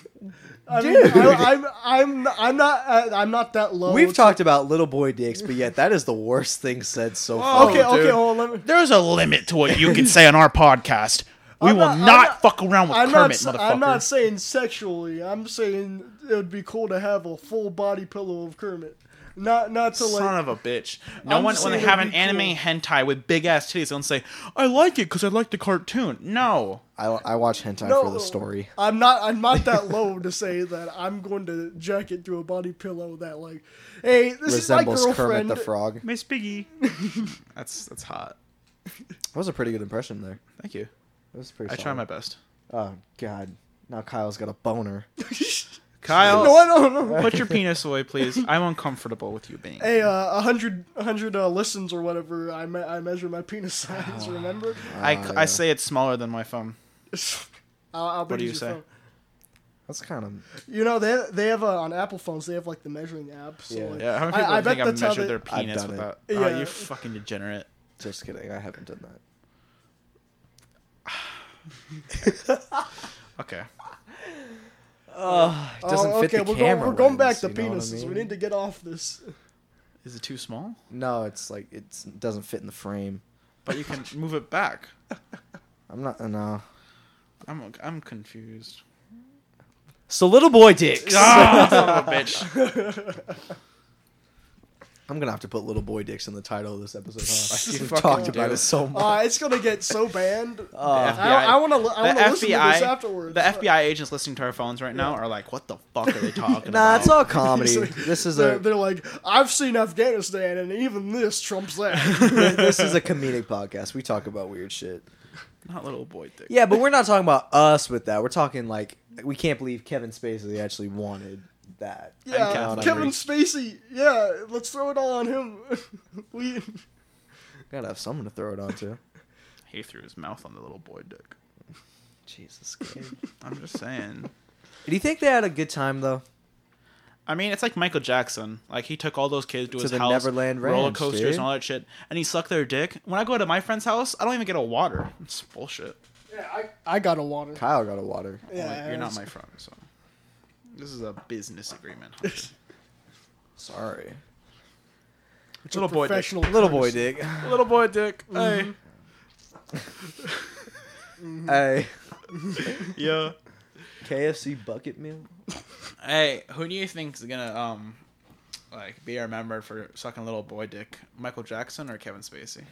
B: I
A: Dude.
B: mean, I, I'm, I'm, I'm not, uh, I'm not that low.
A: We've
B: It's
A: talked about little boy dicks, but yet that is the worst thing said so far.
B: like- Oh. Okay, okay,
C: dude.
B: hold on. Let me,
G: There's a limit to what you can say on our podcast. We
B: I'm
G: will
B: not-
G: not,
B: I'm not-
G: fuck around with
B: I'm not,
G: Kermit,
B: s-
G: motherfucker.
B: I'm not saying sexually. I'm saying it would be cool to have a full body pillow of Kermit. Not, not to like.
C: Son of a bitch. No
B: I'm
C: one,
B: just
C: when they
B: saying
C: have
B: it'd
C: an
B: be
C: anime hentai with big ass titties, don't say, I like it because I like the cartoon. No.
A: I, I watch hentai
B: No,
A: for the story.
B: I'm not. I'm not that low to say that I'm going to jack it to a body pillow that like, hey, this
A: Resembles
B: is my
A: Kermit
B: girlfriend.
A: the Frog. That
C: Miss Piggy. that's that's hot.
A: was a pretty good impression there.
C: Thank you.
A: That was pretty.
C: I try my best.
A: Oh God! Now Kyle's got a boner.
C: Kyle,
B: No, no, no.
C: put your penis away, please. I'm uncomfortable with you being.
B: Hey, uh, 100, 100 uh, listens or whatever, I, me- I measure my penis
A: Oh,
B: size, remember?
C: I, c-
A: Uh,
C: I say it's smaller than my thumb.
B: I'll, I'll
C: What do you say?
A: That's kind of
B: You know, they, they have, uh, on Apple phones, they have, like, the measuring app. So,
A: Yeah.
B: like,
C: Yeah, how many people
B: I, I bet
C: think I've
B: that's how
C: measured
B: they,
C: their penis
A: done
C: with that?
A: it.
C: Oh,
B: Yeah.
C: you fucking degenerate.
A: just kidding. I haven't done that.
C: Okay.
A: It doesn't
B: oh,
A: fit
B: okay,
A: the camera
B: we're, going, we're going back
A: lens,
B: to
A: you know what I
B: penises. We
A: mean?
B: need to get off this.
C: Is it too small?
A: No, it's like it's, it doesn't fit in the frame.
C: But you can move it back.
A: I'm not. No.
C: I'm I'm confused.
A: So little boy dicks.
C: Ah, son of a bitch.
A: I'm gonna have to put little boy dicks in the title of this episode. Huh?
C: You
A: We've
C: fucking
A: talked about
C: do.
A: it so much.
B: Uh, it's gonna get so banned.
A: Uh,
B: I, I want to. I want
C: The
B: to listen to
C: FBI,
B: this afterwards.
C: the FBI agents listening to our phones right now are like, "What the fuck are they talking
A: nah,
C: about?"
A: it's all comedy. this is
B: They're,
A: a
B: they're like, I've seen Afghanistan, and even this trumps that.
A: this is a comedic podcast. We talk about weird shit.
C: Not little boy dick.
A: Yeah, but we're not talking about us with that. We're talking like we can't believe Kevin Spacey actually wanted that.
B: yeah,
A: counting.
B: Kevin Spacey. Yeah, let's throw it all on him. we.
A: Gotta have someone to throw it onto.
C: He threw his mouth on the little boy dick.
A: Jesus. Kid.
C: I'm just saying.
A: Do you think they had a good time though?
C: I mean, it's like Michael Jackson. Like he took all those kids to, his
A: the
C: house,
A: Neverland
C: roller
A: Ranch,
C: coasters,
A: dude.
C: and all that shit, and he sucked their dick. When I go to my friend's house, I don't even get a water. It's bullshit.
B: Yeah, I, I got a water.
A: Kyle got a water.
B: Yeah,
C: Like, you're not
B: it's-
C: my friend, so this is a business agreement. Hunter.
A: Sorry.
B: it's a
C: little boy dick.
B: professional Mm-hmm.
A: Little boy
B: courtesy.
A: dick.
C: Little boy dick.
A: Hey.
C: Hey, yeah.
A: KFC bucket meal.
C: Hey, who do you think is gonna um like be remembered for sucking little boy dick? Michael Jackson or Kevin Spacey?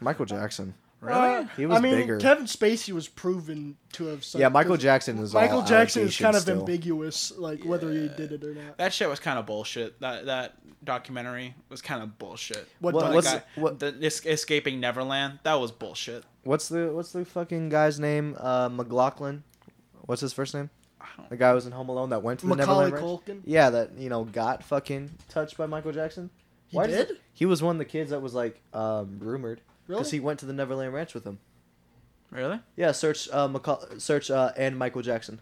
A: Michael Jackson.
B: Uh,
A: He was
B: I mean,
A: bigger.
B: Kevin Spacey was proven to have. Some,
A: Yeah, Michael Jackson is.
B: Michael
A: all
B: Jackson is kind
A: allegations
B: of
A: still.
B: ambiguous, like whether he did it or not.
C: That shit was kind of bullshit. That that documentary was kind of bullshit.
B: What
A: What-
B: the-
A: what's-
C: Like, I-
A: what-
C: the es- escaping Neverland? That was bullshit.
A: What's the What's the fucking guy's name? Uh, McLaughlin. What's his first name?
C: don't-
A: The guy who was in Home Alone that went to the
B: Macaulay
A: Neverland Ranch.
B: Culkin?
A: Yeah, that you know got fucking touched by Michael Jackson.
B: He
A: does
B: did?
A: it- He was one of the kids that was like um, rumored because
B: Really?
A: he went to the Neverland Ranch with him.
C: Really?
A: Yeah, search uh, Maca- search uh, and Michael Jackson.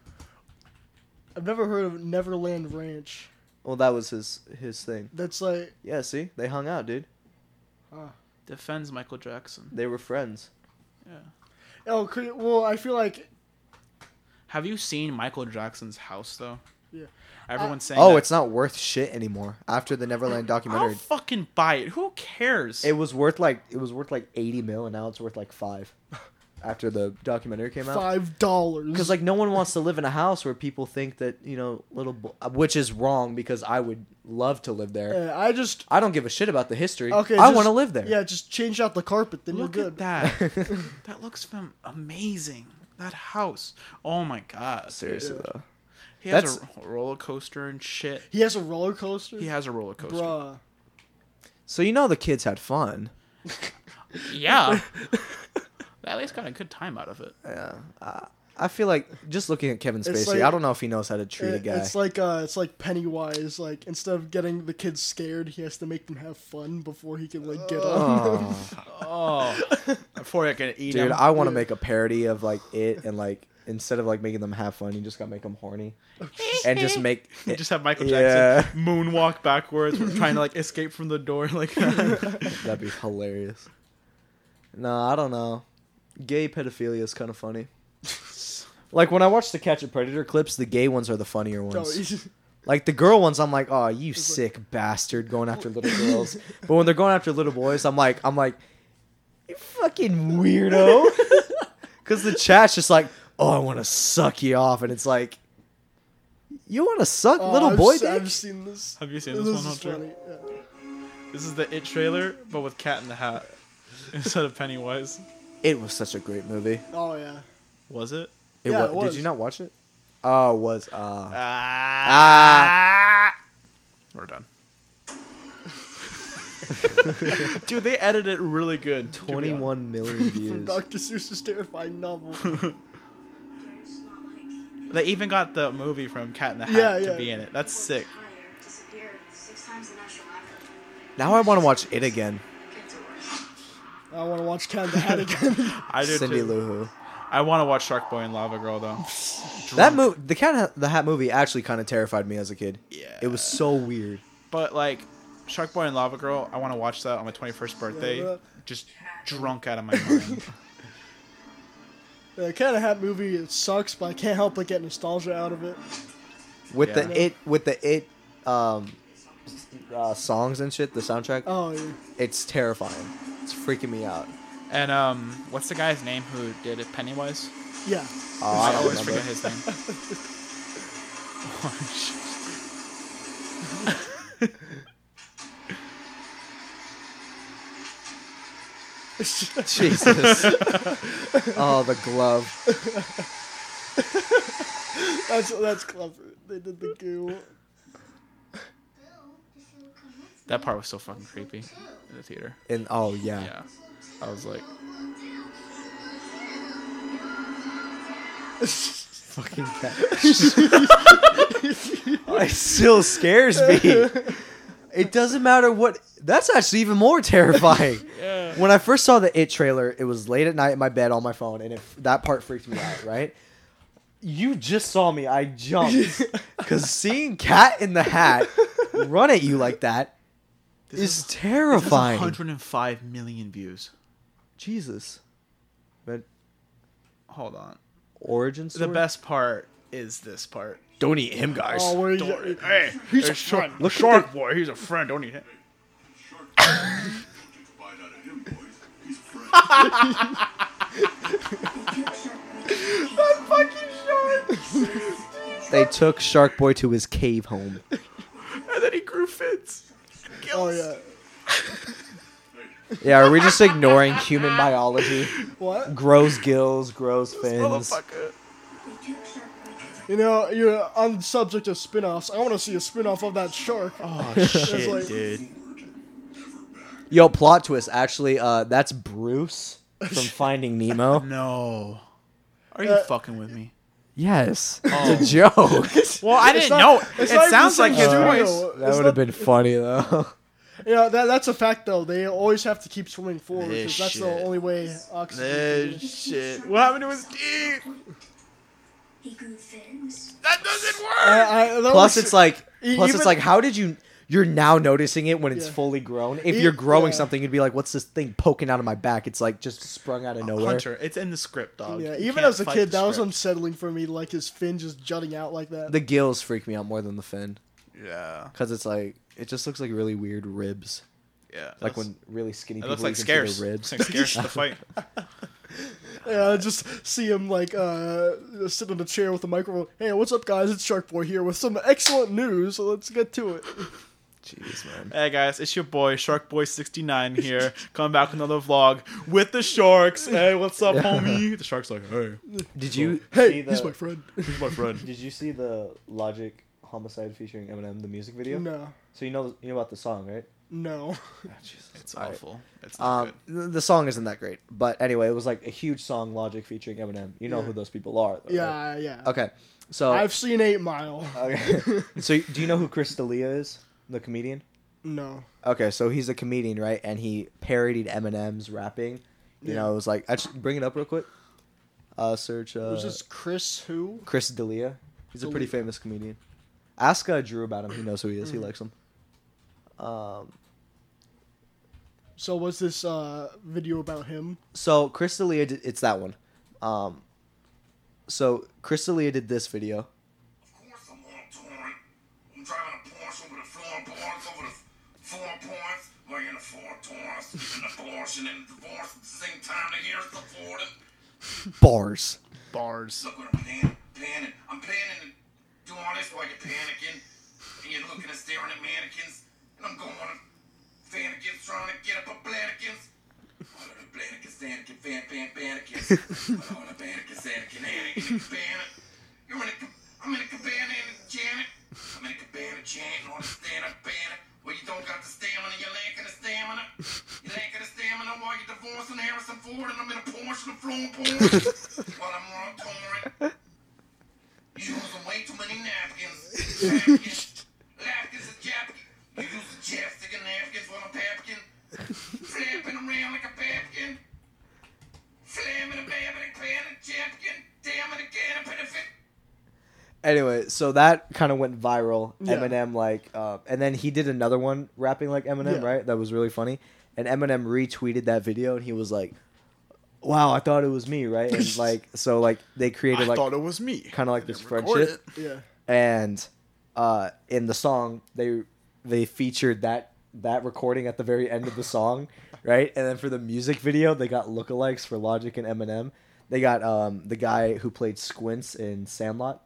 B: I've never heard of Neverland Ranch.
A: Well, that was his his thing.
B: That's like
A: Yeah, see, they hung out, dude.
C: Defends Michael Jackson.
A: They were friends.
B: oh, cre- well, I feel like
C: Have you seen Michael Jackson's house though?
B: Yeah. Uh,
C: Everyone's saying.
A: Oh,
C: that-
A: it's not worth shit anymore after the Neverland documentary.
C: I'll fucking buy it. Who cares?
A: It was worth like it was worth like eighty mil, and now it's worth like five after the documentary came out.
B: five dollars.
A: Because like no one wants to live in a house where people think that you know little, bo- uh, which is wrong because I would love to live there.
B: Yeah, I just
A: I don't give a shit about the history.
B: okay.
A: I
B: just-
A: want to live there.
B: Yeah, just change out the carpet, then
C: Look
B: you're
C: at
B: good.
C: that. that looks fam- amazing. That house. Oh my god.
A: seriously
B: Yeah.
A: though.
C: He has
A: That's-
C: a ro- roller coaster and shit.
B: He has a roller coaster.
C: He has a roller coaster.
B: Bruh.
A: So you know the kids had fun.
C: Yeah. They At least got a good time out of it.
A: I feel like just looking at Kevin Spacey,
B: like-
A: I don't know if he knows how to treat a
B: It-
A: guy.
B: it's like uh, it's like Pennywise. Like instead of getting the kids scared, he has to make them have fun before he can like get on. them.
A: Oh.
C: Oh, before I can eat
A: Dude,
C: him.
A: I want to make a parody of like it and like instead of like making them have fun, you just gotta make them horny and just make
C: You just have Michael
A: Eh, Yeah.
C: Jackson moonwalk backwards, trying to like escape from the door. Like,
A: That'd be hilarious. No, I don't know. Gay pedophilia is kind of funny. like when I watch the Catch a Predator clips, the gay ones are the funnier
B: No,
A: ones.
B: he's-
A: Like the girl ones, I'm like, oh, you sick bastard, going after little girls. but when they're going after little boys, I'm like, I'm like, you fucking weirdo. Because the chat's just like, oh, I want to suck you off, and it's like, you want to suck
B: Oh,
A: little
B: I've
A: boy
B: se-
A: dick?
B: I've seen this.
C: have you seen
B: This
C: this, one,
B: is
C: Hunter?
B: funny. yeah.
C: This is the It trailer, but with Cat in the Hat instead of Pennywise.
A: It was such a great movie.
B: Oh yeah.
C: Was it?
A: It,
B: Yeah,
A: wa-
B: it was.
A: Did you not watch it? Oh, it was uh, Ah.
C: We're done. Dude, they edited it really good. to be honest.
A: 21 million
B: From
A: views.
B: Dr. Seuss's terrifying novel.
F: There's not like
C: They even got the movie from Cat in the Hat
B: Yeah,
C: to
B: yeah.
C: be in it. That's sick.
F: Tyler disappeared six times the national anthem.
A: Now I want to watch it again.
F: Get to work.
B: I want to watch Cat in the Hat again.
C: I do
A: Cindy
C: too.
A: Lou Who.
C: I want to watch Shark Boy and Lava Girl though.
A: That movie, the Cat in Ha- the Hat movie, actually kind of terrified me as a kid.
C: Yeah.
A: It was so weird.
C: But like Shark Boy and Lava Girl, I want to watch that on my 21st birthday.
B: Yeah, but-
C: just drunk out of my mind.
B: the Cat in the Hat movie it sucks, but I can't help but get nostalgia out of it.
A: With
C: Yeah.
A: the it, with the it, um, uh, songs and shit, the soundtrack,
B: Oh, yeah.
A: it's terrifying. It's freaking me out.
C: and um, what's the guy's name who did it? Pennywise.
B: yeah.
A: Oh, I
C: I
A: don't
C: always
A: remember.
C: forget his name.
A: Jesus. oh, the glove.
B: That's that's clever. They did the goo.
C: That part was so fucking creepy in the theater.
A: And oh yeah.
C: Yeah, I was like,
A: Fucking cat. Oh, it still scares me. It doesn't matter what. That's actually even more terrifying.
C: yeah,
A: when I first saw the It trailer, it was late at night in my bed on my phone, and it, that part freaked me out. Right? You just saw me. I jumped because seeing Cat in the Hat run at you like that is terrifying.
C: 105 million views.
A: Jesus. But
C: Hold on.
A: origin story.
C: The best part is this part.
A: Don't eat him, guys.
B: Oh, where
C: Don't worry.
B: you,
I: Hey,
B: he's a friend.
A: Look
I: Shark
A: at
I: Boy, he's a friend, don't he?
A: the, they took Shark Boy to his cave home.
C: And then he grew fins.
B: Oh yeah.
A: Yeah, are we just ignoring human biology?
B: What?
A: Grows gills, grows fins.
C: Motherfucker.
B: You know, you're on the subject of spin-offs. I want to see a spin-off of that shark.
C: Oh
B: It's
C: shit,
B: like-
C: dude.
A: Yo, plot twist. Actually, uh, that's Bruce from Finding Nemo.
C: No. Are you
B: Uh,
C: fucking with me?
A: Yes, it's a
C: Oh.
A: joke.
C: Well, I didn't know. It sounds like his voice.
A: that would have been funny though.
B: You know, that, that's a fact though. They always have to keep swimming forward because
C: This
B: that's the
C: shit.
B: only way oxygen.
C: This shit. What happened to his teeth?
F: He grew fins.
C: That doesn't work.
B: I, I, that
A: Plus,
B: was-
A: it's like,
B: E-
A: plus
B: even-
A: it's like, how did you? You're now noticing it when it's
B: Yeah.
A: fully grown. If
B: E-
A: you're growing
B: yeah.
A: something, you'd be like, "What's this thing poking out of my back?" It's like just sprung out of nowhere.
C: Hunter, it's in the script, dog.
B: yeah.
C: You
B: Even
C: can't
B: as a
C: fight
B: kid,
C: the
B: that was
C: script.
B: unsettling for me. Like his fin just jutting out like that.
A: The gills freak me out more than the fin
I: Yeah.
A: because it's like it just looks like really weird ribs,
C: Yeah.
A: like
C: that's-
A: when really skinny
C: It
A: people
C: looks like
A: you can see
C: scarce.
A: their ribs.
C: Looks like scarce to the fight.
B: yeah, I just see him like uh, sit in a chair with a microphone. Hey, what's up, guys? It's Shark Boy here with some excellent news. So let's get to it.
A: Jeez, man.
C: Hey guys, it's your boy Shark Boy 69 here. Come back with another vlog with the sharks. Hey, what's up, homie? The shark's like, hey,
A: Did you see
B: Hey,
A: the,
B: he's my friend.
C: he's my friend.
A: Did you see the Logic Homicide featuring Eminem the music video?
B: no, Ah,
A: So you know you know about the song, right?
B: no.
C: It's
A: Alright.
C: awful. It's not
A: Um,
C: good.
A: th- the song isn't that great, but anyway, it was like a huge song, Logic featuring Eminem. You know
B: Yeah.
A: who those people are, though, right?
B: Yeah, yeah.
A: Okay, so
B: I've seen Eight Mile.
A: okay. so do you know who Chris D'Elia is, the comedian?
B: No.
A: Okay, so he's a comedian, right? And he parodied Eminem's rapping. You know, it was like actually bring it up real quick. Uh, search uh,
B: Was this Chris who?
A: Chris D'Elia. He's a pretty
B: D'Elia. Mm-hmm.
A: famous comedian. Ask uh, Drew about him. He knows who he is. He likes him.
B: So was this uh, video about him?
A: So Chris D'Elia did, it's that one. Um, so Chris D'Elia did this video.
D: Of course I'm on torrent. I'm driving a Porsche over the floorboards, over the floorboards. We're in the four torrents, an abortion and divorce at the same time. The years before them.
A: Bars.
C: Bars.
D: Look what I'm pan- panning. I'm panning and doing all this while you're panicking. And you're looking and staring at mannequins. And I'm going to fannikins trying to get up a blanikins. All of the blanikins, anakin, fan, fan, banikins. All of the banikins, anakin, anakin, banik. You're in a, ca- I'm in a cabana and a janet. I'm in a cabana chanting on the stand up banner. Well, you don't got the stamina, you're lacking the stamina. You're lacking the stamina while you're divorcing Harrison Ford and I'm in a Porsche and a floor porn. while I'm on a torrent. You
E: napkins. Lapkins and japkins. You use the chapstick and napkins while I'm papkin. Flapping around like a babkin. Flamming and babbing and pan and japkin. Damn it again, I'm gonna fit.
A: Anyway, so that kind of went viral.
B: Yeah.
A: Eminem like, uh, and then he did another one rapping like Eminem,
B: Yeah.
A: right? That was really funny. And Eminem retweeted that video, and he was like, "Wow, I thought it was me, right?" And like, so like they created
H: I
A: like
H: thought it was me.
A: kind of like
H: I
A: this
H: didn't record
A: friendship,
B: Yeah.
A: and uh, in the song they they featured that that recording at the very end of the song, right? And then for the music video, they got lookalikes for Logic and Eminem. They got um, the guy who played Squints in Sandlot.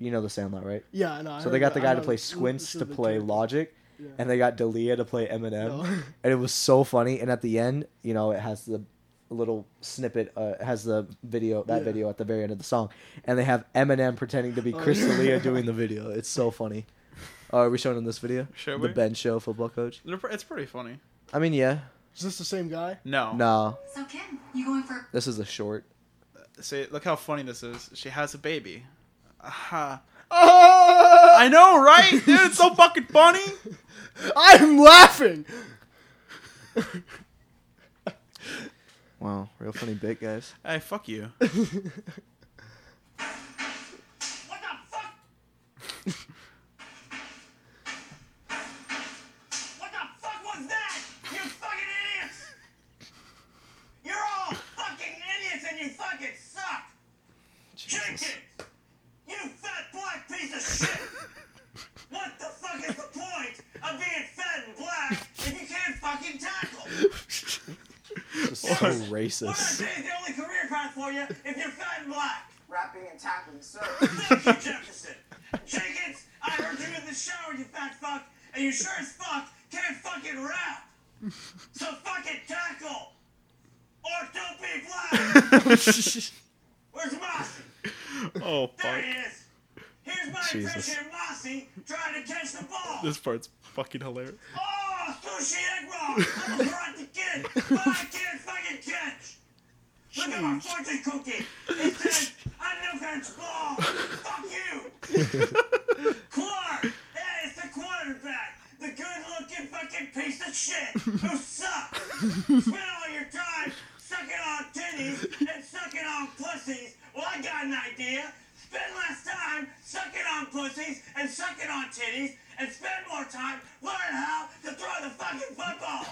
A: You know the Sandlot, right?
B: Yeah, I know. I
A: So they
B: heard
A: got the
B: that. I
A: guy to
B: know
A: play
B: this
A: Squints
B: is
A: to
B: the Oh,
A: play
B: character.
A: Logic,
B: Yeah.
A: and they got Dalia to play Eminem,
B: No.
A: and it was so funny. And at the end, you know, it has the little snippet, uh, it has the video that
B: Yeah.
A: video at the very end of the song, and they have Eminem pretending to be
B: Oh,
A: Chris
B: yeah.
A: D'Elia doing the video. It's so funny. Uh, are we showing him this video?
C: Should
A: the
C: we?
A: Ben Show football coach.
C: They're pre- It's pretty funny.
A: I mean, yeah.
B: Is this the same guy?
C: No.
A: No,
F: So Kim, you going for
A: this is a short.
C: See, look how funny this is. She has a baby. Aha.
B: Oh,
C: I know, right? Dude, it's so fucking funny.
B: I'm laughing.
A: Wow, real funny bit, guys.
C: Hey, fuck you.
E: What the fuck? what the fuck was that? You fucking idiots! You're all fucking idiots and you fucking suck! Jenkins! You fat black piece of shit! what the fuck is the point of being fat and black if you can't fucking tackle?
A: Just so racist.
E: What I say is the only career path for you if you're fat and black?
J: Rapping and tackling, sir.
E: Thank you, Jefferson. Jenkins, I heard you in the shower, you fat fuck, and you sure as fuck can't fucking rap. So fucking tackle, or don't be black. Where's Mossy?
C: Oh,
E: There
C: fuck.
E: he is. Here's my
A: Jesus.
E: impression of Mossy trying to catch the ball.
C: This part's fucking hilarious.
E: Oh, sushi egg roll! I'm a karate kid, but I can't fucking catch! Look at my fortune cookie! It says, I knew catch ball! Fuck you! Clark! Yeah, it's the quarterback! The good looking fucking piece of shit who sucks! Spend all your time sucking on titties and sucking on pussies! Well, I got an idea! Spend less time sucking on pussies and sucking on titties and spend more time learning how to throw the fucking football!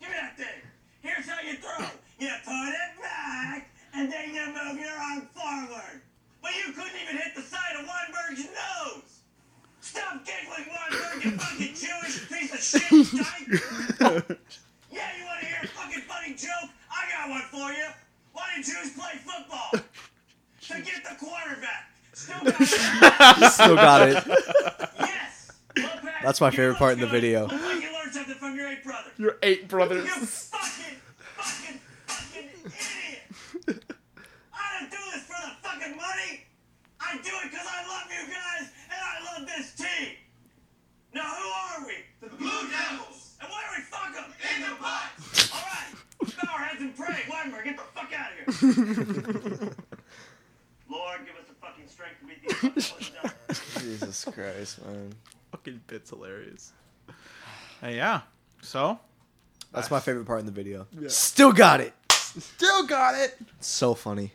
E: Give me that thing! Here's how you throw. You put it back, and then you move your arm forward. But you couldn't even hit the side of Weinberg's nose. Stop giggling, Weinberg, you fucking Jewish piece of shit, dyke. yeah, you want to hear a fucking funny joke? I got one for you. Why do Jews play football? to get the quarterback. Still got it.
A: Still got it.
E: yes. Look back.
A: That's my
E: You
A: favorite
E: look
A: part in the
E: good.
A: video.
E: Look like you learned something from your eight brother.
C: Your eight
E: You
C: brothers.
E: fucking, fucking, fucking idiot! I don't do this for the fucking money! I do it because I love you guys and I love this team! Now who are we? The Blue Devils! And why do we fuck them? In the butt! Alright, bow our heads and pray. Wagner, get the fuck out of here! Lord, give us the fucking strength to beat these fucking Blue Devils.
A: Jesus Christ, man.
C: Fucking bit's hilarious. Uh, yeah. So,
A: That's my favorite part in the video.
B: Yeah.
A: Still got it.
C: still got it.
A: So funny.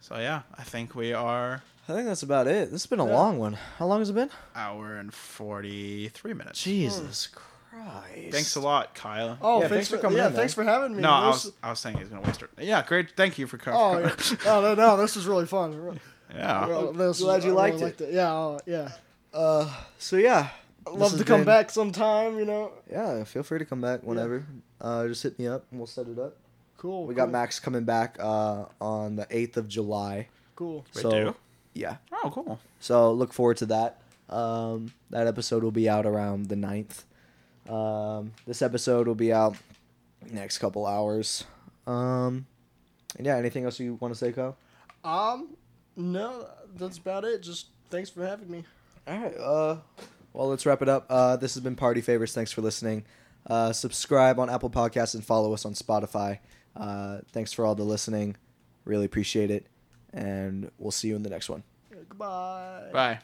C: So yeah, I think we are
A: I think that's about it. This has been a long one. How long has it been?
C: hour and forty three minutes.
A: Jesus
B: Hmm.
A: Christ.
C: Thanks a lot, Kyle.
B: Oh,
A: Yeah,
B: thanks, for coming. Yeah,
A: in,
B: thanks
A: man.
B: for having me.
C: no, I
B: This-
C: was, I was saying he's gonna waste it. Yeah, great. Thank you for coming.
B: Oh, yeah. no, no, no, this is really fun.
C: yeah.
B: Well, this-
A: glad you
B: I
A: liked it.
B: Yeah, I'll- yeah.
A: Uh, so yeah,
B: I'd love to come back sometime. You know.
A: Yeah, feel free to come back whenever. Uh, just hit me up and we'll set it up.
B: Cool.
A: We
B: cool,
A: got Max coming back uh, on the eighth of July.
B: Cool.
C: We
A: so
C: do?
A: yeah,
C: Oh, cool.
A: so look forward to that. Um, that episode will be out around the 9th. Um, this episode will be out next couple hours. Um, and yeah, anything else you want to say, Kyle?
B: Um, no, that's about it. Just thanks for having me.
A: All right. Uh, well, let's wrap it up. Uh, this has been Party Favors. Thanks for listening. Uh, subscribe on Apple Podcasts and follow us on Spotify. Uh, thanks for all the listening. Really appreciate it. And we'll see you in the next one.
B: Goodbye.
C: Bye.